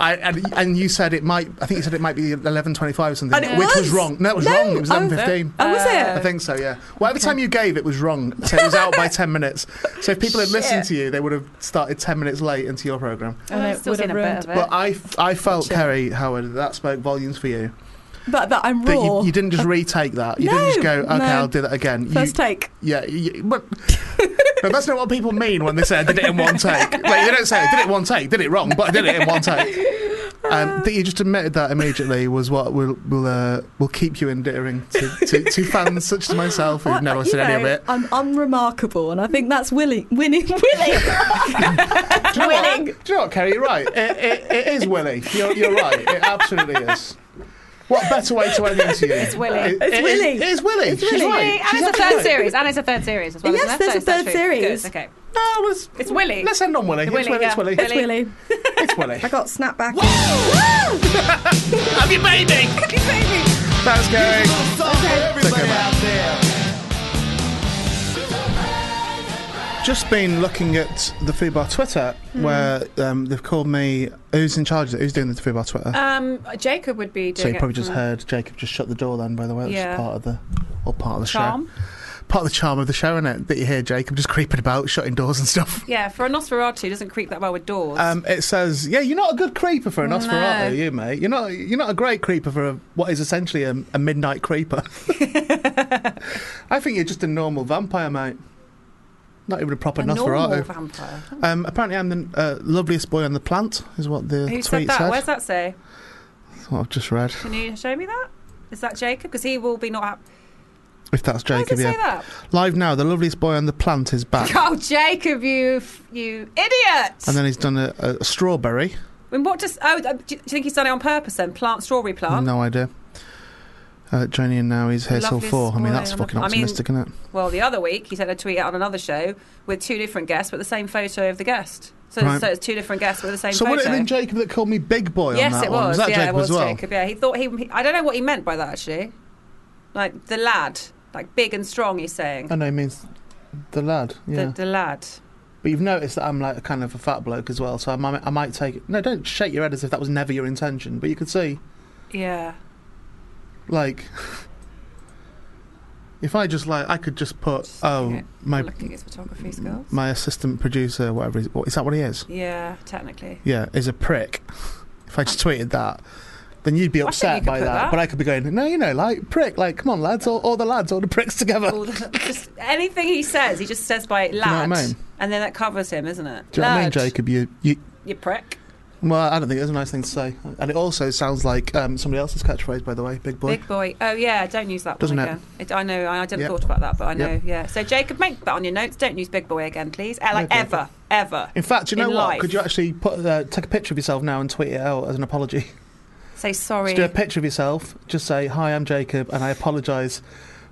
S2: I, and, and you said it might. I think you said it might be eleven twenty-five or something,
S4: And it
S2: which was.
S4: was.
S2: wrong. No, it was
S4: No,
S2: wrong. It was
S4: I
S2: eleven
S4: was-
S2: fifteen.
S4: Oh, was it?
S3: Uh,
S2: I think so. Yeah. Whatever time you gave, it was wrong. So it was out by ten minutes. So if people had listened to you, they would have started ten minutes late into your program.
S4: And
S3: I've
S4: it
S3: still
S4: would
S3: seen a
S4: have
S3: bit
S4: ruined-
S3: of it.
S2: But I, I felt Kerry Howard that spoke volumes for you.
S4: But that I'm
S2: That
S4: raw.
S2: you, you didn't just retake that. You didn't just
S4: No,
S2: go, okay,
S4: no.
S2: I'll do that again. You-
S4: First take.
S2: Yeah, you, but no, that's not what people mean when they say I did it in one take. Like, they don't say I did it in one take, did it wrong, but I did it in one take. Um, that you just admitted that immediately was what will will uh, will keep you endearing to, to, to fans such as myself who've
S4: I-
S2: never
S4: Uh, you
S2: seen any of
S4: know,
S2: it.
S4: I'm unremarkable, and I think that's willing, winning, winning.
S2: Do you, know what,
S4: Willing.
S2: do you know what, Kerry? You're right. It, it, it is Willie. You're, you're right. It absolutely is. What better way to end the interview? It's
S3: Willy.
S4: It's Willy.
S2: It is Willie. She's
S4: Willy.
S2: right.
S3: And
S2: She's
S3: it's a
S2: absolutely
S3: third
S2: right.
S3: series. And it's a third series as well.
S4: Yes,
S3: isn't
S4: there's
S3: there?
S4: a
S3: So it's
S4: third
S3: actually- good,
S4: series.
S3: okay.
S2: No, it's,
S3: It's Willy.
S2: Let's end on Willie. It's
S3: Willy,
S2: Willie. It's
S3: yeah.
S2: Willie.
S3: Willy.
S4: Willie,
S2: It's Willie.
S4: I got snapped back.
S2: Have you made it? Thanks, Kerry. Take care, mate. Just been looking at the Food Bar Twitter, where um, they've called me. Who's in charge of it? Who's doing the Food Bar Twitter?
S3: Um, Jacob would be doing
S2: so you probably
S3: it
S2: just
S3: from
S2: heard Jacob just shut the door. Then, by the way, which
S3: Yeah.
S2: is part of the or part of the
S3: Charm.
S2: show, part of the charm of the show, innit? That you hear Jacob just creeping about, shutting doors and stuff.
S3: Yeah, for a Nosferatu, it doesn't creep that well with doors.
S2: Um, it says, "Yeah, you're not a good creeper for an Oscar,
S3: No.
S2: are you, mate? You're not. You're not a great creeper for a, what is essentially a, a midnight creeper. I think you're just a normal vampire, mate. Not even a proper
S3: a normal
S2: Nosferatu.
S3: vampire.
S2: um, apparently, I'm the uh, loveliest boy on the plant, is what the
S3: Who
S2: tweet
S3: said that?
S2: said.
S3: Where's that say?
S2: That's what I've just read.
S3: Can you show me that? Is that Jacob? Because he will be not happy.
S2: If that's
S3: Why
S2: Jacob,
S3: does it say
S2: yeah.
S3: that?
S2: Live now, the loveliest boy on the plant is back,
S3: Oh, Jacob, you f- you idiot!
S2: and then he's done a, a strawberry.
S3: I mean, what does? Oh, uh, do you do you think he's done it on purpose? Then plant strawberry plant.
S2: No idea. Uh, Johnny and now he's here till
S3: Loveliest
S2: four. I mean,
S3: boy
S2: that's
S3: on the-
S2: fucking
S3: I mean-
S2: optimistic, isn't it?
S3: Well, the other week he sent a tweet out on another show with two different guests, but the same photo of the guest. So,
S2: Right.
S3: so it's two different guests with the same
S2: So
S3: photo.
S2: would it have been Jacob that called me big boy
S3: yes,
S2: on that
S3: it
S2: one?
S3: was.
S2: that
S3: yeah,
S2: Jacob
S3: it was
S2: as well?
S3: Jacob. Yeah, he thought he, he. I don't know what he meant by that actually. Like the lad, like big and strong. He's saying
S2: I know, he means the lad. Uh, Yeah.
S3: the, the lad.
S2: but you've noticed that I'm like a kind of a fat bloke as well, so I might, I might take it. No, don't shake your head as if that was never your intention. But you could see,
S3: Yeah.
S2: like, if I just like, I could just put,
S3: Just looking
S2: oh,
S3: at-
S2: my
S3: looking at his photography skills.
S2: my assistant producer, whatever, is, what, is that what he is?
S3: yeah, technically.
S2: Yeah, is a prick. If I just tweeted that. Then you'd be
S3: I think
S2: upset
S3: you could
S2: by
S3: put
S2: that,
S3: that.
S2: but I could be going, no, you know, like prick, like come on, lads, all, all the lads, all the pricks together.
S3: All the- just anything he says, he just says by
S2: know what I
S3: lad,
S2: mean?
S3: and then that covers him, isn't it?
S2: Do you know what I mean,
S3: Lad,
S2: Jacob? You, you,
S3: You prick,
S2: Well, I don't think it's a nice thing to say, and it also sounds like um, somebody else's catchphrase, by the way, big boy.
S3: big boy. Oh yeah, don't use that
S2: Doesn't
S3: one
S2: it?
S3: again. It? I know, I, I didn't
S2: Yep.
S3: thought about that, but I know.
S2: Yep.
S3: Yeah. So Jacob, make that on your notes. Don't use big boy again, please. Eh, Like
S2: Okay.
S3: ever, ever.
S2: In fact, you know
S3: In
S2: what?
S3: life.
S2: Could you actually put uh, take a picture of yourself now and tweet it out as an apology?
S3: Say sorry.
S2: Just do a picture of yourself. Just say, "Hi, I'm Jacob, and I apologise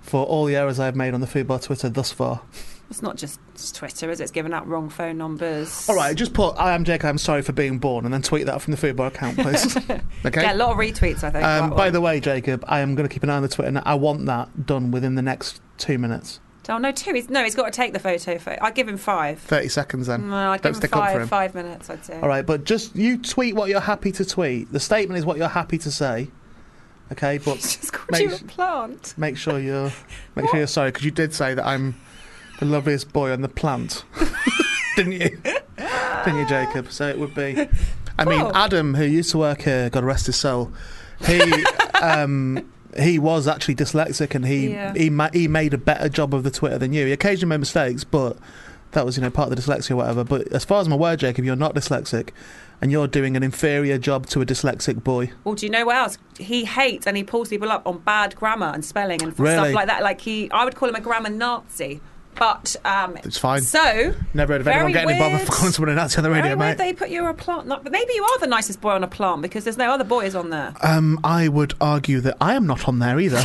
S2: for all the errors I have made on the food bar Twitter thus far."
S3: It's not just it's Twitter, is it? It's giving out wrong phone numbers.
S2: All right, just put, "I am Jacob. I'm sorry for being born," and then tweet that from the food bar account, please. okay.
S3: Yeah, a lot of retweets. I think.
S2: um,
S3: that
S2: by
S3: one.
S2: the way, Jacob, I am going to keep an eye on the Twitter. And I want that done within the next two minutes,
S3: oh no, two. He's, no, he's got to take the photo. For, I'd give him five.
S2: thirty seconds. Then
S3: No, I'd
S2: don't
S3: give him
S2: stick up for
S3: five.
S2: him.
S3: Five minutes, I'd say.
S2: All right, but just you tweet what you're happy to tweet. The statement is what you're happy to say. Okay, but
S3: He's just called
S2: Make
S3: you a
S2: s-
S3: plant.
S2: make sure you're make sure you're sorry because you did say that I'm the loveliest boy on the plant, didn't you? didn't you, Jacob? So it would be. I mean,
S3: Cool.
S2: Adam, who used to work here, God rest his soul, he um, he was actually dyslexic and he
S3: Yeah.
S2: he ma- he made a better job of the Twitter than you. He occasionally made mistakes, but that was you know part of the dyslexia or whatever. But as far as I'm aware, Jacob, you're not dyslexic, and you're doing an inferior job to a dyslexic boy.
S3: Well, do you know what else? He hates and he pulls people up on bad grammar and spelling and
S2: Really?
S3: stuff like that. Like he, I would call him a grammar Nazi. But um,
S2: It's fine.
S3: So
S2: Never heard of
S3: Very
S2: anyone getting involved
S3: weird.
S2: for calling someone a Nazi on the radio,
S3: where
S2: mate.
S3: would they put you on a plant? Not, but maybe you are the nicest boy on a plant because there's no other boys on there.
S2: Um, I would argue that I am not on there either.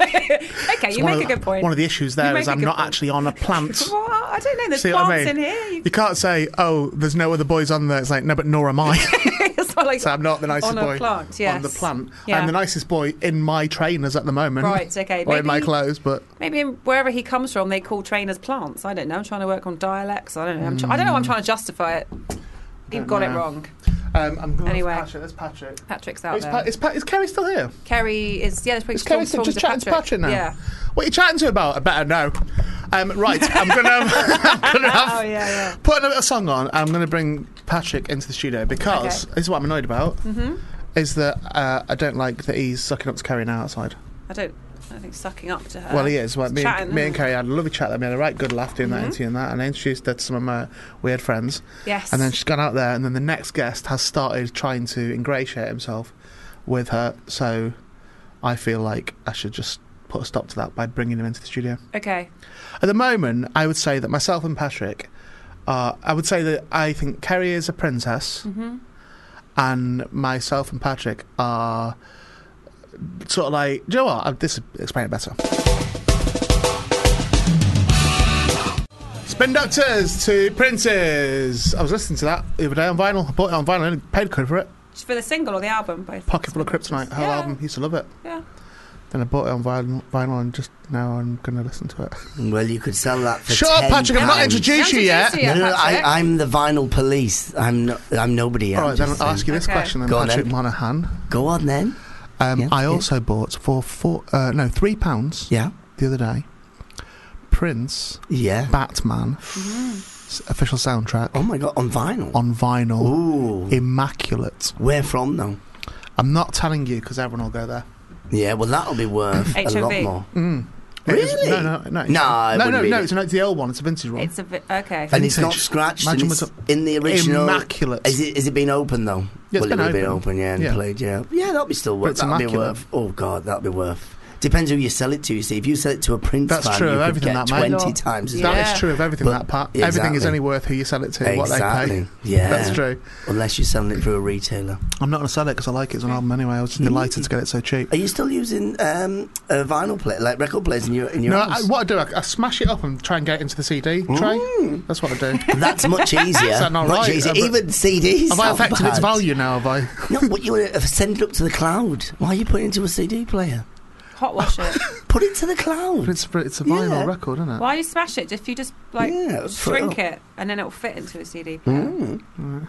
S3: Okay, you
S2: one, of
S3: make a
S2: the,
S3: good point.
S2: one of the issues there
S3: You
S2: is
S3: make a
S2: I'm
S3: good
S2: not
S3: point.
S2: actually on a plant.
S3: Well, I don't know. There's
S2: See
S3: plants
S2: what I mean?
S3: in here. You,
S2: You can't say, "Oh, there's no other boys on there." It's like, no, but nor am I.
S3: it's not like
S2: so I'm not the nicest
S3: on
S2: boy
S3: a plant. Yes.
S2: on the plant.
S3: Yeah.
S2: I'm the nicest boy in my trainers at the moment,
S3: Right, okay.
S2: or in my
S3: Maybe-
S2: clothes. But
S3: Maybe in- wherever he comes from, they call trainers plants. I don't know. I'm trying to work on dialects. I don't know. I'm tr- I don't know. why I'm trying to justify it. You've got it
S2: Hmm. know.
S3: wrong.
S2: Um, I'm glad
S3: Anyway.
S2: Patrick. That's Patrick.
S3: Patrick's out
S2: is,
S3: there.
S2: pa- is, pa- is Kerry still here?
S3: Kerry is yeah. There's probably
S2: Is Kerry
S3: talk-
S2: still
S3: talks
S2: just chatting to Patrick now?
S3: Yeah.
S2: What are you chatting to about? I better know. Um, right, I'm going to
S3: Oh yeah, yeah.
S2: put a, a song on. and I'm going to bring Patrick into the studio because
S3: Okay. Mm-hmm.
S2: this is what I'm annoyed about. Is that uh, I don't like that he's sucking up to Kerry now outside.
S3: I don't. I don't think sucking up to her.
S2: Well, he is. Well,
S3: Just
S2: me, and,
S3: Uh, chatting,
S2: me and
S3: isn't Mm-hmm.
S2: Kerry had a lovely chat. I mean, a right good laugh doing that interview and that, and I introduced her to some of my weird friends.
S3: it? Yes.
S2: And then she's gone out there, and then the next guest has started trying to ingratiate himself with her. So I feel like I should just put a stop to that by bringing him into the studio.
S3: okay.
S2: At the moment, I would say that myself and Patrick are. I would say that I think Kerry is a princess, and myself and Patrick are sort of like. Do you know what? I'll, this explain it better. Spin Doctors to Princes. I was listening to that the other day on vinyl. I bought it on vinyl and paid quid for it.
S3: Just for the single or the album, both.
S2: Pocket full of Kryptonite, whole
S3: Yeah.
S2: album. Used to love it.
S3: Yeah.
S2: Then I bought it on vinyl, vinyl and just now I'm going to listen to it.
S6: Well, you could sell that for.
S2: Shut up,
S6: 10
S2: Patrick. I'm not
S6: pounds.
S2: introduced you yet.
S3: Introduce you yet,
S6: no, no, no,
S3: Patrick.
S6: I, I'm the vinyl police. I'm no, I'm nobody.
S2: All
S6: I'm
S2: right, then
S6: just
S2: I'll ask you
S6: saying.
S2: this
S3: Okay.
S2: question, then,
S6: Go on,
S2: Patrick
S6: then.
S2: Monaghan.
S6: Go on then.
S2: Um,
S6: Yeah,
S2: I
S6: yeah.
S2: also bought for four, uh, no, three pounds
S6: Yeah,
S2: the other day. Prince,
S6: yeah.
S2: Batman,
S3: Mm.
S2: s- official soundtrack
S6: Oh my god, on vinyl.
S2: on vinyl,
S6: Ooh,
S2: immaculate.
S6: where from though?
S2: I'm not telling you because everyone will go there.
S6: Yeah, well that'll be worth a lot
S3: HMV.
S6: more.
S2: It is-
S6: Mm. Really?
S2: no, no, no, it's-
S6: No, I
S2: no, no,
S6: wouldn't
S2: no.
S6: read
S2: It's, not the old one. It's a vintage one.
S3: It's a bit, okay.
S6: And it's not
S2: Vintage.
S6: scratched.
S2: Imagine
S6: And
S2: was
S6: it's in the original.
S2: immaculate.
S6: Is it? Is it been open though?
S2: Yeah, it's
S6: well,
S2: been
S6: it would be
S2: open.
S6: open, yeah, and
S2: Yeah.
S6: played, yeah. Yeah, that'll be still
S2: But
S6: worth.
S2: it's
S6: That'll be
S2: immaculate.
S6: worth. Oh god, that'll be worth. Depends who you sell it to. You see, if you sell it to a Prince
S2: That's
S6: fan,
S2: true
S6: you
S2: of
S6: could
S2: everything,
S6: get
S2: that, mate.
S6: twenty times. as
S3: Yeah.
S6: much.
S2: That is true of everything.
S6: But-
S2: that part. Everything is
S6: exactly.
S2: only worth who you sell it to, what they
S6: Exactly.
S2: pay.
S6: Yeah.
S2: That's true.
S6: Unless you're selling it through a retailer.
S2: I'm not going to sell it because I like it as an album anyway. I was just
S6: Mm.
S2: delighted to get it so cheap.
S6: Are you still using um, a vinyl player, like record players in your in your
S2: No, I,
S6: house?
S2: what I do, I, I smash it up and try and get it into the CD tray. That's what I do.
S6: Mm. That's much easier.
S2: Is that not
S6: much
S2: right?
S6: easier.
S2: Have I-
S6: Even CDs.
S2: Have I
S6: aren't
S2: affected its
S6: bad.
S2: value now? Have I?
S6: No, what you want to send it up to the cloud? Why are you putting it into a CD player?
S3: Hot wash it.
S6: Put it to the cloud.
S2: But it's, but it's a vinyl
S6: Yeah.
S2: record, isn't it?
S3: Why do you smash it? If you just like
S6: Yeah, throw it
S3: shrink
S6: up.
S3: it, and then it'll fit into a CD. player.
S2: Hmm?
S6: Mm.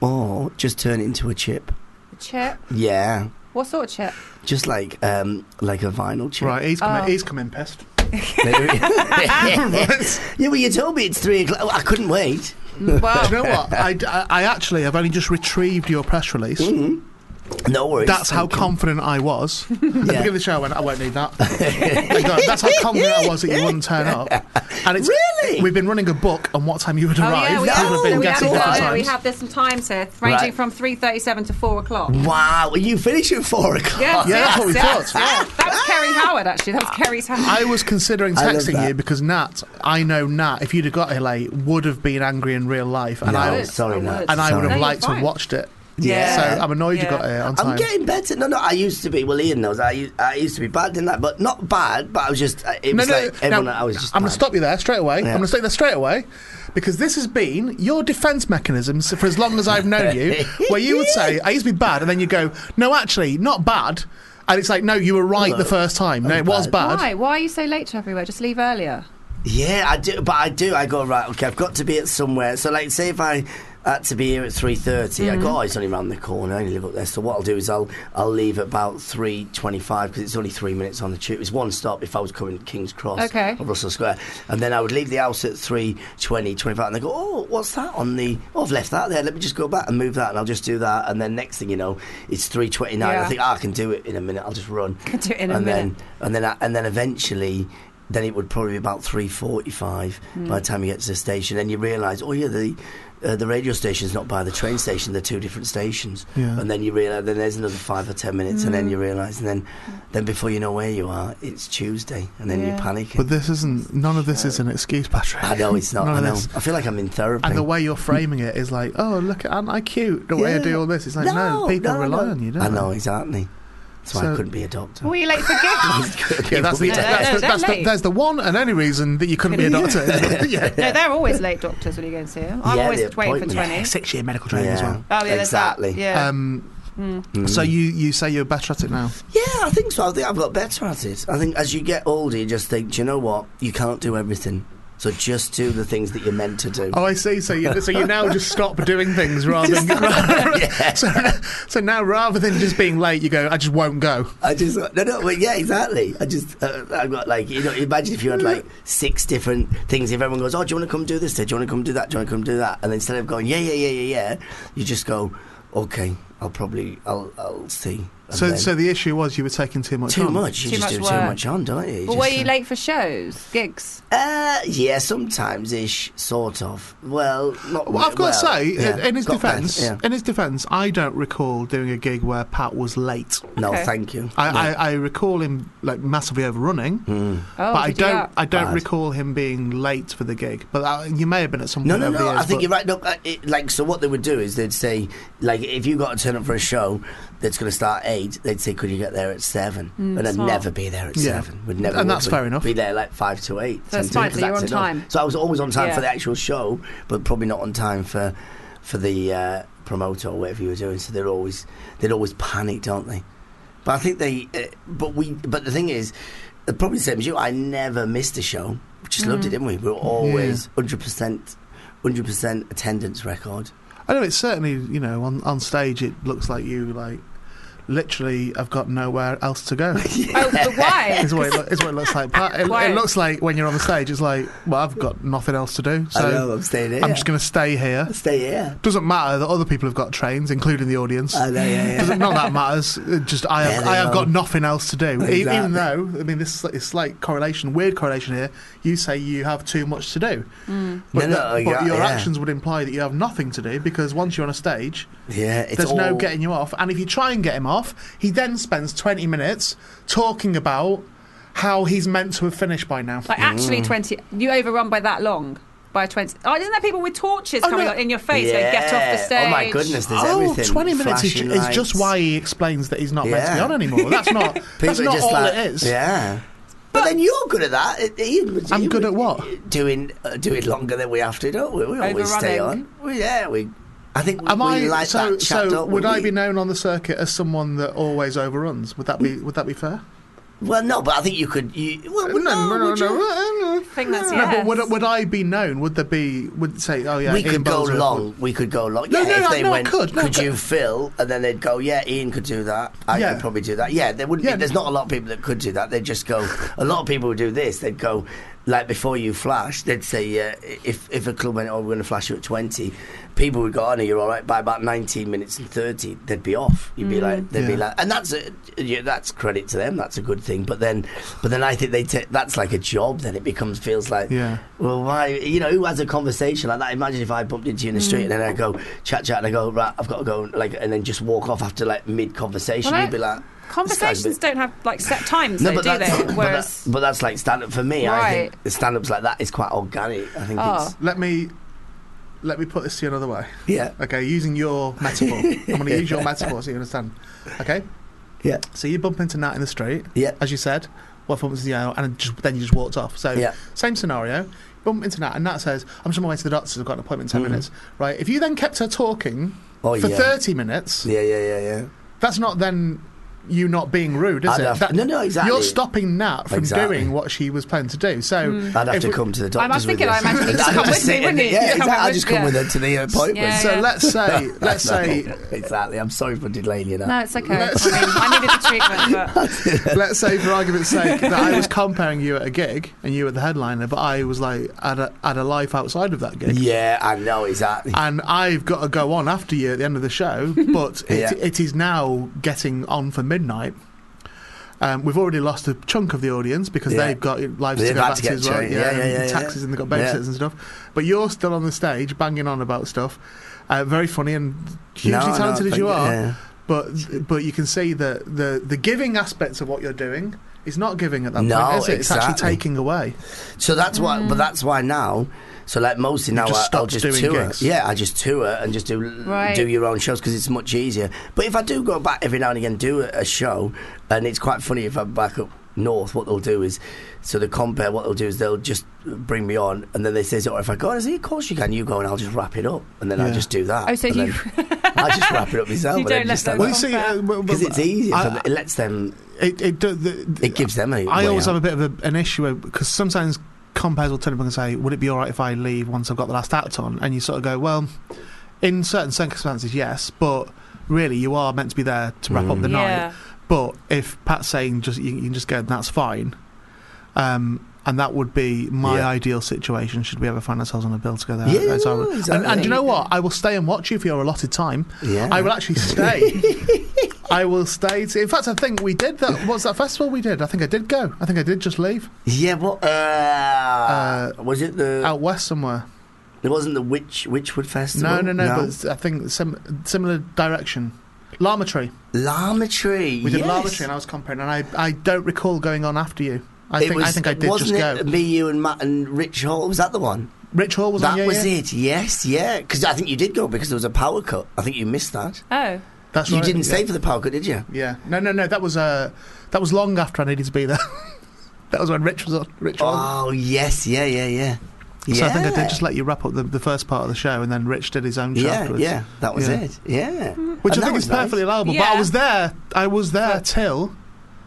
S6: Or just turn it into a chip.
S3: A chip.
S6: Yeah,
S3: What sort of chip?
S6: just like um, like a vinyl chip.
S2: Right, he's coming.
S3: Oh.
S2: He's coming pissed.
S6: yeah, well, you told me it's three o'clock. I couldn't wait.
S2: Do you
S3: Well,
S2: know what? I, d- I- I actually have only just retrieved your press release.
S6: No worries.
S2: That's how
S6: Thank you.
S2: confident I was. At the beginning of the show, I went, I won't need that. I go, That's how confident I was that you wouldn't turn up. And it's,
S6: Really?
S2: We've been running a book on what time you would
S3: Oh
S2: arrive.
S3: yeah, we
S2: You
S6: that
S3: have,
S2: would have been
S3: we, have,
S2: guessing
S6: done
S2: five
S6: it.
S3: no, no, we
S2: times.
S3: have this some times here, ranging
S6: Right.
S3: from three thirty-seven to four o'clock.
S6: Wow, well, you finish at four o'clock.
S3: Yes,
S2: Yeah, that's what we
S3: yes,
S2: thought.
S3: yes, yes. That was Kerry Howard, actually. That was Kerry's Howard.
S2: I was considering
S6: I love
S2: texting you
S6: that.
S2: because Nat, I know Nat, if you'd have got here late, would have been angry in real life. And
S6: No,
S2: I
S3: would,
S6: sorry,
S3: I
S6: Nat.
S3: would.
S2: and I
S6: Sorry.
S2: would have
S3: No,
S2: liked to
S3: you're
S2: have
S3: fine.
S2: watched it.
S6: Yeah.
S2: So I'm annoyed you
S3: Yeah.
S2: got here on time.
S6: I'm getting better. No, no, I used to be. Well, Ian knows. I used, I used to be bad in that, but not bad. But I was just. uh, It was like everyone. I was just.
S2: I'm going
S6: bad.
S2: to stop you there straight away.
S6: Yeah.
S2: I'm going to stop you there straight away because this has been your defence mechanisms for as long as I've known you, where you would say, I used to be bad, and then you go, no, actually, not bad. And it's like, no, you were right the first time. No, it was bad.
S3: Why? Why are you so late to everywhere? Just leave earlier.
S6: Yeah, I do. But I do. I go right. Okay, I've got to be at somewhere. So, like, say if I had to be here at three I
S3: Mm-hmm.
S6: go. Oh, it's only round the corner. I only live up there. So what I'll do is I'll I'll leave at about three twenty-five because it's only three minutes on the tube. It's one stop if I was coming to Kings Cross
S3: Okay.
S6: or Russell Square, and then I would leave the house at three twenty twenty-five, and they go, "Oh, what's that on the? Oh, I've left that there. Let me just go back and move that, and I'll just do that." And then next thing you know, it's three twenty-nine. I
S3: Yeah.
S6: think "Ah, I can do it in a minute. I'll just run
S3: Can do it in a
S6: and
S3: minute.
S6: then and then I- and then eventually then it would probably be about 3.45
S3: Hmm.
S6: by the time you get to the station then you realise oh yeah the uh, the radio station's not by the train station they're two different stations
S2: Yeah.
S6: and then you realise then there's another five or ten minutes and
S3: Hmm.
S6: then you realise and then then before you know where you are it's Tuesday and then you
S3: Yeah.
S6: panic
S2: But this isn't, none of this is an excuse, Patrick.
S6: I know it's not
S2: None
S6: I
S2: of
S6: know
S2: this.
S6: I feel like I'm in therapy
S2: And the way you're framing it is like, oh, look, aren't I cute? The way I
S6: Yeah.
S2: do all this. It's like, no,
S6: No,
S2: people
S6: no,
S2: rely
S6: no.
S2: on you, don't
S6: I
S2: they?
S6: know exactly that's why
S2: So-
S6: I couldn't be a doctor
S3: Were you late for gigs?
S2: Yeah, that's the,
S3: No,
S2: that's,
S3: no,
S2: the,
S3: they're
S2: that's, the,
S3: late.
S2: that's the one and only reason that you couldn't be a doctor. yeah.
S3: no, they're always late doctors when you go and see them. I'm
S6: Yeah, the
S3: always waiting for
S6: appointment.
S3: twenty.
S2: Six year medical training as well.
S3: Oh yeah, there's that.
S6: exactly Hmm.
S3: Yeah.
S2: Um, So you, you say you're better at it now.
S6: Mm. Yeah, I think so. I think I've got better at it. I think as you get older, you just think, do you know what? You can't do everything. So just do the things that you're meant to do.
S2: Oh, I see. So you, so you now just stop doing things rather than. so, so now rather than just being late, you go, I just won't go.
S6: I just no no well, yeah exactly. I just uh, I've got like you know imagine if you had like six different things. If everyone goes, oh, do you want to come do this? Day? Do you want to come do that? Do you want to come do that? And instead of going yeah yeah yeah yeah yeah, you just go okay. I'll probably I'll I'll see. And
S2: So,
S6: then-
S2: so the issue was you were taking too much.
S6: too
S2: on.
S6: much. You
S3: Too
S6: just
S3: much
S6: do too
S3: work.
S6: much on, don't you? You
S3: Well, were
S6: just,
S3: you
S6: uh,
S3: late for shows, gigs?
S6: Uh, yeah, sometimes ish, sort of. Well, not.
S2: Well, I've got to
S6: well,
S2: say,
S6: yeah,
S2: in his
S6: got that,
S2: defence,
S6: yeah.
S2: in his defence, I don't recall doing a gig where Pat was late.
S6: No,
S3: Okay.
S6: thank you.
S2: I,
S6: No. Hmm.
S2: I, I recall him like massively overrunning,
S3: Oh,
S2: but I
S3: did you
S2: don't. I don't
S6: Bad.
S2: recall him being late for the gig. But uh, you may have been at some
S6: No,
S2: point
S6: no,
S2: over
S6: no.
S2: the years.
S6: I think
S2: but-
S6: you're right. No, uh, it, like, so what they would do is they'd say, like, if you got to turn up for a show that's going to start at eight, they'd say, could you get there at seven? and I'd
S3: Mm, smart.
S6: never be there at
S2: Yeah.
S6: seven. Would never.
S2: And
S6: would
S2: that's
S6: be-
S2: fair enough.
S6: Be there like five to eight.
S3: So it's
S6: 10
S3: fine,
S6: to-
S3: so you're
S6: that's
S3: on
S6: enough.
S3: time.
S6: So I was always on time
S3: Yeah.
S6: for the actual show, but probably not on time for for the uh, promoter or whatever you were doing. So they're always they'd always panic, don't they? But I think they. Uh, but we. But the thing is, uh, probably the same as you. I never missed a show. We just
S3: Mm.
S6: loved it, didn't we? We were always hundred percent, hundred percent attendance record.
S2: I know it's certainly you know on on stage it looks like you like literally have got nowhere else to go.
S3: Oh, but why?
S2: is what it, lo- is what it looks like. But it,
S3: Why?
S2: it looks like when you're on the stage, it's like, well, I've got nothing else to do, so
S6: I know I'm staying here.
S2: I'm just going to stay here.
S6: stay here.
S2: Doesn't matter that other people have got trains, including the audience.
S6: I know, yeah, yeah.
S2: Doesn't, none of that matters. It Just I have,
S6: Yeah,
S2: I
S6: they
S2: have got
S6: know.
S2: nothing else to do. E- Even
S6: Exactly.
S2: though I mean, this is a slight correlation, weird correlation here. You say you have too much to do, but,
S6: Mm. No, no,
S2: that-
S6: yeah,
S2: but your
S6: yeah.
S2: actions would imply that you have nothing to do because once you're on a stage,
S6: Yeah, it's
S2: there's no
S6: all-
S2: getting you off. And if you try and get him off, he then spends 20 minutes talking about how he's meant to have finished by now.
S3: Like
S6: Mm.
S3: actually, twenty. You overrun by that long. By twenty. Oh, isn't there people with torches
S2: Oh,
S3: coming
S2: no.
S3: up in your face? going, get off the
S6: Yeah.
S3: stage.
S6: Oh my goodness, there's
S2: Oh,
S6: everything.
S2: 20 minutes is,
S6: Flashing
S2: ju- is just
S6: lights.
S2: why he explains that he's not meant to be
S6: Yeah.
S2: on anymore. That's not,
S6: People
S2: that's
S6: are
S2: not
S6: just
S2: all
S6: like,
S2: it is.
S6: Yeah. But then you're good at that. It- Ian was-
S2: I'm
S6: Ian
S2: good
S6: was-
S2: at what?
S6: Doing uh, doing longer than we have to, don't we? We always stay
S3: Overrunning.
S6: on. We, yeah, we. I think we,
S2: Am
S6: we
S2: I
S6: like
S2: so?
S6: that chat,
S2: so
S6: don't we?
S2: would I
S6: We-
S2: be known on the circuit as someone that always overruns? Would that be Would that be fair?
S6: Well, no, but I think you could. You, well, well, no, would you?
S2: no.
S3: I think that's
S2: No,
S3: yes.
S2: but would, would I be known? Would there be? Would say, oh yeah,
S6: we
S2: Ian
S6: could go
S2: Bowles would-
S6: long. We could go long.
S2: No,
S6: yeah,
S2: no,
S6: if
S2: no,
S6: they
S2: no, I
S6: went,
S2: could, no, but-
S6: you fill? And then they'd go, yeah, Ian could do that. I
S2: Yeah.
S6: could probably do that. Yeah, there wouldn't
S2: Yeah.
S6: be. There's not a lot of people that could do that. They'd just go. A lot of people would do this. They'd go. Like before you flash, they'd say uh, if if a club went, oh, we're going to flash you at twenty, people would go, oh, no, you're all right. By about nineteen minutes and thirty, they'd be off. You'd be like, they'd be
S2: Yeah.
S6: like, and that's a, yeah, that's credit to them. That's a good thing. But then, but then I think they take that's like a job. Then it becomes feels like
S2: Yeah.
S6: well, why? You know, who has a conversation like that? Imagine if I bumped into you in the
S3: Hmm.
S6: street and then I go chat, chat, and I go right, I've got to go, like, and then just walk off after like mid conversation.
S3: Well,
S6: You'd be
S3: I-
S6: like, this guy's a
S3: Conversations
S6: bit-
S3: don't have like set times, though, do
S6: that's,
S3: they?
S6: but,
S3: Whereas
S6: that- but that's like stand up for me. I
S3: Right.
S6: think the stand ups like that is quite organic. I think
S3: Oh.
S6: it's
S2: Let me let me put this to you another way.
S6: yeah,
S2: Okay, using your metaphor. I'm going to use your metaphor so you understand. Okay,
S6: yeah,
S2: so you bump into Nat in the street,
S6: yeah,
S2: as you said. Well, for you know, and just, then you just walked off. So
S6: Yeah.
S2: same scenario. Bump into Nat, and Nat says, "I'm just on my way to the doctor's. I've got an appointment in ten minutes." Right? If you then kept her talking
S6: Mm-hmm. oh
S2: for
S6: yeah,
S2: thirty minutes,
S6: yeah, yeah, yeah, yeah.
S2: that's not then you not being rude, is
S6: I'd
S2: it?
S6: have-
S2: That-
S6: no, no, exactly.
S2: You're stopping Nat from
S6: Exactly.
S2: doing what she was planning to do. So
S3: Mm.
S6: I'd have
S2: if
S6: to
S2: we-
S6: come to the doctor.
S3: I was thinking, I imagine you'd come with me, wouldn't you?
S6: Yeah,
S3: You'd come
S6: exactly.
S3: with-
S6: I'll just come
S3: yeah.
S6: with her to the appointment.
S3: Yeah,
S2: So
S3: yeah.
S2: let's say, let's say,
S6: exactly. I'm sorry for delaying you. Now.
S3: no, it's okay. I, mean, I needed the treatment, but
S2: let's say for argument's sake that I was comparing you at a gig and you were the headliner, but I was like had a, had a life outside of that gig.
S6: Yeah, I know exactly.
S2: And I've got to go on after you at the end of the show, but it,
S6: Yeah.
S2: it is now getting on for midnight. Um, we've already lost a chunk of the audience because
S6: Yeah.
S2: they've got lives
S6: They've
S2: to go
S6: had
S2: back
S6: to
S2: to,
S6: get
S2: as well.
S6: trained. Yeah, yeah,
S2: and
S6: yeah, yeah.
S2: taxes and they've got
S6: Yeah.
S2: babysitters and stuff. But you're still on the stage banging on about stuff. Uh, very funny and hugely
S6: No, no,
S2: talented as
S6: thank
S2: you
S6: you.
S2: are.
S6: Yeah.
S2: But but you can see that the the giving aspects of what you're doing is not giving at that
S6: No,
S2: point, is it? It's actually
S6: exactly.
S2: taking away.
S6: So that's why,
S3: Mm.
S6: but that's why now. So like mostly now,
S2: just
S6: I, I'll
S2: stopped
S6: just
S2: doing
S6: tour.
S2: gigs.
S6: Yeah, I just tour and just do
S3: Right.
S6: do your own shows because it's much easier. But if I do go back every now and again, do a, a show, and it's quite funny if I'm back up north. What they'll do is, so the compare what they'll do is they'll just bring me on, and then they say, "Oh, if I go, I say, of course you can. You go, and I'll just wrap it up, and then
S2: Yeah.
S6: I'll just do that.
S3: Oh, so
S6: and
S3: you-
S6: then I just wrap it up myself.
S3: You
S6: and
S3: don't
S6: then
S3: let
S6: just
S3: them
S2: Well, you
S3: Well,
S2: see,
S3: fair.
S2: uh, well,
S6: because
S2: well,
S6: it's easier.
S2: I-
S6: for them. It lets them.
S2: it, it, do- the,
S6: It gives them a.
S2: I
S6: way
S2: always
S6: out.
S2: have a bit of a, an issue because sometimes compos will turn up and say, "Would it be all right if I leave once I've got the last act on?" And you sort of go, "Well, in certain circumstances, yes, but really, you are meant to be there to wrap up the night."
S3: Mm. yeah.
S2: But if Pat's saying just you, you can just go, that's fine. Um, and that would be my
S6: Yeah.
S2: ideal situation. Should we ever find ourselves on a bill to go there?
S6: Yeah,
S2: That's how I would-
S6: no,
S2: and, and do you
S6: exactly.
S2: know what? I will stay and watch you for your allotted time.
S6: Yeah.
S2: I will actually stay. I will stay. To, in fact, I think we did that. What's that festival we did? I think I did go. I think I did just leave
S6: Yeah, what? Uh, was it the?
S2: out west somewhere.
S6: It wasn't the Witch Witchwood Festival.
S2: No, no, no. But I think sim- similar direction. Llama Tree.
S6: Llama Tree.
S2: We did
S6: yes.
S2: Llama Tree, and I was comparing. And I, I don't recall going on after you. I think I think I did
S6: wasn't
S2: just go.
S6: it Me, you, and Matt and Rich Hall. Was that the one?
S2: Rich Hall was on.
S6: that
S2: yeah,
S6: was
S2: yeah.
S6: it. Yes, yeah. Because I think you did go because there was a power cut. I think you missed that.
S3: Oh,
S2: That's
S6: you
S2: right,
S6: didn't
S2: yeah.
S6: stay for the power cut, did you?
S2: Yeah. No, no, no. That was uh, that was long after I needed to be there. that was when Rich was on. Rich was on.
S6: Oh yes, yeah, yeah, yeah.
S2: So I think I
S6: Yeah.
S2: did just let you wrap up the, the first part of the show, and then Rich did his own show
S6: Yeah,
S2: afterwards.
S6: yeah, that was
S2: Yeah.
S6: it. Yeah,
S2: Which
S6: And
S2: I
S6: that
S2: think
S6: was
S2: is
S6: nice.
S2: perfectly allowable. But I
S3: Yeah.
S2: was there. I was there
S3: But-
S2: till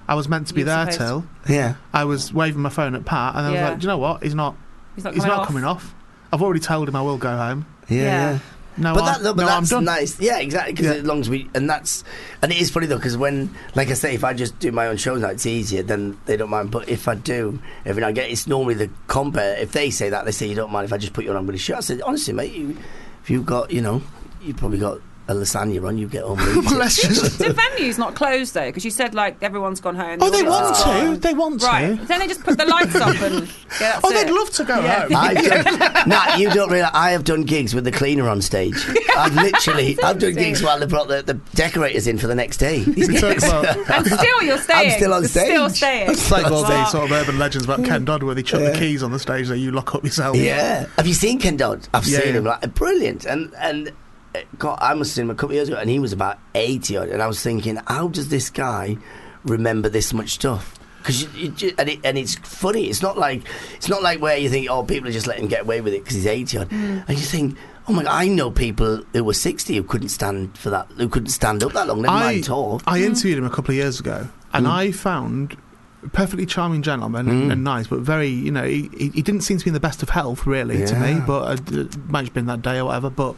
S2: I was meant to be
S3: You're
S2: there
S3: supposed-
S2: till
S6: Yeah,
S2: I was waving my phone at Pat, and I was
S3: Yeah.
S2: like, "Do you know what? He's not.
S3: he's not coming
S2: he's not
S3: off.
S2: coming off. I've already told him I will go home.
S6: yeah.
S3: Yeah.
S6: yeah.
S2: No,
S6: But,
S2: I,
S6: that, no, but
S2: no, I'm
S6: that's
S2: done.
S6: nice. Yeah, exactly. Because
S2: Yeah.
S6: as long as we, and that's, and it is funny though, because when, like I say, if I just do my own shows, now it's easier. Then they don't mind. But if I do every now and again, it's normally the compare. If they say that, they say you don't mind if I just put you on. I'm going to show. I said honestly, mate, you, if you've got, you know, you probably got a lasagna on, you get on. with it."
S2: Let's just.
S3: The venue's not closed though, because you said like everyone's gone home.
S2: Oh, they
S3: All
S2: want to.
S3: this-
S2: They want
S3: Ah. Right.
S2: to.
S3: Then they just put the lights up and. Yeah, that's
S2: Oh, they'd
S3: it.
S2: love to go
S3: Yeah.
S2: home.
S6: I've done, nah, you don't realise. I have done gigs with the cleaner on stage. I've literally, I've done gigs while they brought the, the decorators in for the next day.
S2: You talk about-
S3: And still, you're staying.
S6: I'm still on
S3: You're
S6: stage.
S3: Still staying.
S2: It's like all
S3: Wow.
S2: these sort of urban legends about Ken Dodd where they chuck the keys on the stage that you lock up yourself.
S6: Oh, Yeah. Have you seen Ken Dodd? I've
S2: Yeah,
S6: seen
S2: yeah.
S6: him. Like, brilliant. And and uh, God, I must have seen him a couple of years ago, and he was about eighty odd. And I was thinking, how does this guy remember this much stuff? Because you, you ju- and, it, and it's funny. It's not like it's not like where you think, oh, people are just letting him get away with it because he's eighty odd. And you think, oh my, God, I know people who were sixty who couldn't stand for that, who couldn't stand up that long. Never
S2: I,
S6: mind talk.
S2: I interviewed him a couple of years ago and
S6: Mm.
S2: I found a perfectly charming gentleman and, and nice, but very, you know, he, he he didn't seem to be in the best of health really to me,
S6: Yeah.
S2: but uh, it might have been that day or whatever. But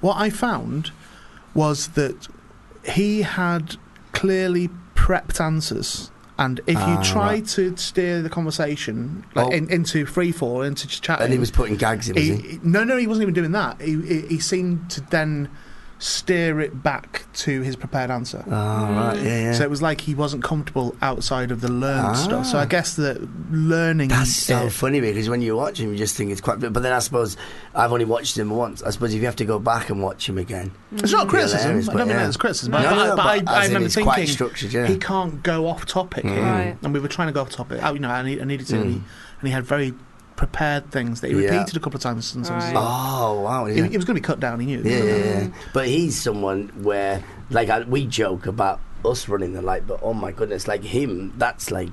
S2: what I found was that he had clearly prepped answers. And if
S6: Ah,
S2: you try
S6: right.
S2: to steer the conversation like,
S6: Oh.
S2: in, into free fall, into just chatting,
S6: And he was putting gags in. Was
S2: he,
S6: he?
S2: he- no, no, he wasn't even doing that. He, he, he seemed to then steer it back to his prepared answer.
S6: Oh, right. Yeah. yeah.
S2: So it was like he wasn't comfortable outside of the learned
S6: Ah.
S2: stuff. So I guess that learning.
S6: That's so
S2: it-
S6: funny because when you watch him, you just think it's quite. But then I suppose I've only watched him once. I suppose if you have to go back and watch him again,
S2: It's not criticism.
S6: hilarious,
S2: I
S6: but
S2: don't mean
S6: yeah.
S2: it's criticism.
S6: No,
S2: but,
S6: no, no,
S2: but I,
S6: but
S2: I
S6: as in
S2: remember
S6: it's
S2: thinking
S6: quite structured, yeah. Mm.
S2: he can't go off topic. here.
S3: Right.
S2: And we were trying to go off topic. I, you know, I, need, I needed to, and, he, and he had very prepared things that he
S6: Yeah.
S2: repeated a couple of times. Sometimes
S3: Right.
S6: oh wow,
S2: it,
S6: yeah.
S2: it was going to be cut down. He knew.
S6: yeah, yeah, yeah. But he's someone where, like, I, we joke about us running the light, but oh my goodness, like him, that's like,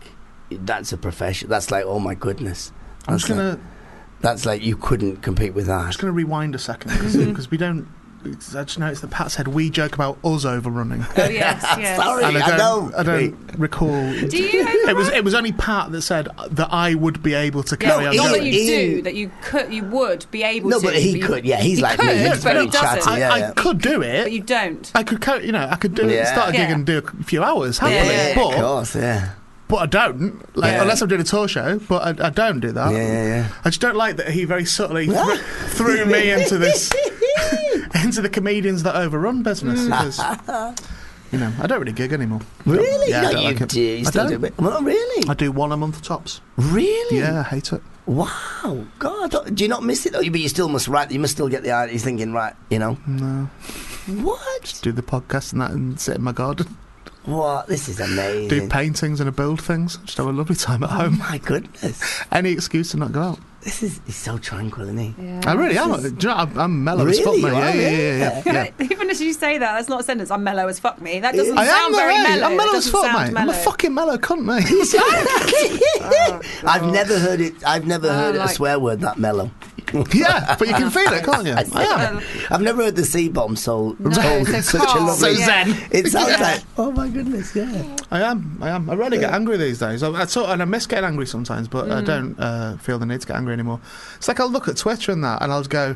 S6: that's a profession. That's like, oh my goodness,
S2: I'm
S6: that's
S2: just going
S6: like,
S2: to.
S6: that's like you couldn't compete with
S2: I'm
S6: that.
S2: just going to rewind a second
S3: Mm-hmm.
S2: because we don't. I just noticed that Pat said we joke about us overrunning.
S3: Oh yes, yes.
S6: Sorry,
S2: And
S6: I,
S2: I
S6: know.
S2: don't, I don't recall.
S3: Do you?
S2: It was it was only Pat that said that I would be able to
S3: Yeah,
S2: carry on.
S6: he-
S3: not
S2: going.
S3: that you do, that you could, you would be able
S6: No,
S3: to.
S6: but he
S3: you-
S6: could, yeah, he's
S3: he
S6: like me,
S3: could,
S6: he's
S3: but
S6: very
S3: he doesn't.
S6: chatty,
S2: I,
S6: yeah,
S2: I
S6: yeah.
S2: could do it.
S3: But you don't.
S2: I could, carry, you know, I could do
S6: Yeah.
S2: start a gig
S3: Yeah.
S2: and do a few hours
S6: Yeah,
S2: happily,
S3: Yeah.
S6: of
S2: but
S6: course, yeah.
S2: but I don't like,
S6: Yeah.
S2: unless I'm doing a tour show. But I, I don't do that.
S6: Yeah, yeah, yeah.
S2: I just don't like that he very subtly thr- threw me into this into the comedians that overrun business
S6: Mm.
S2: because you know I don't really gig anymore.
S6: Really?
S2: Yeah, I
S6: no,
S2: don't
S6: you
S2: like it.
S6: do. You
S2: I
S6: still
S2: don't.
S6: do a bit. Well, really?
S2: I do one a month tops.
S6: Really?
S2: Yeah, I hate it.
S6: Wow. God, do you not miss it though? But you still must write. You must still get the idea. He's thinking, right? You know
S2: No,
S6: what?
S2: do the podcast and that, and sit in my garden.
S6: What? This is
S2: do
S6: amazing.
S2: paintings and I build things. Just have a lovely time at
S6: Oh
S2: home.
S6: my goodness!
S2: Any excuse to not go out.
S6: This is he's so tranquil, isn't he?
S2: I really am. Do you know, I'm, I'm mellow as fuck,
S6: Really?
S2: mate.
S6: You
S2: Yeah,
S6: are,
S2: yeah,
S6: yeah.
S2: yeah, yeah, yeah.
S3: Even as you say that, that's not a sentence. I'm mellow as fuck me. That doesn't
S2: I am
S3: sound
S2: though,
S3: very
S2: eh?
S3: mellow.
S2: I'm
S3: That
S2: mellow as
S3: doesn't
S2: fuck,
S3: sound
S2: mate. I'm
S3: mellow.
S2: a fucking mellow cunt, mate.
S6: I've never heard it. I've never
S3: I
S6: heard a
S3: Oh, like-
S6: swear word that mellow.
S2: yeah, but you can feel it, can't you?
S3: um,
S2: Yeah. Oh,
S6: I've never heard the C bomb so
S3: No,
S6: told
S3: so
S6: in such a
S3: calm,
S6: lovely.
S3: yeah.
S6: It sounds
S3: Yeah.
S6: like oh my goodness, yeah.
S2: I am. I am. I rarely get angry these days. I, I sort and I miss getting angry sometimes, but I don't uh, feel the need to get angry anymore. It's like I'll look at Twitter and that, and I'll just go,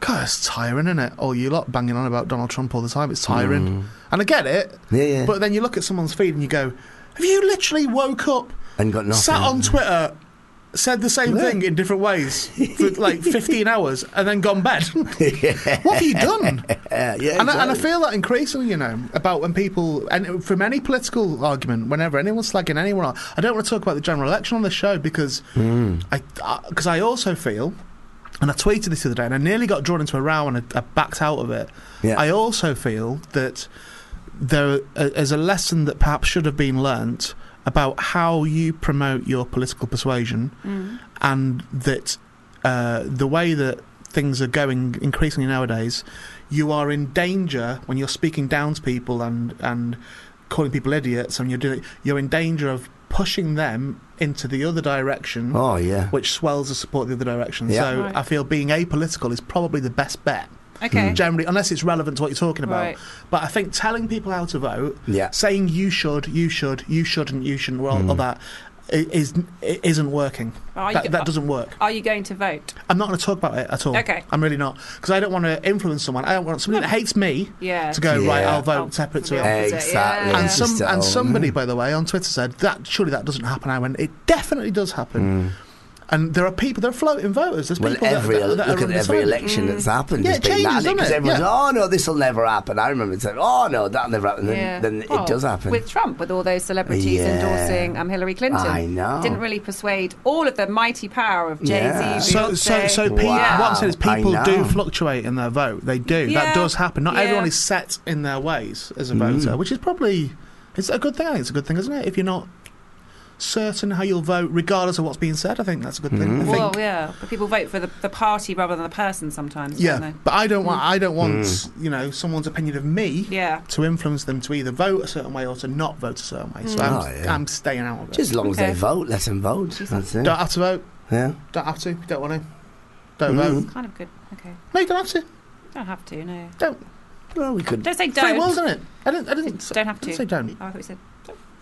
S2: "God, it's tiring, isn't it? All you lot banging on about Donald Trump all the time. It's tiring." And I get it.
S6: Yeah, yeah.
S2: But then you look at someone's feed and you go, "Have you literally woke up,
S6: And got nothing.
S2: sat on Twitter?" Said the same thing in different ways for like 15 hours and then gone bed. what have you done?
S6: yeah, yeah.
S2: and, I, and I
S6: exactly.
S2: feel that increasingly, you know, about when people, and from any political argument, whenever anyone's slagging anyone off, I don't want to talk about the general election on this show because
S6: Hmm.
S2: I, because I also feel, and I tweeted this the other day, and I nearly got drawn into a row and I, I backed out of it.
S6: Yeah.
S2: I also feel that there is a lesson that perhaps should have been learnt about how you promote your political persuasion,
S3: mm.
S2: and that uh, the way that things are going increasingly nowadays, you are in danger when you're speaking down to people and and calling people idiots, and you're doing you're in danger of pushing them into the other direction.
S6: Oh yeah.
S2: Which swells the support the other direction.
S6: Yeah.
S2: So
S3: Right.
S2: I feel being apolitical is probably the best bet
S3: Okay.
S2: generally, unless it's relevant to what you're talking about.
S3: Right.
S2: But I think telling people how to vote,
S6: Yeah.
S2: saying you should, you should, you shouldn't, you shouldn't, well,
S6: Mm.
S2: all that i- is i- isn't working.
S3: Are
S2: that,
S3: you-
S2: that doesn't work.
S3: Are you going to vote?
S2: I'm not going to talk about it at all.
S3: Okay.
S2: I'm really not because I don't want to influence someone. I don't want somebody that hates me
S3: Yeah.
S2: to go right.
S6: Yeah.
S2: I'll vote
S3: Oh,
S2: separate to it.
S3: yeah.
S6: Exactly.
S3: Yeah.
S2: And
S6: It's
S2: some
S6: just
S2: and
S6: all-
S2: somebody, by the way, on Twitter said that surely that doesn't happen. I went, it definitely does happen. And there are people, there are floating voters. There's
S6: Hmm. Well,
S2: people that-
S6: every
S2: that, that
S6: look
S2: are
S6: at every
S2: undecided.
S6: election that's happened.
S2: Yeah,
S6: has
S2: it
S6: been
S2: changes,
S6: that,
S2: doesn't
S6: Because
S2: it?
S6: everyone's,
S2: Yeah.
S6: oh no, this will never happen. I remember saying, oh no, that'll never happen.
S3: Yeah.
S6: Then, then
S3: Well,
S6: it does happen.
S3: With Trump, with all those celebrities
S6: Yeah.
S3: endorsing um, Hillary Clinton.
S6: I know.
S3: Didn't really persuade all of the mighty power of Jay Z.
S6: Yeah.
S2: So, so, so pe-
S6: Wow.
S2: what I'm saying is
S6: I
S2: people do
S6: know.
S2: fluctuate in their vote. They do.
S3: Yeah.
S2: That does happen. Not
S3: Yeah.
S2: everyone is set in their ways as a
S6: Hmm.
S2: voter, which is probably it's a good thing. I think it's a good thing, isn't it? If you're not certain how you'll vote, regardless of what's being said, I think that's a good
S6: Hmm.
S2: thing. I think-
S3: Well, yeah, but people vote for the, the party rather than the person sometimes.
S2: yeah,
S3: Don't
S2: but I don't want
S6: Hmm.
S2: I don't want you know someone's opinion of me
S3: they? Yeah.
S2: to influence them to either vote a certain way or to not vote a certain way. So
S6: Oh,
S2: I'm,
S6: yeah.
S2: I'm staying out of it.
S6: Just as long as
S3: Okay.
S6: they vote, let them vote. That's it.
S2: don't have to vote.
S6: Yeah.
S2: Don't have to. if you Don't want to. Don't
S6: Mm.
S2: vote.
S3: Kind of good. Okay.
S2: No, you don't have to.
S3: Don't have to. No.
S2: Don't.
S6: Well, we could
S3: Don't say don't.
S2: Free will, isn't it? I didn't. I didn't.
S3: Don't have
S2: I didn't
S3: to.
S2: say don't.
S3: Oh, I thought we said.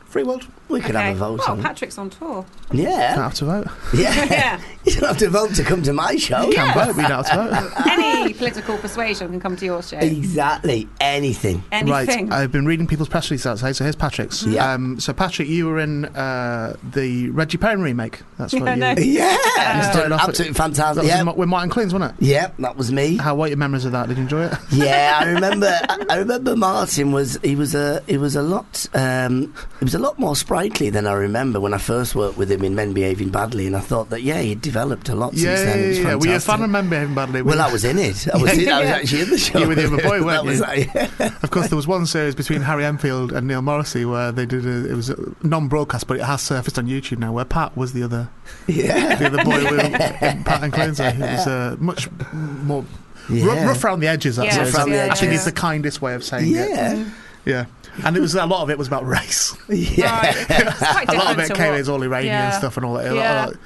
S2: Free world.
S6: we could
S3: okay.
S6: have a vote.
S3: Well,
S6: on it.
S3: Patrick's on tour.
S2: Don't
S6: yeah.
S2: have to vote.
S6: yeah,
S3: Yeah.
S6: You don't have to vote to come to my show.
S2: Can vote. We don't have to vote.
S3: Any political persuasion can come to your show.
S6: Exactly. Anything.
S3: Anything.
S2: Right. I've been reading people's press releases outside. So here's Patrick's.
S6: Mm-hmm. Yeah.
S2: Um, so Patrick, you were in uh, the Reggie Perrin remake. That's what
S3: Yeah,
S2: you.
S3: no.
S6: Yeah.
S2: started off with-
S6: Absolutely
S2: That
S6: fantastic.
S2: was
S6: Yeah.
S2: in- with Martin Clunes, wasn't it?
S6: yeah, that was me.
S2: How what are your memories of that? Did you enjoy it?
S6: yeah, I remember. I, I remember Martin was he was a he was a lot um, he was a lot more sprightly than I remember when I first worked with him in Men Behaving Badly, and I thought that yeah, he developed a lot since then. It was
S2: Were you a
S6: fantastic.
S2: fan of Men Behaving Badly?
S6: Well, I was in it. I was, in, I was actually in the show.
S2: You were the other boy,
S6: That
S2: weren't
S6: was
S2: you?
S6: like-
S2: Of course, there was one series between Harry Enfield and Neil Morrissey where they did a, it was a non-broadcast, but it has surfaced on YouTube now. Where Pat was the other
S6: yeah.
S2: the other boy with Pat and Clunes. It was uh, much m- more
S6: Yeah.
S2: rough, rough around the edges. That
S3: Yeah.
S2: series.
S6: Rough around the
S2: I think
S6: edges.
S2: it's the kindest way of saying it.
S6: Yeah.
S2: Yeah, and it was a lot of it was about race.
S6: Yeah.
S3: Right. It's quite
S2: a lot
S3: different
S2: of it
S3: to
S2: came
S3: what-
S2: as all Iranian
S3: Yeah.
S2: stuff and all that. A lot- a
S3: Yeah.
S2: lot-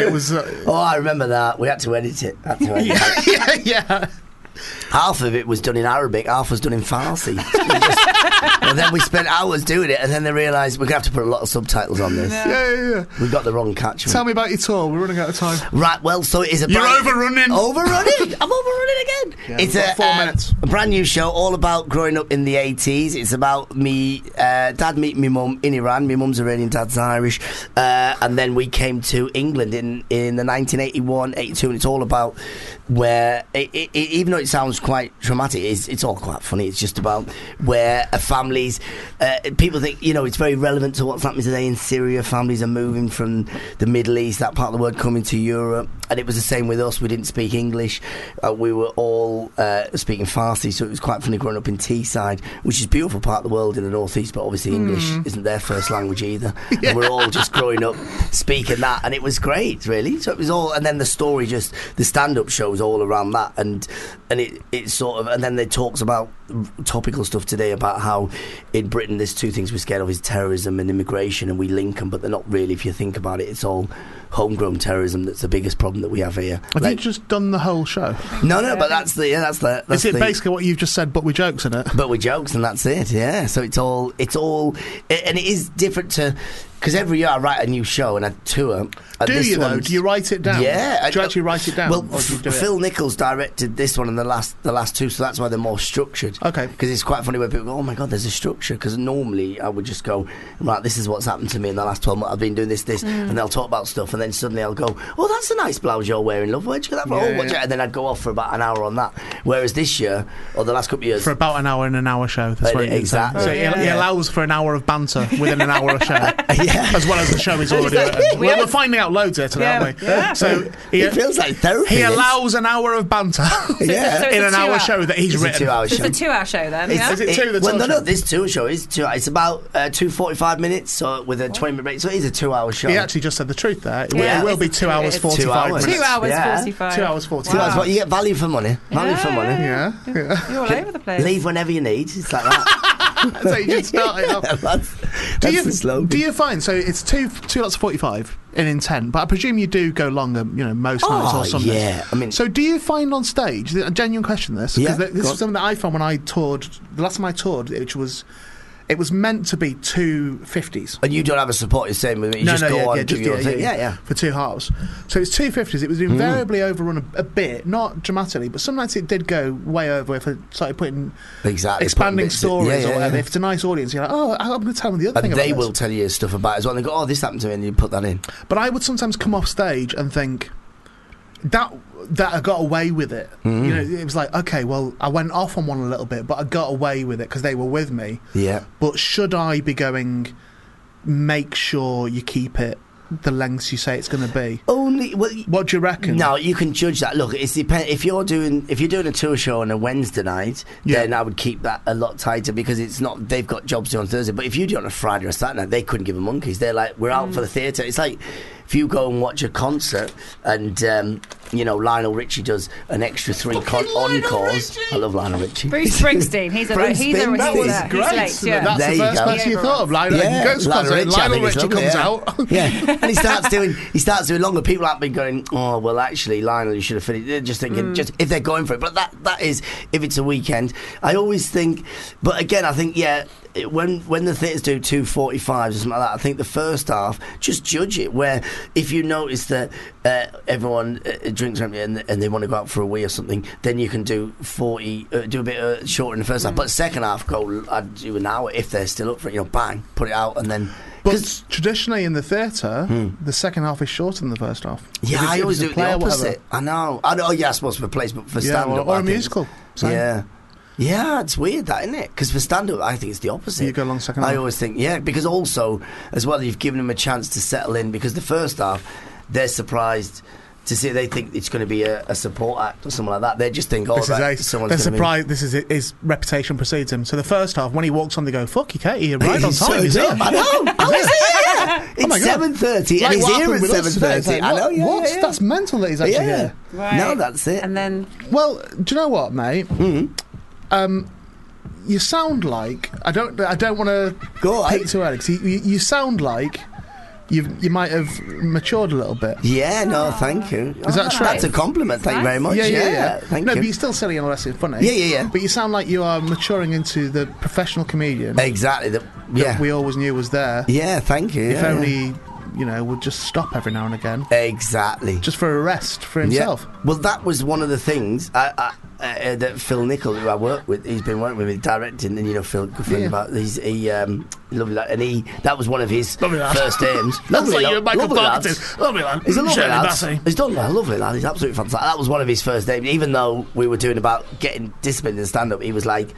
S2: It was, uh,
S6: Oh, I remember that. We had to edit it. Had to edit it.
S2: yeah, yeah.
S6: Half of it was done in Arabic, half was done in Farsi. We just- and then we spent hours doing it, and then they realised we're going to have to put a lot of subtitles on this.
S2: yeah, yeah, yeah.
S6: We got the wrong catchment.
S2: Tell me about your tour. We're running out of time.
S6: Right, well, so it is a
S2: You're
S6: brand-
S2: overrunning.
S6: Overrunning. I'm overrunning again.
S2: Yeah, we've got four minutes.
S6: a brand new show all about growing up in the 80s. It's about me, uh, dad meeting me mum in Iran. My mum's Iranian, dad's Irish. Uh, and then we came to England in, in the 1981, 82. And it's all about where, it, it, it- even though it sounds quite traumatic, it's, it's all quite funny. It's just about where a families, uh, people think, you know, it's very relevant to what's happening today in Syria. Families are moving from the Middle East, that part of the world, coming to Europe. And it was the same with us. We didn't speak English. Uh, we were all uh, speaking Farsi, so it was quite funny growing up in Teesside, which is a beautiful part of the world in the northeast, but obviously English isn't their first language either. And we're all just growing up speaking that, and it was great, really. So it was all, and then the story, just the stand-up show shows all around that, and and it it's sort of and then they talks about topical stuff today about how in Britain there's two things we're scared of is terrorism and immigration, and we link them, but they're not really. If you think about it, it's all homegrown terrorism that's the biggest problem that we have here.
S2: Have you
S6: Like-
S2: just done the whole show?
S6: no, no, but that's the yeah, that's the that's
S2: Is it
S6: the,
S2: basically what you've just said, but with jokes in it?
S6: but with jokes and that's it yeah so it's all it's all a- and it is different to because every year I write a new show and I tour and
S2: Do
S6: this
S2: you though?
S6: one's-
S2: Do you write it down?
S6: yeah I-
S2: Do you actually write it down?
S6: well
S2: or do you do
S6: F-
S2: it?
S6: Phil Nichols directed this one and the last the last two so that's why they're more structured
S2: Okay.
S6: because it's quite funny when people go oh my god there's a structure because normally I would just go right this is what's happened to me in the last 12 months I've been doing this this
S2: Mm.
S6: and they'll talk about stuff and then suddenly I'll go oh that's a nice blouse you're wearing love where'd you get that from
S2: Yeah,
S6: oh, what's
S2: yeah.
S6: that?" and then I'd go off for about an hour on that whereas this year or the last couple of years
S2: for about an hour in an hour show. That's
S6: Uh,
S2: what it is.
S6: exactly.
S2: So
S6: Oh,
S2: it,
S6: yeah.
S2: it allows for an hour of banter within an hour of show,
S6: yeah
S2: as well as the show is already. written.
S3: We
S2: Well,
S3: are-
S2: we're finding out loads here today,
S3: Yeah,
S2: aren't we?
S3: yeah.
S2: So he,
S6: it feels like
S2: he
S6: therapy. this.
S2: allows an hour of banter
S6: Yeah.
S3: so it's
S2: in
S3: a
S2: an hour
S3: two-hour-
S2: show that he's
S6: It's a
S2: written.
S6: two-hour
S3: So
S6: show.
S3: it's a two-hour show then.
S6: It's-
S3: yeah?
S2: Is it two that's
S6: well,
S2: on
S6: no,
S2: show?
S6: no. This two show is two. It's about uh, two forty-five minutes, so with a twenty-minute break. So it is a two-hour show.
S2: He actually just said the truth there. It will-
S6: Yeah.
S2: It will be two hours
S3: Two
S2: forty-five
S6: hours.
S2: minutes.
S3: Two hours
S6: Yeah.
S3: forty-five.
S2: Two hours forty.
S6: Two hours, but you get value for money. Value for
S3: Yeah.
S6: money.
S2: Yeah, yeah.
S3: You're all over the place.
S6: Leave whenever you need. It's like that.
S2: That's how you should start it off.
S6: that's
S2: Do
S6: that's
S2: you,
S6: the slogan.
S2: do you find so it's two two lots of forty five in intent, but I presume you do go longer, you know, most nights
S6: Oh,
S2: or something.
S6: yeah. I mean-
S2: so do you find on stage? A genuine question, this
S6: Yeah,
S2: because th-
S6: go
S2: this
S6: on.
S2: was something that I found when I toured the last time I toured, which was it was meant to be two fifties.
S6: and you don't have a support. You're saying with it. You just go on and do your thing. Hmm. Yeah, yeah.
S2: for two halves. So it's two fifties. It was invariably overrun a, a bit, not dramatically, but sometimes it did go way over. If I started putting
S6: Exactly. Putting
S2: expanding
S6: bits in- yeah,
S2: stories
S6: yeah,
S2: or whatever,
S6: yeah.
S2: if it's a nice audience, you're like, oh, I- I'm going to tell them the other thing.
S6: And
S2: about
S6: they
S2: this.
S6: will tell you stuff about it as well. And they go, "Oh, this happened to me," and you put that in.
S2: But I would sometimes come off stage and think that that I got away with it.
S6: Mm.
S2: You know, it was like, okay, well, I went off on one a little bit, but I got away with it because they were with me.
S6: Yeah.
S2: But should I be going? Make sure you keep it the lengths you say it's going to be.
S6: Only well,
S2: What do you reckon?
S6: No, you can judge that. Look, it's depend. If you're doing if you're doing a tour show on a Wednesday night,
S2: Yeah.
S6: then I would keep that a lot tighter because it's not they've got jobs to do on Thursday. But if you do it on a Friday or Saturday night, they couldn't give a monkeys. They're like, we're out for
S2: Mm.
S6: the theatre. It's like if you go and watch a concert and um, you know Lionel Richie does an extra three con- encores. I love Lionel Richie.
S3: Bruce Springsteen. He's a
S6: Bruce
S3: he's a
S6: Springsteen.
S2: That
S3: he's
S2: was
S3: a- he's
S2: great.
S3: late,
S2: So
S3: yeah.
S2: That's
S6: There
S2: the
S6: you
S2: first
S6: go.
S2: person you thought of. Lionel, yeah, goes to concert,
S6: Lionel Richie, I
S2: Lionel
S6: think it's
S2: Richie
S6: lovely,
S2: comes
S6: yeah.
S2: out.
S6: yeah, and he starts doing he starts doing longer. People haven't been going. Oh well, actually, Lionel, you should have finished. They're just thinking, just if they're going for it. But that that is if it's a weekend. I always think, but again, I think yeah. it- When when the theatres do two forty fives or something like that, I think the first half just judge it. Where if you notice that uh, everyone uh, drinks and, and they want to go out for a wee or something, then you can do forty, uh, do a bit uh, shorter in the first half. But second half, go I'd do an hour if they're still up for it. You know, bang, put it out, and then
S2: But traditionally in the theatre, the second half is shorter than the first half. If
S6: Hmm. Yeah,
S2: it's-
S6: I
S2: if
S6: always
S2: it's a
S6: do it
S2: play
S6: the
S2: or whatever.
S6: opposite. I know. I know. oh, Yeah, I suppose for plays, but for
S2: Yeah,
S6: stand
S2: or,
S6: up
S2: or a musical. Same.
S6: Yeah. Yeah, it's weird that, isn't it? Because for stand up, I think it's the opposite.
S2: You go long second
S6: I
S2: half.
S6: always think, yeah, because also, as well, you've given them a chance to settle in because the first half, they're surprised to see, they think it's going to be a, a support act or something like that. They just think, oh,
S2: This is
S6: right,
S2: ace.
S6: someone's
S2: They're
S6: gonna be-
S2: surprised. This is his reputation precedes him. So the first half, when he walks on, they go, "Fuck, he can't. He arrived on
S6: He's
S2: time. He's
S6: turned
S2: here."
S6: up. I know. I was here. It's
S2: my God.
S6: seven thirty, and
S2: Like
S6: he's
S2: what
S6: here
S2: happened
S6: at
S2: with us
S6: seven
S2: today. It's
S6: thirty.
S2: like,
S6: I know.
S2: what-
S6: Yeah,
S2: what?
S6: yeah.
S2: That's mental that he's actually
S6: Yeah.
S2: here.
S3: Right.
S6: No, that's it.
S3: And then
S2: Well, do you know what, mate?
S6: Mhm.
S2: Um, you sound like I don't. I don't want to
S6: Go on.
S2: pick too early. 'cause You, you, you sound like you you might have matured a little bit.
S6: Yeah, no, thank you.
S2: Ah. Is that true?
S6: That's a compliment. Thank you very much. Oh, Yeah, Thank
S2: no, but
S6: you.
S2: you're still silly unless it's funny.
S6: Yeah, yeah, yeah.
S2: But you sound like you are maturing into the professional comedian
S6: Exactly. The, yeah.
S2: that we always knew was there.
S6: yeah, thank you.
S2: if
S6: yeah,
S2: only
S6: yeah.
S2: you know would just stop every now and again,
S6: Exactly.
S2: just for a rest for
S6: Yeah.
S2: himself.
S6: Well, that was one of the things I, I, uh, that Phil Nichol, who I work with, he's been working with me directing, and you know, Phil, good friend
S2: Yeah.
S6: about he's he um, lovely lad, and he that was one of his
S2: Lovely lad.
S6: first aims.
S2: That's like
S6: lo-
S2: you and Michael
S6: lovely lads.
S2: Parkinson. Lovely lad.
S6: He's a lovely
S2: Shirley
S6: lad.
S2: Bassey.
S6: He's done well, lovely lad. He's absolutely fantastic. That was one of his first aims. Even though we were doing about getting disciplined in stand up, he was like,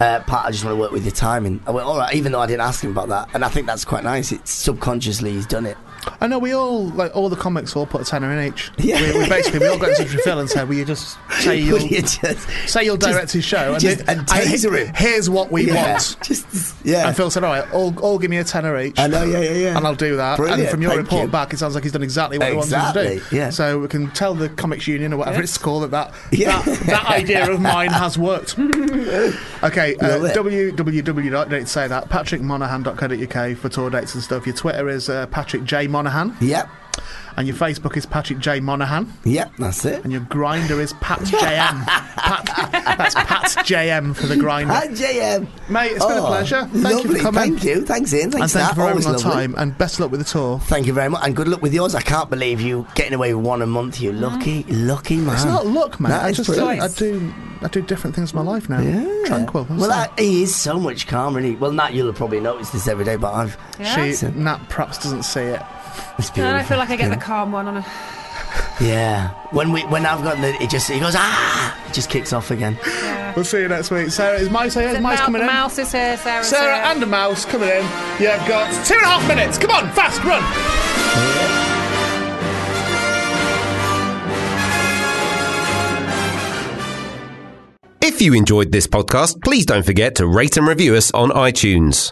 S6: uh, "Pat, I just want to work with your timing." I went, "All right," even though I didn't ask him about that, and I think that's quite nice. It's subconsciously he's done it.
S2: I know we all, like all the comics, all put a tenner in each.
S6: Yeah.
S2: We, we basically we all got into Phil and said, "Will you just say you'll
S6: Will you just-
S2: say you'll direct
S6: just-
S2: his show
S6: just-
S2: then-
S6: and taser him.
S2: Here's what we
S6: yeah.
S2: want."
S6: Just, yeah.
S2: And Phil said, "All right, all, all give me a tenner each."
S6: I know, yeah, yeah, yeah.
S2: And I'll do that.
S6: Brilliant,
S2: and from your
S6: thank
S2: report
S6: you.
S2: back, it sounds like he's done exactly what he wanted us to
S6: Exactly,
S2: do.
S6: yeah.
S2: So we can tell the Comics Union or whatever
S3: Yeah.
S2: it's called that that,
S6: Yeah.
S2: that that idea of mine has worked. okay, uh,
S6: Love it.
S2: www. Don't say that. PatrickMonahan.co.uk for tour dates and stuff. Your Twitter is uh, Patrick J Monahan,
S6: Yep,
S2: and your Facebook is Patrick J Monahan,
S6: yep, that's it.
S2: and your grinder is Pat JM. Pat, that's Pat JM for the grinder.
S6: Hi, JM.
S2: Mate, it's been a
S6: Oh,
S2: pleasure. Thank
S6: lovely.
S2: you for coming.
S6: Thank you. Thanks, Ian.
S2: And
S6: Thanks,
S2: thank
S6: Nat.
S2: you for having
S6: Always
S2: our
S6: lovely.
S2: time, and best of luck with the tour.
S6: Thank you very much, and good luck with yours. I can't believe you getting away with one a month. You lucky, lucky man.
S2: It's not luck, mate.
S6: That
S2: Ah. I
S6: is
S2: just
S6: brilliant.
S2: I do I do different things in my life now.
S6: Yeah.
S2: Tranquil.
S6: Well, that, he is so much calmer. Isn't he? Well, Nat, you'll have probably noticed this every day, but I've.
S3: Yeah.
S2: she Nat perhaps doesn't see it.
S6: It's beautiful.
S3: No, I feel like I get
S6: yeah.
S3: the calm one on a.
S6: Yeah. When we when I've gotten the, it just he goes ah, it just kicks off again.
S3: Yeah.
S2: We'll see you next week. Sarah is Mice here. Is
S3: The
S2: Mice
S3: mou-
S2: coming
S3: the
S2: in?
S3: mouse is here, Sarah.
S2: Sarah and a mouse coming in. You've got two and a half minutes. Come on, fast, run.
S1: If you enjoyed this podcast, please don't forget to rate and review us on iTunes.